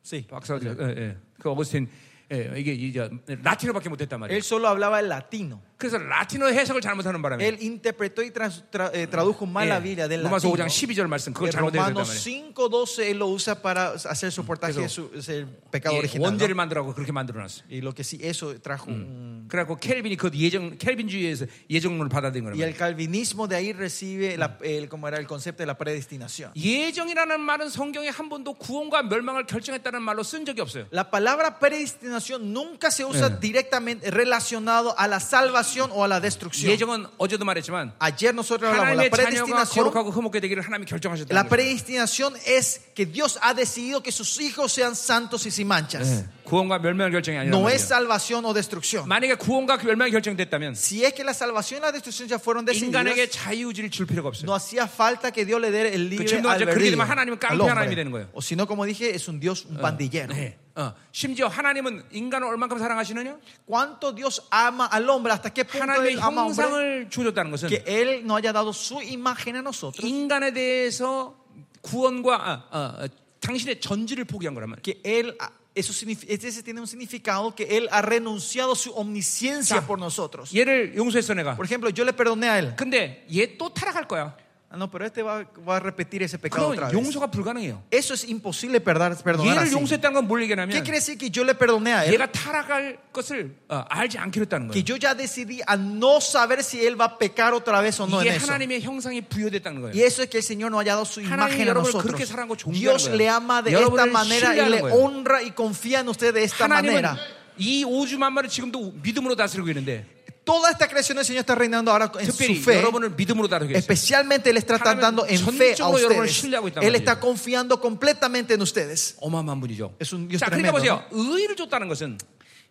Sí.
박사, 예, 예. 그 어거스틴 예, 이게 이제 라틴어밖에 못했단 말이에요.
Él solo hablaba el latino.
그래서 라틴어 해석을 잘못하는 바람에
Él interpretó y tras- tra- eh, tradujo mal la Biblia
예,
del
로마서
latino.
5장 12절 말씀 그걸
En
잘못했단
Romanos
말이에요.
5.12 él lo usa para hacer soportaje
그래서-
de su es el pecado
예,
original.
원죄를
¿no?
만들라고 그렇게 만들어놨어. 요
Y lo que sí, eso trajo un-
그래갖고 켈빈이 그 예정 켈빈주의에서 예정론을 받아들인 거란
Y el
말이에요.
calvinismo de ahí recibe la- el, como era el concepto de la predestinación.
예정이라는 말은 성경에 한 번도 구원과 멸망을 결정했다는 말로 쓴 적이 없어요.
La palabra predestinación nunca se usa directamente relacionado a la salvación o a la destrucción.
예정은 어제도 말했지만
Ayer nosotros hablamos de la
하나님의 자녀가
predestinación.
거룩하고 흐뭇게 되기를 하나님이 결정하셨다는
La
거예요.
predestinación es que Dios ha decidido que sus hijos sean santos y sin manchas.
Eh. 구원과 멸망을 결정이 아니라
No es salvación o destrucción.
만약에 구원과 멸망이 결정됐다면
Si es que la salvación y la destrucción ya fueron
인간에게
decididas,
자유의지를 줄 필요가 없어요.
no hacía falta que Dios le dé el
그
libre
질문은 이제 그렇게 되면 하나님은
albedrío
깡패
al
하나님이 되는
hombre.
거예요.
O si no, como dije, es un Dios, un pandillero.
네. 어, 심지어 하나님은 인간을 얼만큼 사랑하시느냐?
¿Cuánto Dios ama al hombre? ¿Hasta qué punto
하나님의
Él ama al hombre?
형상을 주셨다는 것은 *laughs*
Que Él no haya dado su imagen a nosotros.
인간에 대해서 구원과 아, 아, 아, 당신의 전지를 포기한 거란 말이에요.
Que Él, ah, eso signifi- ese tiene un significado que Él ha renunciado su omnisciencia
자,
por nosotros.
얘를 용서했어 내가.
Por ejemplo, yo le perdoné a Él.
근데 얘 또 타락할 거야.
Ah, no, pero este va, va a repetir ese pecado
그럼
otra vez.
용서가 불가능해요.
Eso es imposible perdonar, perdonar
얘를
así.
용서했다는 건 뭘
¿Qué
얘기냐면
quiere decir que yo le perdoné a él?
얘가 타락할 것을 어, 알지 않기로 했다는
Que
거예요.
yo ya decidí a no saber si él va a pecar otra vez o no en
이게
eso.
하나님의 형상이 부여됐다는
Y
거예요.
eso es que el Señor nos haya dado su
하나님이
imagen a
여러분을
nosotros.
그렇게 사랑하고 존귀하는
Dios
거예요.
le ama de
여러분을
esta manera y le
신뢰하는 거예요.
honra y confía en usted de esta
하나님은
manera.
이 오주만만을 지금도 믿음으로 다스리고 있는데
Toda esta creación del Señor está reinando ahora en su
특별히
fe.
여러분을 믿음으로 다스리고 있어요.
Especialmente Él está
하나님은
tratando en fe a
전적으로 여러분을
ustedes.
신뢰하고 있단
Él está
말이에요.
confiando completamente en ustedes.
어마어마한 분이죠.
Es un Dios
자, 그러니까
tremendo,
보세요. 의를 줬다는 것은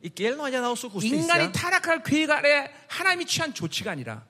Y que Él nos haya dado su
인간이 타락할 계획 아래 하나님이 취한 조치가 아니라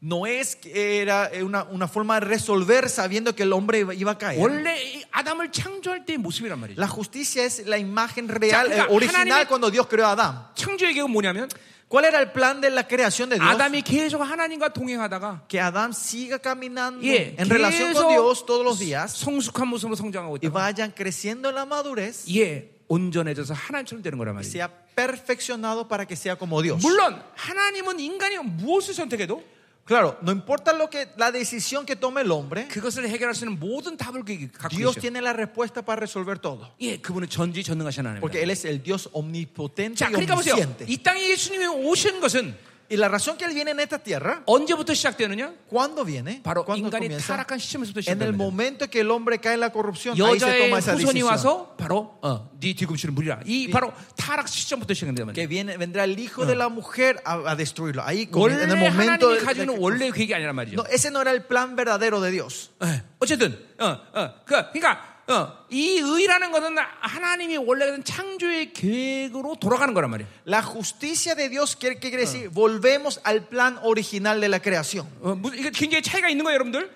No es que era eh, una, una forma de resolver sabiendo que el hombre iba- iba a caer.
원래 이 아담을 창조할 때의 모습이란 말이죠.
La justicia es la imagen real,
Ya,
eh,
그러니까
original
하나님의-
cuando Dios creó a Adán.
창조의 계획은 뭐냐면
¿Cuál era el plan de la creación de Dios?
아담이 계속 하나님과 동행하다가
Que Adán siga caminando
예,
en relación con Dios todos los días
성숙한 모습으로 성장하고
y
있다가
vayan creciendo en la madurez y
예, 온전해져서 하나님처럼 되는 거란 말이죠.
sea perfeccionado para que sea como Dios.
물론 하나님은 인간이 무엇을 선택해도
Claro, no importa lo que la decisión que tome el hombre,
그것을 해결할 수 있는 모든 답을 그- 갖고
Dios
계셔.
tiene la respuesta para resolver todo.
예, 그분은 전지전능하신 하나님입니다.
Porque Él es el Dios omnipotente
자,
y
그러니까 보세요.
omnisciente.
이 땅에 예수님이 오신 것은
Y la razón que Él viene en esta tierra,
언제부터 시작되느냐?
¿cuándo viene?
바로
¿Cuándo
인간이
comienza?
타락한 시점에서부터
En el
시작됩니다.
momento que el hombre cae en la corrupción, ahí se
여자의
toma esa
후손이
decisión.
와서 바로 어, 네 뒤꿈치를 물리라. 이 바로 타락 시점부터 시작됩니다.
Que viene, vendrá el hijo de la mujer a, a destruirlo. Ahí comienza-
원래
en el momento.
하나님이
de-
가지고 있는
de-
원래 계획이 아니란 말이죠.
no, ese no era el plan verdadero de Dios.
예, 어쨌든 어, 어, 그, 그러니까 어, 이 의라는 것은 하나님이 원래 가진 창조의 계획으로 돌아가는 거란 말이에요.
La justicia de Dios, ¿qué, qué quiere decir? Volvemos al plan original de la creación.
어, 무슨- 이게 굉장히 차이가 있는 거예요, 여러분들.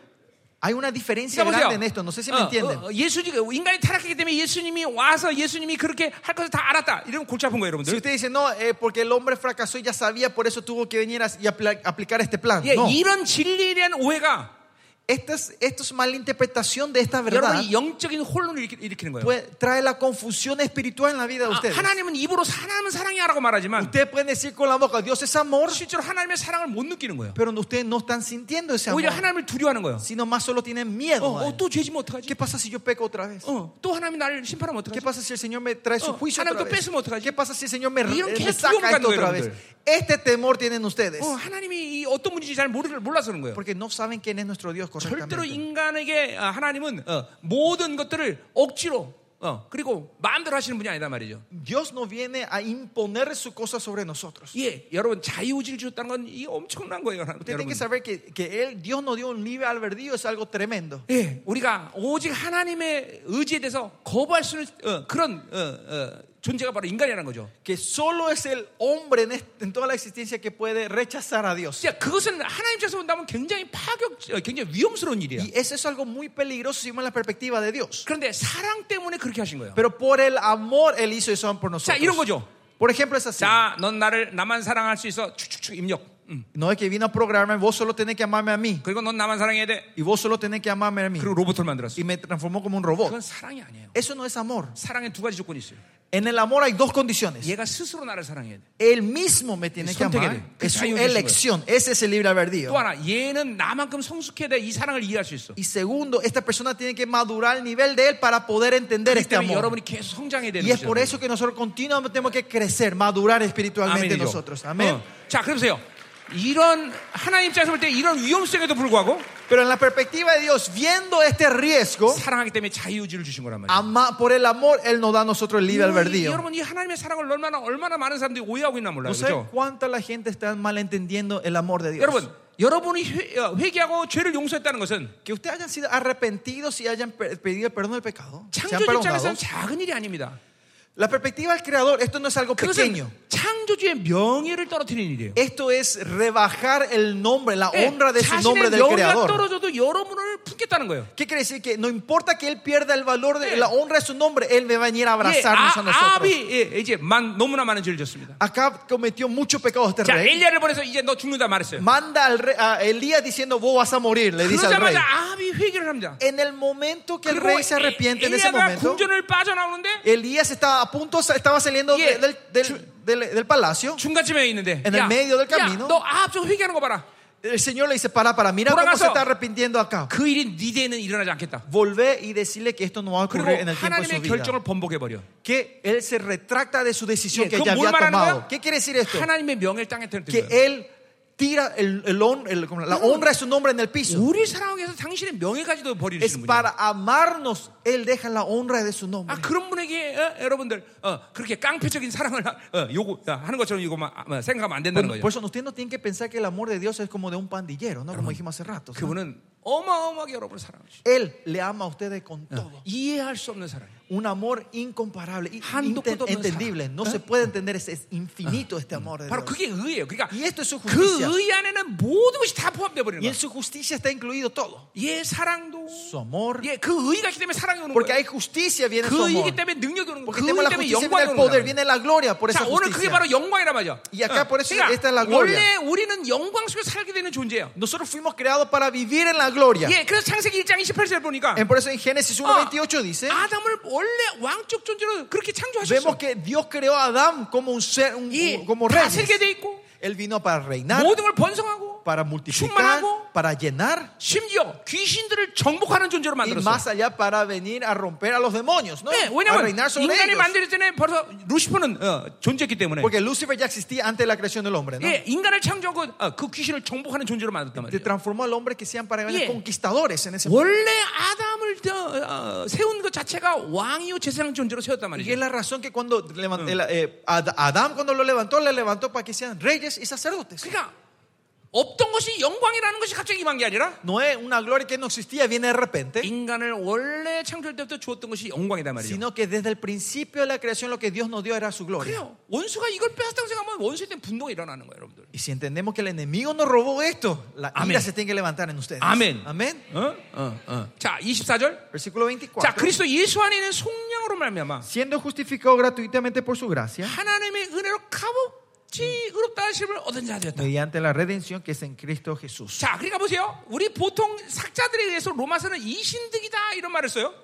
Hay una diferencia
그러니까
grande en
보세요.
esto, no sé si me
어,
entienden.
어, 예수지 인간이 타락했기 때문에 예수님이 와서 예수님이 그렇게 할 것을 다 알았다. 이러면 골치 아픈
Si
거예요, 여러분들.
usted dice, no, eh, porque el hombre fracasó y ya sabía, por eso tuvo que venir a- y apla- aplicar este plan.
예,
No.
이런 진리에 대한 예, 오해가
Esta es, esto es malinterpretación de esta verdad.
여러분이 영적인 혼란을 일으키- 일으키는 거예요.
Puede- trae la confusión espiritual en la vida de
아,
ustedes.
하나님은 입으로 하나님은 사랑이야라고 말하지만
Ustedes pueden decir con la boca, Dios es amor,
실제로 하나님의 사랑을 못 느끼는 거예요.
pero ustedes no están sintiendo ese amor,
오히려 하나님을 두려워하는 거예요.
sino más solo tienen miedo.
어,
a él.
어, 또 죄지면 어떡하지?
¿Qué pasa si yo peco otra vez?
어, 또 하나님이 나를 심판하면
¿Qué
어떡하지?
pasa si el Señor me trae su
Oh,
juicio
하나님
otra
또
vez?
뺏으면 어떡하지?
¿Qué pasa si el Señor me, me
이런 계속
saca esto
두려움
otra
갖는
vez?
거예요,
Este temor tienen ustedes
어, 하나님이 이 어떤 분인지 잘 모르, 몰라서 그런 거예요.
porque no saben quién es nuestro Dios
절대로
correctamente.
인간에게 아, 하나님은 어, 모든 것들을 억지로 어, 그리고 마음대로 하시는 분이 아니다 말이죠.
Dios no viene a imponer su cosa sobre nosotros.
예, 여러분 자유의지를 주셨다는 건 이게 엄청난 거예요, 하나-
Usted tiene
여러분.
que saber que, que él, Dios nos dio un libre albedrío, es algo tremendo.
예, 우리가 오직 하나님의 의지에 대해서 거부할 수 있는 어, 그런 어, 어, 존재가 바로 인간이라는 거죠.
Que solo es el hombre en, est- en toda la existencia que puede rechazar a Dios.
진짜 그것은 하나님 입장에서 본다면 굉장히 파격, 어, 굉장히 위험스러운 일이야.
Y eso es algo muy peligroso si vemos la perspectiva de Dios.
그런데 사랑 때문에 그렇게 하신 거예요.
Pero por el amor, Él hizo eso por
자, 이런
nosotros.
거죠.
Por ejemplo, es así.
자, 넌 나를 나만 사랑할 수 있어. 축축축 입력. 음.
No es que vino a programarme, vos solo tenés que amarme a mí.
그리고 넌 나만 사랑해야 돼.
Y vos solo tenés que amarme a mí.
그리고 로봇을 만들었어.
Y me transformó como un robot.
그건 사랑이 아니에요.
Eso no es amor.
사랑에 두 가지 조건이 있어요.
En el amor hay dos condiciones.
얘가 스스로 나를 사랑해야 돼.
Él mismo me tiene
Es
que amar.
선택이래.
Es su
자유의 신분.
elección. Ese es el libre albedrío.
또 하나, 얘는 나만큼 성숙해야 돼. 이 사랑을 이해할 수 있어.
Y segundo, esta persona tiene que madurar al nivel de él para poder entender
그렇기
este
때문에
amor.
여러분이 계속 성장해야 되는
Y es por
거죠.
eso que nosotros continuamente tenemos que crecer, madurar espiritualmente
아멘이죠.
nosotros. Amén.
어. 자, 그러세요. 이런 하나님 입장에서 볼 때 이런 위험성에도 불구하고
Pero en la perspectiva de Dios, viendo este riesgo,
사랑하기 때문에 자유의지를 주신 거란 말이에요.
ama- por el amor, Él nos da a nosotros el
아, 이-
libre albedrío.
여러분 이 하나님의 사랑을 얼마나 얼마나 많은 사람들이 오해하고 있나 몰라요.
No sé
그렇죠?
cuánta la gente está malentendiendo el amor de Dios.
여러분, 여러분이 회, 어, 회개하고 죄를 용서했다는 것은
Que ustedes hayan sido arrepentidos y hayan pe- pedido el perdón del pecado. Se han
창조주
perdonado.
입장에서는 작은 일이 아닙니다.
La perspectiva del Creador, esto no es algo pequeño.
그것은 창조주의 명예를 떨어뜨리는 일이에요.
Esto es rebajar el nombre, la
예,
honra de su nombre
자신의
del
명예가
Creador.
떨어져도 여러분을 품겠다는 거예요.
¿Qué quiere decir? Que no importa que él pierda el valor de
Eh. ah,
la honra de su nombre, él va a venir a
예,
abrazarnos a
아,
nosotros.
아비 예, 이제 만, 너무나 많은 죄를 졌습니다.
Acá cometió muchos pecados este
자,
rey.
엘리야를 보내서 이제 너 죽는다 말했어요.
Manda al rey- a Elías diciendo, vos vas a morir, le dice al rey.
그러자마자 아합이 회개를 합니다.
En el momento que el
그리고
rey se arrepiente, en ese
엘리야가
momento,
궁전을 빠져나오는데
Elías estaba a punto, estaba saliendo
Yeah.
de- del, del- del- del palacio.
중간쯤에 있는데
En el medio del camino.
너 아합 좀 회개하는 거 봐라.
El Señor le dice, para, para, mira cómo
돌아가서.
se está arrepintiendo acá.
그 일이 네 대에는 일어나지 않겠다.
Volvé y decirle que esto no va a
그리고
ocurrir en el tiempo de su
하나님의
vida.
결정을 번복해 버려.
que él se retracta de su decisión
Yeah,
que
¿cómo
ya había
mal hablando?
tomado. ¿Qué quiere decir esto?
하나님의 명예를 땅에
Que
떨어뜨려.
él tira el, el hon- el- como la honra de su nombre en el piso.
우리 사랑에서 당신의 명예까지도
Es
버리시는군요.
para amarnos, él deja la honra de su
아
nombre.
그런 분에게 어, 여러분들 어, 그렇게 깡패적인 사랑을 하- 어, 요구 어, 하는 것처럼 이거 막 아, 어, 생각하면 안 된다는
Por,
거죠.
por eso usted no tiene que pensar que el amor de Dios es como de un pandillero, ¿no? Como dijimos hace rato. ¿no?
그분은 어마어마하게 여러분을 사랑하시죠.
Él le ama a ustedes con todo.
이해할 수 없는 사랑이에요.
Un amor incomparable, i-
한도
inte-
끝도 없는
entendible. No se puede entender, es, es infinito este amor de
바로
Dios.
그게 의예요. 그러니까
Y esto es su
그
justicia.
의 안에는 모든 것이 다 포함되어 버리는
Y en
거예요.
su justicia está incluido todo.
예, 사랑도.
Su amor.
예, 그 의가 있기 때문에 사랑이 오는
Porque
거예요.
hay justicia, viene su
그
amor.
의이기 때문에 능력이 오는 거예요.
Porque
그
tenemos
의
la
때문에
justicia,
영광이
viene el
오는
poder,
거예요.
viene la gloria por esa
자, 오늘
justicia.
그게 바로 영광이란 말이죠.
Y acá por eso esta es la gloria.
원래 우리는 영광 속에 살게 되는 존재예요.
Nosotros fuimos creados para vivir en la gloria.
예, 그래서 창세기 1장 28절 보니까
En- Por eso en Génesis
어,
1.28 dice,
아담을 원래 왕적 존재로 그렇게
vemos
창조하셨어.
que Dios creó a Adán como un ser, un-
예,
como
다
rey.
살게 돼 있고
Él vino para reinar,
모든 걸 번성하고
para multiplicar,
충만하고,
para llenar
심지어 귀신들을 정복하는
y
존재로 만들었어.
más allá para venir a romper a los demonios, ¿no?
네,
a
왜냐면
reinar sobre
인간이
ellos.
만들기 전에 벌써 루시퍼는 어, 존재했기 때문에
Porque Lucifer ya existía antes de la creación del hombre, ¿no?
예, 인간을 창조하고 어, 그 귀신을 정복하는 존재로 만들었단
Te
말이에요.
transformó al hombre que sean para
Yeah.
conquistadores en ese
원래 아담을 어, 어, 세운 것 자체가 왕이요 제사장 존재로 세웠단
Y es
말이죠.
la razón que cuando levan-
Mm.
el- eh, Ad- Adán cuando lo levantó, le levantó para que sean reyes y sacerdotes.
그러니까 없던 것이 영광이라는 것이 갑자기 임한 게 아니라
No es una gloria que no existía, viene de repente,
인간을 원래 창조할 때부터 주었던 것이 영광이단 말이죠.
sino que desde el principio de la creación lo que Dios nos dio era su gloria.
그래요. 원수가 이걸 빼앗았다고 생각하면 원수에 대한 분노가 일어나는 거예요, 여러분들.
Y si entendemos que el enemigo nos robó esto, la
Amén.
ira se tiene que levantar en ustedes.
Amén.
Amén.
어? 어, 어. 자, 24절.
Versículo 24.
자, 그리스도 예수 안에 있는 속량으로 말미암아
Siendo justificado gratuitamente por su gracia,
하나님의 은혜로 값없이 같이 의롭다 심을 얻은 자들이었다.
mediante la redención que es en Cristo Jesús.
자, 그러니까 보세요. 우리 보통 삭자들에 의해서 로마서는 이신득이다 이런 말을 써요.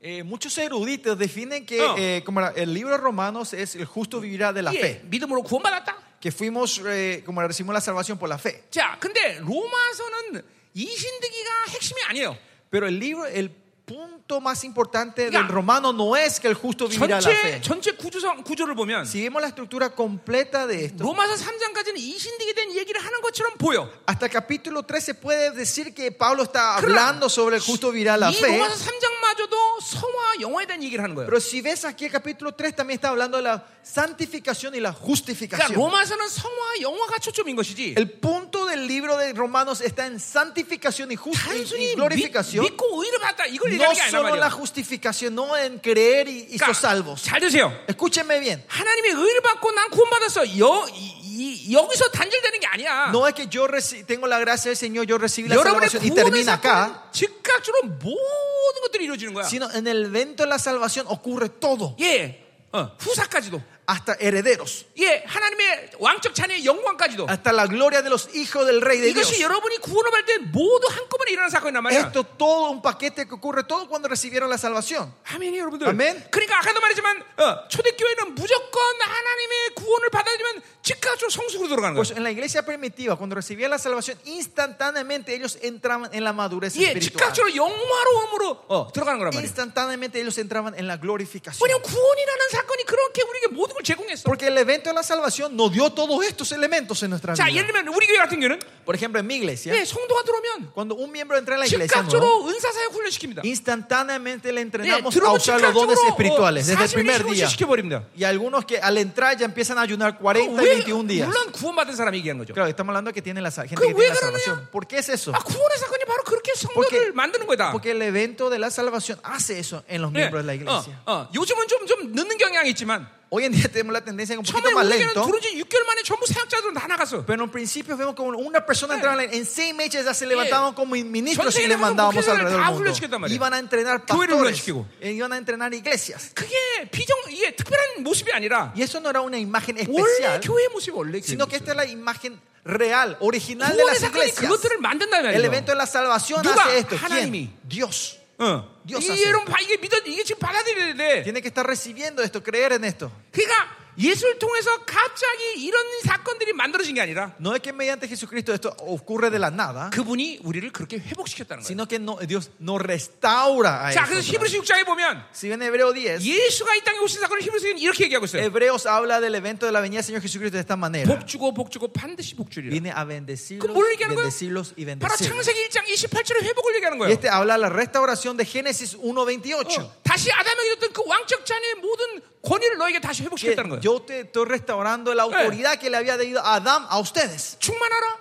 Eh, muchos eruditos definen que
Oh.
eh, como era, el libro de Romanos es el justo vivirá de la
예,
fe,
믿음으로 구원받았다.
que fuimos, eh, como era, recibimos la salvación por la fe.
자, 근데 로마서는 이신득이가 핵심이 아니에요.
Pero el libro, el punto más importante
Ya.
del romano no es que el justo vivirá de la
전체
fe.
전체 구조성 구조를 보면
Si vemos la estructura completa de esto,
로마서 3장까지는 이신득에 대한 얘기를 하는 것처럼 보여.
hasta el capítulo 13 puede decir que Pablo está
Claro.
hablando sobre el justo vivirá de la
이
fe.
로마서 3장마저도 성화 영화에 대한 얘기를 하는 거예요.
Pero si ves aquí el capítulo 3 también está hablando de la santificación y la
그러니까
justificación.
로마서는 성화 영화가 초점인 것이지.
El punto del libro de Romanos está en santificación y, justi-
단순히
y
믿,
glorificación.
믿고 의를 받다 이걸
No
얘기하는 게 아니란
solo en la
말이야.
justificación, no en creer y, y sos salvos.
그러니까 잘 드세요.
Escúchenme bien.
하나님의 의를 받고 난 구원받았어. 여, 이, 이, 여기서 단절되는 게 아니야.
No es que yo reci- tengo la gracia del Señor, yo recibí la
여러분의
salvación y
구원의
termina
사건
acá, Ah.
즉각적으로 모든 것들이 이루어지는 거야.
sino en el evento de la salvación ocurre todo,
예, 어, 후사까지도.
hasta herederos,
예, 하나님의 왕적 자녀의 영광까지도.
hasta la gloria de los hijos del Rey de Dios.
이것이 여러분이 구원을 받을 때 모두 한꺼번에 일어나는 사건이란 말이야.
Esto todo un paquete que ocurre todo cuando recibieron la salvación.
아멘이 여러분들.
아멘.
그러니까 아까도 말했지만 어, 초대교회는 무조건 하나님의 구원을 받아들이면 즉각적으로 성숙으로 들어가는
Pues
거예요.
en la iglesia primitiva, cuando recibían la salvación, instantáneamente ellos entraban en la madurez
예,
espiritual.
즉각적으로 영화로움으로 어, 들어가는 거란 말이에요.
Instantáneamente ellos entraban en la glorificación.
왜냐면 구원이라는 사건이 그렇게 우리에게 모든 걸 제공했어.
Porque el evento de la salvación nos dio todos estos elementos en nuestra
자, 예를
vida.
들면 우리 교회 같은 경우는
Por ejemplo, en mi iglesia,
예, 뭐. 성도가 들어오면
cuando un miembro entra en la iglesia, nuevo,
즉각적으로 은사 사역 훈련시킵니다.
instantáneamente le
예,
entrenamos a
들어오면
usar los dones
즉각적으로 어,
espirituales desde el
40일
primer día.
훈련시켜 버립니다.
Y algunos que al entrar ya empiezan a ayunar 40 y 21 días.
물론 구원받은 사람이 얘기하는 거죠.
Claro, estamos hablando que tiene la, sa- gente
¿Qué
que tiene la
huevo, no, no?
salvación. ¿Por qué es eso?
아, 구원의 사건이 바로 그렇게 성도를
Porque-
만드는 거다.
Porque el evento de la salvación hace eso en los
예,
miembros de la iglesia.
어, 어, 요즘은 뭐 좀, 좀 늦는 경향이 있지만
Hoy en día tenemos la tendencia un
처음에
poquito más
우리는
lento.
들어온 지 6개월 만에 전부 사역자들은 다 나갔어.
Pero en principio vemos como una persona
Sí.
entraba en la- en seis meses ya se levantaban como ministros
Sí.
y le mandábamos
Sí.
alrededor
Sí.
del
Sí.
mundo.
Sí.
Iban a entrenar
Sí.
pastores,
Sí.
e iban a entrenar iglesias.
그게 비정 이게 특별한 모습이 아니라
Y eso no era una imagen
원래
especial,
교회 모습이 원래 교회
sino que
모습.
esta es la imagen real, original de
구원의
las
사건이
iglesias.
그것들을 만든다는
El
말이에요.
evento de la salvación
Nuga,
hace esto.
하나님이.
¿Quién? Dios.
어.
Dios
이
hace.
여러분 봐, 이게 믿어 이게 지금 받아들여야 돼.
Tiene que estar recibiendo esto, creer en esto.
그러니까 예수를 통해서 갑자기 이런 사건들이 만들어진 게 아니라
No es que mediante Jesucristo esto ocurre de la nada,
그분이 우리를 그렇게 회복시켰다는 거예요.
sino que no- Dios nos restaura a
자, 그래서
eso.
히브리서 6장에 보면
Si ven Hebreo 10,
예수가 이 땅에 오신 사건을 히브리서는 이렇게 얘기하고 있어요.
Hebreos habla del evento de la venida del Señor Jesucristo de esta manera.
복 주고 복 주고 반드시 복 주리라.
Viene a
그럼
bendecirlos,
뭘 얘기하는 거야?
bendecirlos y
바로
bendecirlos.
창세기 1장 28절의 회복을 얘기하는
Y
거예요.
este habla de la restauración de Génesis 1.28.
어, 다시 아담에게 줬던 그 왕적 자녀의 모든 권위를 너에게 다시
Que
회복시켰다는 거예요.
Yo te estoy restaurando la autoridad que le había dado a Adán a ustedes.
충만하라,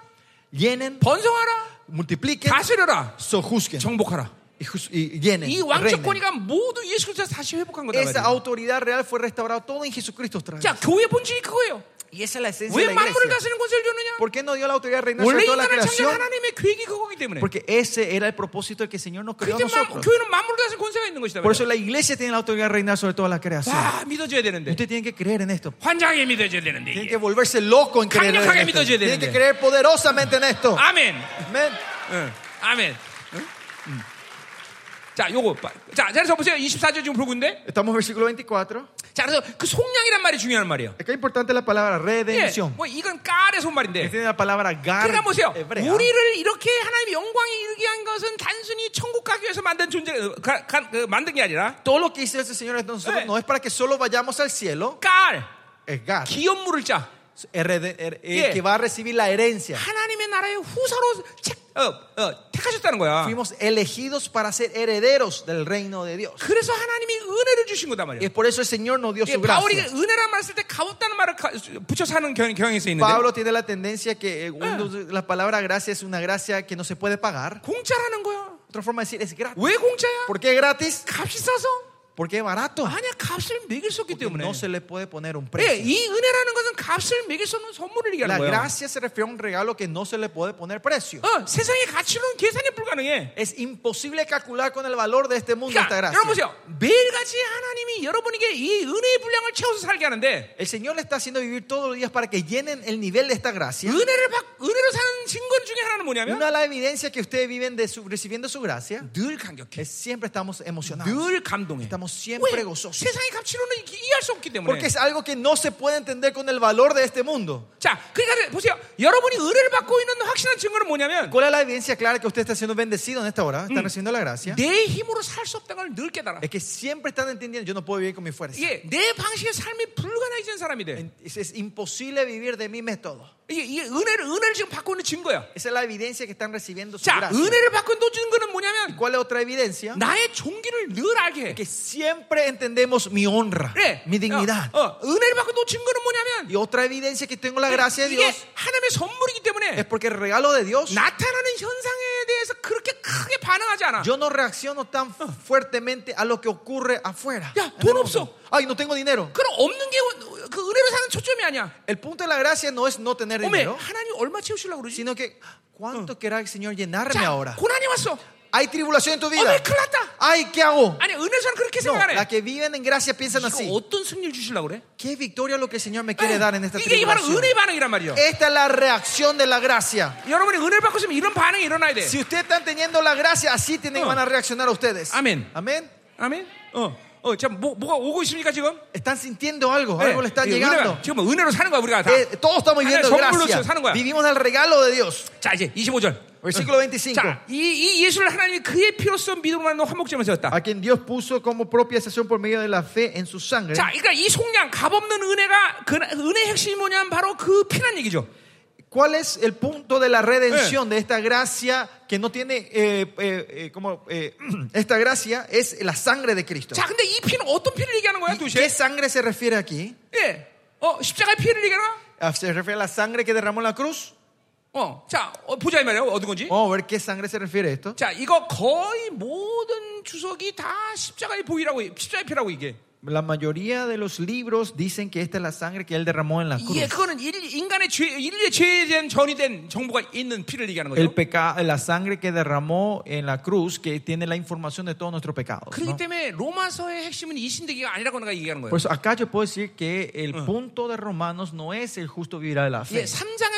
Llenen,
번성하라, 예.
multipliquen,
다스려라,
sojuzguen
정복하라.
y, juz- y llenen.
이 왕적
reinen.
권위가 모두 예수 그리스도에서 다시 회복한 거다
Esa
말이에요.
autoridad real fue restaurada todo en Jesucristo. otra vez.
자, 교회 본질이 그거예요.
Y esa es la esencia de
왜
la
만물을
iglesia.
다스리는 권세를 줬느냐?
¿Por qué no dio la autoridad de reinar
원래
sobre toda la
인간을 창조한
creación?
하나님의 계획이 그거기 때문에.
Porque ese era el propósito del que el Señor nos creó a
그때 마,
nosotros.
교회는 만물을 다스리는 권세가 있는 것이다.
Por eso la iglesia tiene la autoridad de reinar sobre toda la creación.
와, 믿어줘야 되는데.
Usted tiene que creer en esto.
환장하게 믿어줘야 되는데.
Tiene
이게.
que volverse loco en creer en
Cangrejaga
esto.
믿어줘야
Tiene que
되는데.
creer poderosamente en esto.
아멘.
Amén.
응. 아멘. 응? 응. 자, 요거. 봐. 자, 그래서 보세요. 24절 지금 불구인데.
Estamos en versículo 24.
자, 그래서 그 속량이란 말이 중요한 말이에요.
Acá es importante la palabra
예,
redención.
뭐 이건 까의
Que
손말인데.
tiene la palabra gar
그러니까 보세요.
hebrea.
우리를 이렇게 하나님의 영광에 이르게 한 것은 단순히 천국 가기 위해서 만든 존재, 어, 가, 가, 그, 만든 게 아니라
Todo lo que hizo ese Señor entonces nosotros
Eh.
no es para que solo vayamos al cielo.
깔,
Es gar.
기업물을 짜.
RD, er, eh,
Yeah.
que va a recibir la herencia.
하나님의 나라의 후사로 책, 어, 어, 택하셨다는 거야.
Fuimos elegidos para ser herederos del reino de Dios.
그래서 하나님이 은혜를 주신 거단
Y
말이야.
es por eso el Señor nos dio
예,
su
바울이
gracia.
은혜란 말을 쓸 때 가볍다는 말을 가- 붙여서 하는 경, 경향이 있어 있는데
Pablo tiene la tendencia que eh, uno- la palabra gracia es una gracia que no se puede pagar.
공짜라는 거야.
Otra forma de decir es gratis.
왜 공짜야?
¿Por qué gratis?
값이 싸서
porque es barato.
아니야 값을 매길 수 없기
Porque
때문에.
no se le puede poner un
예,
precio.
이 은혜라는 것은 값을 매길 수 없는 선물을 얘기하는
La
거예요.
gracia se refiere a un regalo que no se le puede poner precio.
어, 세상의 가치로는 계산이 불가능해.
Es imposible calcular con el valor de este mundo esta
그러니까
gracia.
여러분 보세요. 매일같이 하나님이 여러분에게 이 은혜의 분량을 채워서 살게 하는데
El Señor le está haciendo vivir todos los días para que llenen el nivel de esta gracia.
은혜를 받, 은혜로 사는 증거 중에 하나는
Una
뭐냐면
de las evidencias que ustedes viven de su- recibiendo su gracia
늘 감격해. 뭐
es siempre estamos emocionados.
늘 감동해.
Estamos
왜?
siempre gozosos.
세상의 값으로는 이- 이해할 수 없기 때문에.
Porque es algo que no se puede entender con el valor de este mundo.
자, 그러니까 보세요. 여러분이 은혜를 받고 있는 확실한 증거는 뭐냐면
¿Cuál es la evidencia clara que usted está siendo bendecido en esta hora? Están recibiendo la gracia.
내 힘으로 살 수 없다는 걸 늘 깨달아.
Es que siempre están entendiendo, yo no puedo vivir con mi fuerza.
이게 내 방식의 삶이 불가능해진 사람이 돼.
En- Es, es imposible vivir de mi método.
이게, 이게 은혜를 은혜를 지금 받고 있는 증거야.
Esa es la evidencia que están recibiendo su
자,
gracia.
은혜를 받고 있는 증거는 그 뭐냐면
¿Cuál es otra evidencia?
나의 종기를 늘 알게 해.
Que siempre entendemos mi honra,
그래.
mi dignidad.
어, 어, 은혜를 받고 또 증거는 뭐냐면
Y otra evidencia que tengo la gracia de
이게
Dios
하나님의 선물이기 때문에
es porque el regalo de Dios,
나타나는 현상에 대해서 그렇게 크게 반응하지 않아.
yo no reacciono tan fuertemente a lo que ocurre afuera.
Ya,
En el
돈
mundo.
없어.
Ay, no tengo dinero.
그럼 없는 게 그 은혜로 사는 초점이 아니야.
El punto de la gracia no es no tener
어메,
dinero,
하나님 얼마 채우시려고 그러지?
sino que
Oh.
cuánto querrá el Señor llenarme
자,
ahora.
고난이 왔어.
Hay tribulación en tu vida.
어메, 큰일 났다.
Ay, ¿qué hago?
아니, 은혜사는 그렇게
No,
생각하네.
las que viven en gracia piensan así.
이거 어떤 승리를 주시려고 그래?
¿Qué victoria lo que el Señor me quiere
에,
dar en esta
이게 이 바로
tribulación?
은혜 반응이란 말이야.
Esta es la reacción de la gracia.
여러분이 은혜를 받고 있으면 이런 반응이 일어나야 돼.
Si ustedes están teniendo la gracia, así tienen,
Eh. Oh.
van a reaccionar a ustedes.
Amén.
Amén.
아멘. 어, 어, 참 뭐, 뭐가 오고 있습니까 지금?
Están sintiendo algo,
네,
algo le está
이
llegando.
은혜가, 지금 뭐 은혜로 사는 거야 우리가 다.
Eh, todos estamos viviendo
하나의 선물로
gracia.
사는 거야.
Vivimos el regalo de Dios.
자 이제 25절.
Versículo 25.
자, 이, 이 예수를 하나님이 그의 피로써 믿음으로 하는 화목제만 세웠다.
A quien Dios puso como propia sesión por medio de la fe en su sangre.
자, 그러니까 이 속량 값없는 은혜가 그 은혜 핵심이 뭐냐면 바로 그 피란 얘기죠.
¿Cuál es el punto de la redención de esta gracia que no tiene eh, eh, eh, como eh, *clears throat* esta gracia es la sangre de Cristo?
자, 근데 이 피는 어떤 피를 얘기하는 거야
¿Y ¿Qué
도대체?
sangre se refiere aquí?
예, 어 십자가의 피를 얘기하나?
Ah, ¿Se refiere a la sangre que derramó en la cruz?
어, 자, 어, 보자 이 말이야 어떤 건지.
Vamos a ver qué sangre se refiere esto.
자, 이거 거의 모든 주석이 다 십자가의 보이라고 십자가의 피라고 이게.
La mayoría de los libros dicen que esta es la sangre que él derramó en la cruz.
이게 아, 그거는 일, 인간의 죄, 인류의 죄에 대한 전이 된 정보가 있는 피를 얘기하는 거죠.
El peca- la sangre que derramó en la cruz que tiene la información de todos nuestros pecados.
그렇기
¿no?
때문에 로마서의 핵심은 이 신대기가 아니라고 내가 얘기하는 거예요.
Por eso acá yo puedo decir que el punto de Romanos no es el justo vivirá de la fe.
예,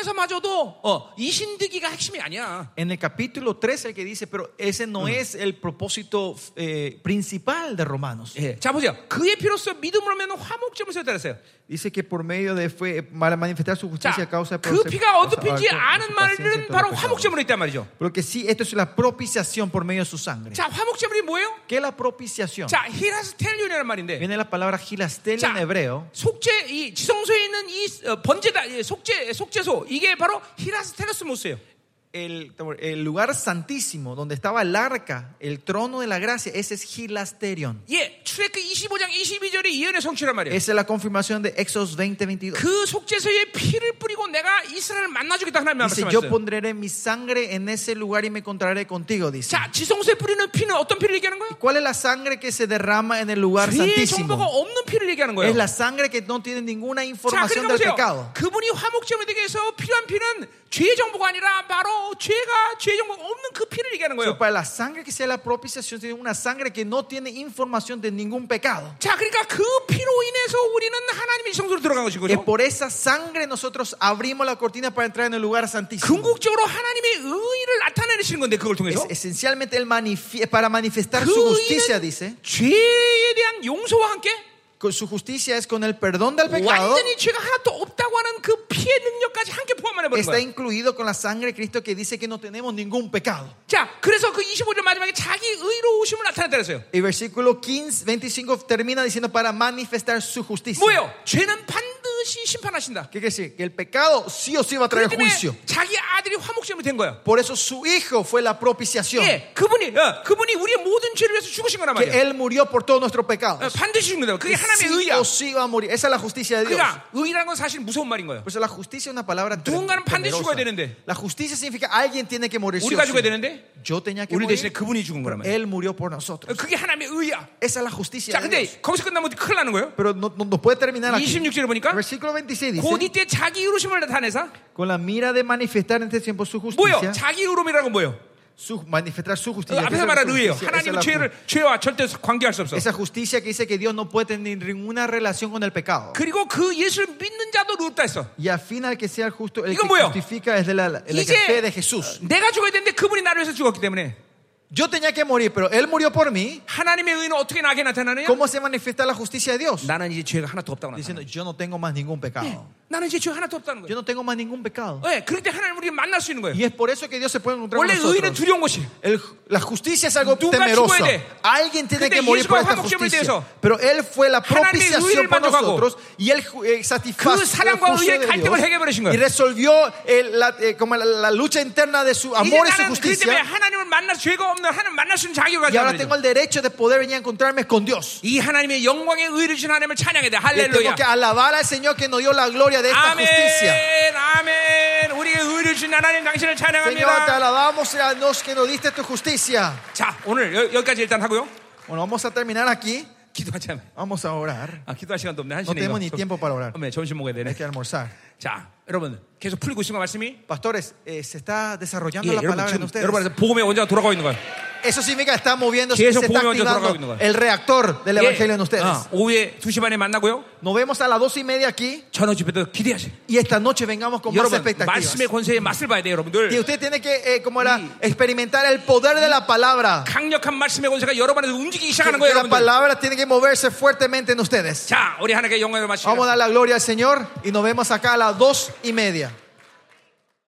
3장에서마저도 어, 이 신대기가 핵심이 아니야.
En el capítulo 13 el que dice, pero ese no es el propósito eh, principal de Romanos.
예, 자 보세요. 그의 피로써 믿음으로 면 화목점을 세웠다 그랬어요.
Dice que por medio de fue para manifestar su justicia
자,
a causa de
그 피가 어떤
por-
피인지
por-
아는
por- por- por-
말은
por-
바로
por-
화목점으로 있단 말이죠.
Pero que sí, esto es la propiciación por medio de su sangre.
자, 화목점이 뭐예요?
¿Qué es la propiciación?
자, 히라스텔리온이라는 말인데.
Viene la palabra gilastel
자,
en hebreo.
속죄 이 지성소에 있는 이 어, 번제다 예, 속죄 속죄소 이게 바로 히라스테르스모스예요.
El, el lugar santísimo donde estaba el arca, el trono de la gracia, ese es gilasterion.
예, 출애굽 25장 22절이 예언의 성취란 말이에요.
Esa es la confirmación de Éxodos 20, 22.
그 속죄소에 피를 뿌리고 내가 이스라엘을 만나주겠다 하나님
Dice, yo
말씀하셨어요.
pondré mi sangre en ese lugar y me encontraré contigo, dice.
자, 지성소에 뿌리는 피는 어떤 피를 얘기하는 거예요?
¿Cuál es la sangre que se derrama en el lugar
죄의 정보가
santísimo?
없는 피를 얘기하는 거예요.
Es la sangre que no tiene ninguna
자,
información
그러니까
del
보세요.
pecado.
그분이 화목제물에 대해서 필요한 피는 죄의 정보가 아니라 바로 죄가 죄의 정보가 없는 그 피를 얘기하는
Pero
거예요.
para la sangre que sea la propiciación, tiene una sangre que no tiene información de ningún pecado.
자, 그러니까 그 피로 인해서 우리는 하나님의 지성소로 들어간 것이고
Que
요
por esa sangre nosotros abrimos la cortina para entrar en el lugar santísimo.
궁극적으로 하나님의 의의를 나타내시는 건데 그걸
Es
통해서
esencialmente el manifi- para manifestar su
그
justicia,
의의는
dice.
죄에 대한 용서와 함께
Con Su justicia es con el perdón del pecado.
완전히 죄가 하나도 없다고 하는 그 피의 능력까지 함께 포함을 해버린
Está
거예요.
incluido con la sangre de Cristo que dice que no tenemos ningún pecado.
자, 그래서 그 25절 마지막에 자기 의로우심을 나타냈다 그랬어요.
El versículo 15, 25 termina diciendo para manifestar su justicia.
뭐예요? 죄는 반드시 심판하신다.
¿Qué quiere decir? Que el pecado sí o sí va a traer
그렇기 때문에
juicio.
자기 아들이 화목제물이 된 거야.
Por eso su hijo fue la propiciación.
예, 그분이 어, 그분이 우리의 모든 죄를 위해서 죽으신 거란 말이에요.
que Él murió por todos nuestros
어,
pecados.
반드시 죽는다. 그게
sí
하나님의 의야.
o sí va a morir. Esa es la justicia de Dios.
그러니까 의라는 건 사실 무서운 말인 거예요.
Por eso la justicia es una palabra trem-
누군가는 반드시
temerosa.
죽어야 되는데.
La justicia significa alguien tiene que morir. sí
우리가
o sí.
죽어야 되는데
Yo tenía que
우리 대신에
morir.
그분이 죽은 거란 말이에요.
Él murió por
어,
nosotros.
그게 하나님의 의야.
Esa es la justicia
자,
de
근데
Dios.
거기서 끝나면 큰일 나는 거예요.
Pero no, no, no puede terminar aquí.
26절에 보니까
El versículo 26
곧
dice:
이때 자기 의로심을 나타내사
Con la mira de manifestar en este tiempo su
뭐요?
justicia,
자기 의로움이라고 뭐요?
su, manifestar su
어,
justicia.
앞에서
Esa
말한
es la
의예요.
justicia, esa es
하나님은
la ju-
죄를 죄와 절대 관계할 수 없어.
esa justicia que dice que Dios no puede tener ninguna relación con el pecado.
그리고 그 예수를 믿는 자도 의롭다 했어.
Y al final que sea el justo, el
Digo,
que
뭐요?
justifica es de la, el que fe de Jesús.
내가 죽어야 되는데 그분이 나를 위해서 죽었기 때문에
Yo tenía que morir, pero Él murió por mí.
하나님의 의는 어떻게 나게 나타나느냐?
¿Cómo se manifiesta la justicia de Dios?
나는 이제 죄가 하나도 없다고 나타나.
Diciendo, yo no tengo más ningún pecado.
나는 이제 죄가 하나도 없다는
Yo
거예요.
no tengo más ningún pecado.
네, 그럴 때 하나님 우리를 만날 수 있는 거예요.
Y es por eso que Dios se puede encontrar con
원래 의는
nosotros.
두려운 것이.
El- la justicia es algo
Nunca
temeroso.
죽어야 돼.
Alguien tiene
근데
que morir por
예수가
esta
화목제물에
justicia.
대해서
Pero Él fue la
하나님의 의를
propiciación por
만족하고
nosotros y Él ju- eh, satisfació la
그 사랑과
justicia
의의
de
갈등을 해결해 주신 거예요.
Dios y resolvió el- la, eh, como la, la lucha interna de su
이제
amor y su
나는 그렇기 때문에
justicia.
하나님을 만날 죄가 없는 하나님 만날 수 있는
Y
자격을 가지고
ahora
있는
tengo
거죠.
el derecho de poder venir a encontrarme con Dios.
이 하나님의 영광의 의를 주신 하나님을 찬양해야 돼.
Y tengo
할렐루야.
que alabar al Señor que nos dio la gloria de esta justicia.
아멘, 아멘. 우리의 의를 주신 하나님 당신을
Señor, te
찬양합니다.
alabamos a Dios que nos diste tu justicia.
자, 오늘 여, 여기까지 일단 하고요.
Bueno, vamos a terminar aquí.
기도하자면.
Vamos a orar.
아, 기도할 시간도 없네.
No
한시네.
tenemos ni tiempo para orar.
네, 점심 먹어야 되네.
Hay que almorzar.
자, 여러분 계속 풀리고 있는 거 말씀이
Pastores, eh, se está desarrollando
예,
la
여러분
palabra en
지금
ustedes.
여러분 복음의 원자가 돌아가고 있는 거예요.
Eso significa que está moviéndose,
Quiero
se está
ponerme yo trabajando en
activando
lugar.
el reactor del
예,
evangelio en ustedes.
아, 오후에 2시 반에 만나고요.
Nos vemos a las dos y media aquí
저녁 집에도 기대하세요.
y esta noche vengamos con más
여러분
expectativas.
말씀의 권세의 맛을 봐야 돼요,
Y
여러분들.
usted tiene que, eh, como era, experimentar el poder de la palabra.
강력한 말씀의 권세가 여러분에서
Que,
움직이기 시작하는
que
거예요,
la
여러분들.
palabra tiene que moverse fuertemente en ustedes.
자, 우리 하나님께 영광을 마치고
Vamos a dar la gloria al Señor y nos vemos acá a las dos y media.